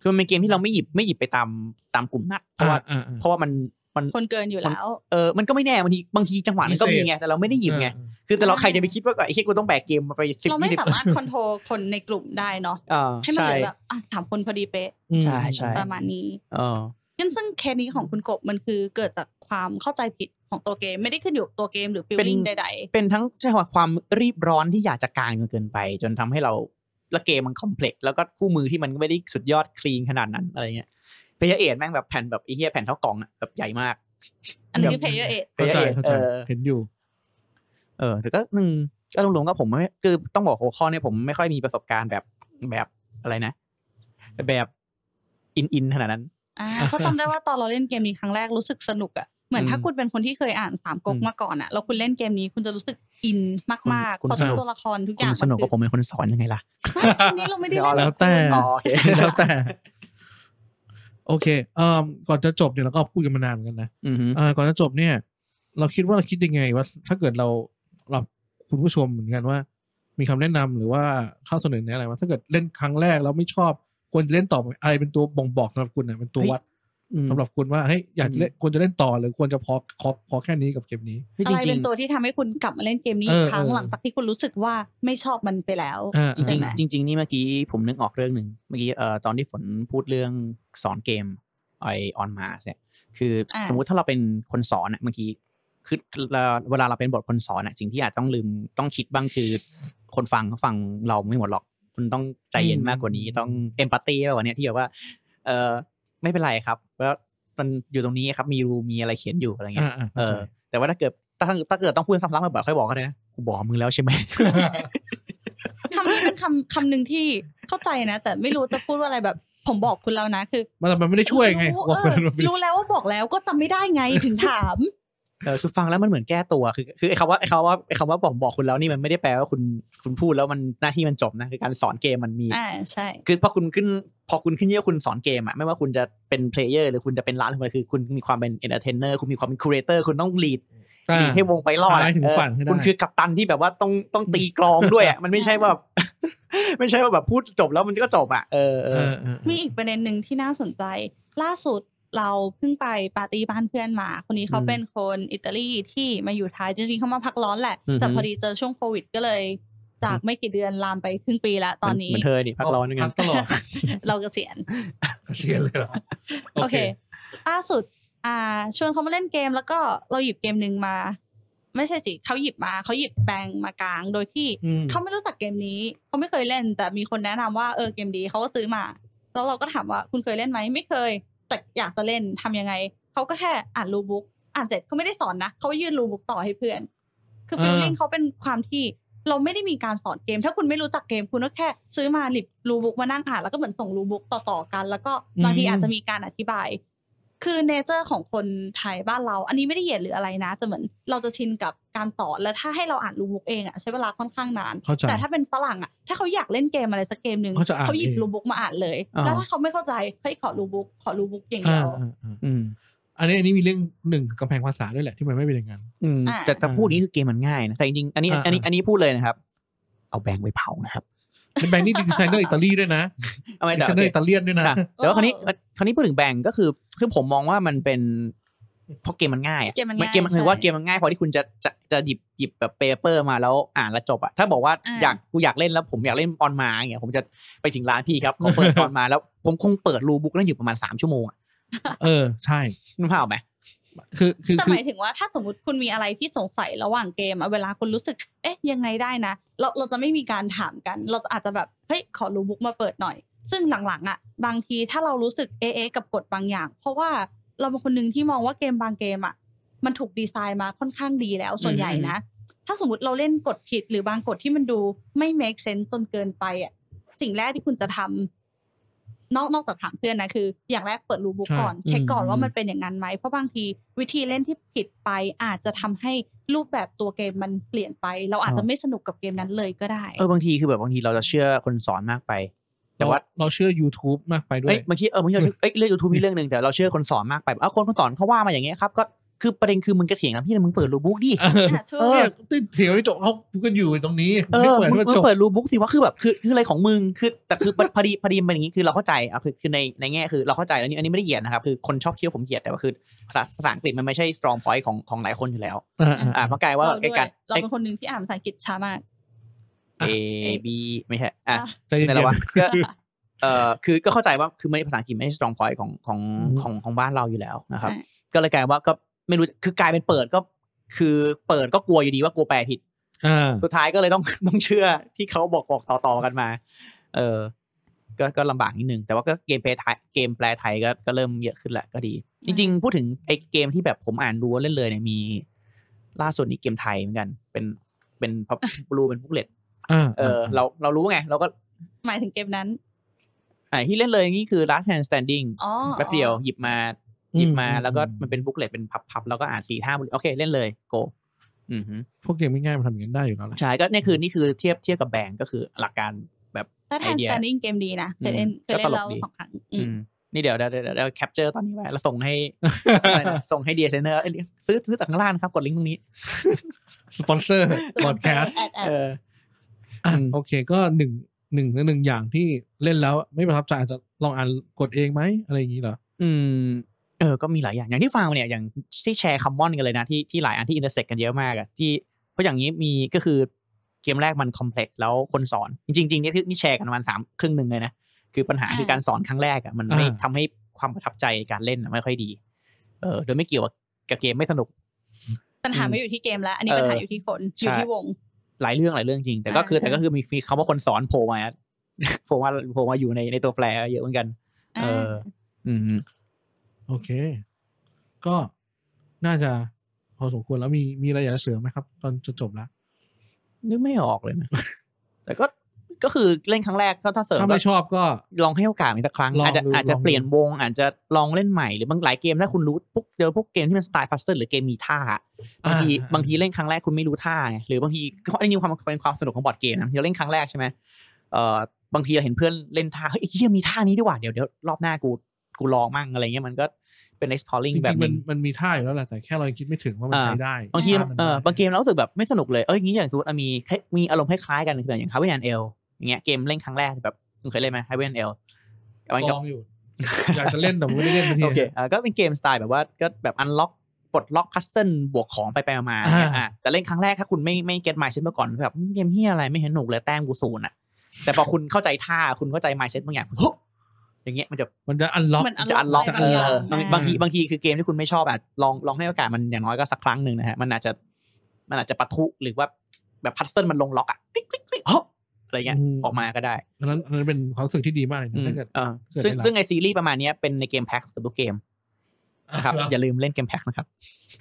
คือมันเป็นเกมที่เราไม่หยิบไม่หยิบไปตามตามกลุ่มนัดเพราะว่า อ่อ่อ่ เพราะว่ามันมัน คนเกินอยู่แล้ว เออมันก็ไม่แน่บางทีบางทีจังหวะนั้นก็มีไงแต่เราไม่ได้หยิบไง เออ คือแต่เรา อ่า ใครจะไปคิดว่าไอ้เฮ้ยกูต้องแบกเกมมาไปสิบ เราไม่ ยี่สิบ สามารถคอนโทรลคนในกลุ่มได้เนาะ เออ ให้มัน ใช่ เหลือแบบอ่ะสามคนพอดีเป๊ะ อืม ใช่ใช่ ประมาณนี้ เออ งั้นซึ่งเคสนี้ของคุณกบมันคือเกิดจากความเข้าใจผิดของตัวเกม ไม่ได้ขึ้นอยู่กับตัวเกมหรือฟิลลิ่ง เป็ ใด น เป็นทั้งใช่ว่าความรีบร้อนที่อยากจะกางจนเกินไป จนทำให้เราและเกมมันคอมเพล็กซ์แล้วก็คู่มือที่มันไม่ได้สุดยอดคลีนขนาดนั้นอะไรเงี้ยเพยเอทแม่งแบบแผ่นแบบไอ้เหี้ยแผ่นเท่ากล่องอะแบบใหญ่มาก ๆ อันนี้ แบบ คือเพลเยอร์เอท เข้าใจเข้าใจ เออ เห็นอยู่ เออแต่ก็หนึ่งก็รวมๆก็ผมไม่คือต้องบอกหัวข้อเนี่ยผมไม่ค่อยมีประสบการณ์แบบแบบอะไรนะ แบบอินอินขนาดนั้น อ่าเพราะจำได้ว่าตอนเราเล่นเกมนี้ครั้งแรกรู้สึกสนุกอะเหมือนถ้า อืม คุณเป็นคนที่เคยอ่านสามก๊ก อืม มาก่อนอะแล้วคุณเล่นเกมนี้คุณจะรู้สึกอินมากๆ คุณ เพราะ สนุก ตัวละครทุกอ คุ ย่าง ณสนุกกับผมเป็นคนสอนยังไงล่ะ ไม่อันนี้เราไม่ได้เล่น แล้วแต่ คุณ อ๋อโอเค แล้วแต่ โอเคเอ่อก่อนจะจบเนี่ยเราก็พูดกันมานานเหมือนกันนะ อือฮึ เอ่อก่อนจะจบเนี่ย เราคิดว่าเราคิดยังไงว่าถ้าเกิดเราเราคุณผู้ชมเหมือนกันว่า มีคำแนะนำหรือว่าข้อเสนอแนะอะไรว่าถ้าเกิดเล่นครั้งแรกแล้วไม่ชอบควรจะเล่นต่อไหมอะไรเป็นตัวบ่งบอกสำหรับคุณเนี่ยเป็นตัววัด อืม สำหรับคุณว่าเฮ้ยอยากจะเล่นควรจะเล่นต่อหรือควรจะพอพอพอแค่นี้กับเกมนี้ เฮ้ย อะ จ ไร ริ เป็ ง นตัวที่ทำให้คุณกลับมาเล่นเกมนี้ เอ อี อก ครั้ง เออ หลังจากที่คุณรู้สึกว่าไม่ชอบมันไปแล้ว อ่า ๆจริง ใช่ไหม ๆจริง ๆ นี่เมื่อกี้ผมนึกออกเรื่องหนึ่งเมื่อกี้เอ่อตอนที่ฝนพูดเรื่องสอนเกมไอออนมาเนี่ยคืออา สมมุติถ้าเราเป็นคนสอนอะเมื่อกี้คือเราเวลาเราเป็นบทคนสอนอะสิ่งที่อาจต้องลืมต้องคิดบ้างคือ คนฟังเขาฟังเราไม่หมดหรอก คุณต้องใจเย็นมากกว่านี้ต้องเอมพัตตีมากกว่านี้ที่แบบว่า เออไม่เป็นไรครับแล้วมันอยู่ตรงนี้ครับมีรูมีอะไรเขียนอยู่อะไรเงี้ย อ่าอ่า เอ เข้าใจ อแต่ว่าถ้าเกิดถ้าถ้าเกิดต้องพูดซ้ำๆบ่อยๆค่อยบอกก็ได้นะกูบอกมึงแล้วใช่ไหม คำนี้เป็นคำคำหนึ่งที่เข้าใจนะ แต่ไม่รู้จะพูดว่าอะไรแบบ ผมบอกคุณแล้วนะคือ มันมันไม่ได้ช่วยไง รู้ บอกไปแล้วมัเออนไม่ได้ รู้แล้วว่าบอกแล้วก็จำไม่ได้ไงถึงถาม เออคือฟังแล้วมันเหมือนแก้ตัวคือคือไอ้คำว่าไอ้คำว่าไอ้คำว่าบอกบอกคุณแล้วนี่มันไม่ได้แปลว่าคุณคุณพูดแล้วมันหน้าที่มันจบนะคือการสอนเกมมันมี อ่าใช่ คือพอคุณขึ้นพอคุณขึ้นเยอะคุณสอนเกมอะไม่ว่าคุณจะเป็นเพลเยอร์หรือคุณจะเป็นร้านอะไรคือคุณมีความเป็นเอนเตอร์เทนเนอร์คุณมีความเป็นคูเรเตอร์คุณต้องลีด อ่า ลีดให้วงไปรอดอะ พาให้ถึง เออ ฝั่งให้ได้ คุณคือกัปตันที่แบบว่าต้องต้องตีกลองด้วยอะมันไม่ใช่ว่าแบบ ไม่ใช่ว่าแบบพูดจบแล้วมันก็จบอะเออเอ เอ อ อเออ มีอีกประเด็นหนึ่งที่น่าสนใจ ล่าสุดเราเพิ่งไปปาร์ตี้บ้านเพื่อนมา คนนี้เขา อืม เป็นคนอิตาลีที่มาอยู่ไทยจริงๆเขามาพักร้อนแหละ อือฮึ แต่พอดีเจอช่วงโควิดก็เลย จากไม่กี่เดือนลามไปครึ่งปีละตอนนี้ เหมือนเธอนี่พักร้อนด้วยกัน พัตลอด เราเกษียณ เสียเลยเหรอ โอเค ล่าสุด อ่า ชวนเขามาเล่นเกมแล้วก็เราหยิบเกมหนึ่งมา ไม่ใช่สิเขาหยิบมาเขาหยิบแปลงมากลาง โดยที่ อืม เขาไม่รู้จักเกมนี้เขาไม่เคยเล่น แต่มีคนแนะนำว่าเออเกมดีเขาก็ซื้อมา แล้วเราก็ถามว่าคุณเคยเล่นไหมไม่เคย แต่อยากจะเล่นทำยังไงเขาก็แค่อ่านรูบุ๊กอ่านเสร็จเขาไม่ได้สอนนะเขายื่นรูบุ๊กต่อให้เพื่อน คือ เออ ฟีลลิ่งเขาเป็นความที่เราไม่ได้มีการสอนเกม ถ้าคุณไม่รู้จักเกมคุณก็แค่ ซื้อมาหลิบรูบุ๊กมานั่งอ่านแล้วก็เหมือนส่งรูบุ๊กต่อๆกัน แล้วก็บางทีอาจจะมีการอธิบาย คือเนเจอร์ของคนไทยบ้านเรา อันนี้ไม่ได้เหยียดหรืออะไรนะแต่เหมือนเราจะชินกับการสอนแล้วถ้าให้เราอ่านรูบุ๊กเองอ่ะใช้เวลาค่อนข้างนาน เข้าใจ แต่ถ้าเป็นฝรั่งอ่ะถ้าเขาอยากเล่นเกมอะไรสักเกมหนึ่ง เขาจะอ่าน หยิบ เอง รูบุ๊กมาอ่านเลย อ่า แล้วถ้าเขาไม่เข้าใจเฮ้ยขอรูบุ๊กขอรูบุ๊กอย่าง อ่า เดียว อ่าอ่า อืม อันนี้อันนี้มีเรื่องหนึ่งคือกำแพงภาษาด้วยแหละที่มันไม่เป็นอย่างนั้น อืม อ่า แต่ถ้าพูดนี้คือเกมมันง่ายนะแต่จริงๆอันนี้ อ่า อันนี้อันนี้พูดเลยนะครับ เอาแบงค์ไปเผานะครับ แบงค์นี่ดีไซเนอร์อิตาลีด้วยนะ เอาไม่ ดี แต่ ไซ โอ เนอ เค ร์อิตาเลียนด้วยนะ ค่ะแต่ว่าคราวนี้คราวนี้พูดถึงแบงก์ก็คือคือผมมองว่ามันเป็นเพราะเกมมันง่ายอะ เกมมันง่าย เกมมันคือ ใช่ ว่าเกมมันง่ายพอที่คุณจะจะจะหยิบหยิบแบบเปเปอร์มาแล้วอ่านแล้วจบอะถ้าบอกว่า อ่า อยากกูอยากเล่นแล้วผมอยากเล่นออนมาอย่างเงี้ยผมจะไปถึงร้านพี่ครับเขาเปิดอ อนมาแล้วผมคงเปิดรูบุ๊กแล้วอยู่ประมาณสามชั่วโมงอะ เออใช่ นึกภาพออกไหม คือคือ แต่ คื ห อ มายถึงว่าถ้าสมมติคุณมีอะไรที่สงสัยระหว่างเกมอะเวลาคุณรู้สึก เอ๊ะ ยังไงได้นะ เราเราจะไม่มีการถามกัน เราอาจจะแบบ เฮ้ย ขอรูบุ๊กมาเปิดหน่อย ซึ่งหลังๆอะบางทีถ้าเรารู้สึกเอ๊ะๆกับกฎบางอย่าง เพราะว่าเราเป็นคนหนึ่งที่มองว่าเกมบางเกมอะมันถูกดีไซน์มาค่อนข้างดีแล้วส่วนใหญ่นะ ถ้าสมมติเราเล่นกฎผิดหรือบางกฎที่มันดูไม่ make sense จนเกินไปอะสิ่งแรกที่คุณจะทำนอกนอกจากถามเพื่อนนะคือ อย่างแรกเปิดรูบุ๊ก ใช่ ก่อน เช็คก่อน อืม ว่ามันเป็นอย่างนั้นไหม เพราะบางทีวิธีเล่นที่ผิดไปอาจจะทำให้รูปแบบตัวเกมมันเปลี่ยนไป เราอาจจะไม่สนุกกับเกมนั้นเลยก็ได้ เออบางทีคือแบบบางทีเราจะเชื่อคนสอนมากไป แต่ว่า เรเราเชื่อ YouTube มากไปด้วย เอ้ยบางทีเออบางทีเราเชื่อเอ้ยเรื่องยูทูบมีเรื่องหนึ่งแต่เราเชื่อคนสอนมากไปเอ้าคนคนสอนเขาว่ามาอย่างเงี้ยครับก็คือประเด็นคือมึงกระเถียงนะพี่นะมึงเปิดรูบุ๊กดิ เออ อ่ะถูก เนี่ยตื่นเถียงไม่จบเขาพูดกันอยู่ตรงนี้ เอไม่ อ เปิด มึง ว่า มึง จบ เปิดรูบุ๊กสิว่าคือแบบคือคืออะไรของมึงคือแต่คือ พอพอดีพอดีมันเป็นอย่างนี้คือเราเข้าใจอ่ะคือคือในในแง่คือเราเข้าใจแล้วนี่อันนี้ไม่ได้เหยียดนะครับคือคนชอบคิดว่าผมเหยียดแต่ว่าคือภาษาภาษาอังกฤษมันไม่ใช่ strong point ของของหลายคนอยู่แล้วอ่าเพราะกลายว่า เรา ไอ้ ด้วย การ เรา ไอ้ เป็นคนหนึ่งที่อ่านภาษาอังกฤษช้ามาก A อ่ะ B ไม่ใช่อ่ะ อ่ะ ใจเย็ ในระหว่าง น ก็เอ่อคือก็เข้าใจว่าคือไม่ภาษาอังกฤษไม่ใช่ strong point ของของ อืม ของของบ้านเราอยู่แล้วนะครับ ใช่ ก็เลยกลายว่าก็ไม่รู้คือกลายเป็นเปิดก็คือเปิดก็กลัวอยู่ดีว่ากลัวแปลผิด ๆอ่า สุดท้ายก็เลยต้อง ต้องเชื่อที่เขาบอกบอกต่อๆกันมา เออ ก็ก็ลำบากนิดนึง แต่ว่าก็เกมแปลไทยเกมแปลไทยก็ก็เริ่มเยอะขึ้นแหละก็ดี จริง ๆ พูดถึงไอ้เกมที่แบบผมอ่านดูว่าเล่นเลยเนี่ยมี ล่าสุดนี้เกมไทยเหมือนกัน เป็นเป็นพับ รูเป็นพุกเลต อ่า เออ เราเรารู้ไง เราก็ หมายถึงเกมนั้น ไอ้ที่เล่นเลยนี่คือ last hand standing อ๋อ แป๊บเดียวหยิบมาหยิบมา อื แล้วก็มันเป็นบุ๊กเลตเป็นพับๆแล้วก็อ่านสี่ห้าโอเคเล่นเลยโกอือฮึ พวกเกมง่ายๆมันทำอย่างนั้นได้อยู่แล้วแหละ ใช่ก็เนี่ยคือนี่คือเทียบเทียบกับแบงก์ก็คือหลักการแบบ ถ้าแทน idea standing เกมดีนะเคยเล่น อืม เคยเล่ ก็ น ตลก เรา ดี สองครั้งอืม อืมนี่เดี๋ยวเดี๋ยวเดี๋ยวเดี๋ยวแคปเจอร์ตอนนี้ไว้แล้วส่งให้ อะไรนะส่งให้ดีไซเนอร์ซื้อซื้อจากข้างล่างนะครับ กดลิงก์ตรงนี้ สปอนเซอร์ พอดแคสต์ แอดแอด เออ อ่ะ อืม โอเคก็หนึ่งหนึ่งหนึ่งอย่างที่เล่นแล้วไม่ประทับใจอาจจะลองอ่านกดเองไหมอะไรอย่างนี้เหรอ อืมเออก็มีหลายอย่างอย่างที่ฟังมาเนี่ยอย่างที่แชร์คอมมอนกันเลยนะที่ที่หลายอันที่อินเตอร์เซ็กกันเยอะมากอะที่เพราะอย่างนี้มีก็คือเกมแรกมันคอมเพล็กซ์แล้วคนสอน จริงๆเนี่ยที่นี่แชร์กันประมาณสามครึ่งหนึ่งเลยนะคือปัญหาคือการสอนครั้งแรกอะมันไม่ อ่า ทำให้ความประทับใจการเล่นอะไม่ค่อยดีเออโดยไม่เกี่ยวกับเกมไม่สนุก ปัญหา อืม ไม่อยู่ที่เกมแล้ว อันนี้ เออ ปัญหาอยู่ที่คนอยู่ ใช่ ที่วง หลายเรื่องหลายเรื่องจริง แต่ก็คือ อ่า แต่ก็คือมีมีคำว่าคนสอนโผล่มา โผล่มาโผล่มาอยู่ในในตัวแปรเยอะเหมือนกัน เออ อืม โอเค ก็น่าจะพอสมควรแล้วมีมีอะไรอยากจะเสริมไหมครับ ตอนจะจบแล้ว นึกไม่ออกเลยนะ แต่ก็ก็คือเล่นครั้งแรกก็ถ้าเสริม ถ้า ก็ ไม่ชอบก็ ลองให้โอกาสอีกสักครั้ง ลอง อาจจะ ดู อาจจะ ลองดู เปลี่ยนวง อาจจะลองเล่นใหม่หรือบางหลายเกมถ้าคุณรู้พวกเจอพวกเกมที่มันสไตล์พัซเซิลหรือเกมมีท่าบางที อ่ บางทีเล่นครั้งแรกคุณไม่รู้ท่าไงหรือบางทีก็อันนี้ความเป็นความสนุกของบอร์ดเกมนะที่เราเล่นครั้งแรกใช่ไหมเอ่อบางทีเราเห็นเพื่อนเล่นท่าเฮ้ยไอ้เฮียมีท่านี้ด้วยว่ะเดี๋ยวเดี๋ยวรอบหน้ากูกูลองมั่งอะไรเงี้ยมันก็เป็น จ exploring แบ ริ บ งๆ ห มั นึ น ง มันมีท่าอยู่แล้วแหละแต่แค่เรายังคิดไม่ถึงว่ามัน อ่า ใช้ได้ บางที ท่มัน เออ ได้ บางเกมเรารู้สึกแบบไม่สนุกเลย เอ้ยอย่างนี้อย่างสมมติอ่ะมีคล้ายมีอารมณ์คล้ายๆกันคืออย่างฮาวเวิร์นเอลอย่างเงี้ยเกมเล่นครั้งแรกแบบคุณเคยเล่นไหมฮาวเวิร์นเอล ลองอยู่ อยากจะเล่นแต่ไม่ได้เล่นสักที โอเคอ่ะก็เป็นเกมสไตล์แบบว่าก็แบบอันล็อกปลดล็อกพัซเซิลบวกของไปไปมาๆ อ่า อ่ะแต่เล่นครั้งแรกถ้าคุณไม่ไม่เก็ตมายเซ็ตมาก่อนแบบเกมเฮียอะไรไม่เห็นหนุกเลยแต้มกูศูนย์อ่ะ แต่พอคุณเข้าใจท่าคุณเข้าใจมายเซ็ตบางอย่างเฮ้ยอย่างเงี้ยมันจะ มันจะอันล็อก มัน จะอันล็อก จะ เอ unlock อ ได้ บางบางทีบางทีคือเกมที่คุณไม่ชอบอ่ะลองลองให้โอกาสมันอย่างน้อยก็สักครั้งหนึ่งนะฮะมันอาจจะมันอาจจะปะทุหรือว่าแบบพัซเซิลมันลงล็อกอ่ะคลิกคลิกคลิกฮอปอะไรเงี้ย อืม ออกมาก็ได้ อันนั้นอันนั้นเป็นความรู้สึกที่ดีมากเลย อื นะ ม ถ้าเกิด เออ เกิด ซึ่ง ในร้าน ซึ่งไอซีรีส์ประมาณเนี้ยเป็นในเกมแพ็กกับทุกเกม นะครับอย่าลืมเล่นเกมแพ็กนะครับ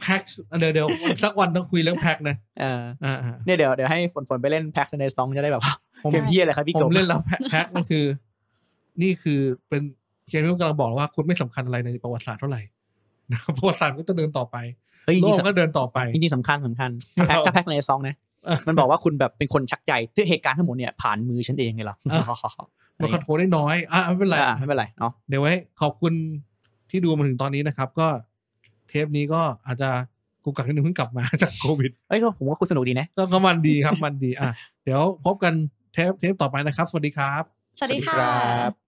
แพ็กเดี๋ยวเดี๋ยวสักวันต้องคุยเรื่องแพ็กนะ เออ อ่า เนี่ยเดี๋ยวเดี๋ยวให้ฝนฝนไปเล่นแพ็กในซองจะได้ แบบว่า ๆผม เกมเพี้ยอะไรครับพี่ ผ ก ม บ เล่นแล้วแพ็กมันคือ นี่คือเป็นเกมที่ผมกำลังบอกว่าคุณไม่สำคัญอะไรในประวัติศาสตร์เท่าไหร่ นะครับประวัติศาสตร์ก็จะเดินต่อไป เฮ้ยจ โล ริง ก ๆสำ ก็เดินต่อไป จริงๆสำคัญสำคัญถ้า แพ็คถ้าแพ็คในซองนะ มันบอกว่าคุณแบบเป็นคนชักใหญ่ที่เหตุการณ์ทั้งหมดเนี่ยผ่านมือฉันเอง ไงล่ะ อ่ะ มันคอนโทรลได้น้อยอ่ะไม่เป็นไร อ่ะไม่เป็นไรเนาะ เดี๋ยวไว้ขอบคุณที่ดูมาถึงตอนนี้นะครับ ก็เทปนี้ก็อาจจะกูกักนิดนึงเพิ่งกลับมา จากโควิด เอ้ยก็ผมว่าคุณสนุกดีนะ ก็ก็มันดีครับมันดี อ่ะ เดี๋ยวพบกันเทปเทปต่อไปนะครับ สวัสดีครับ สวัสดี สวั ค่ะ สดีครับ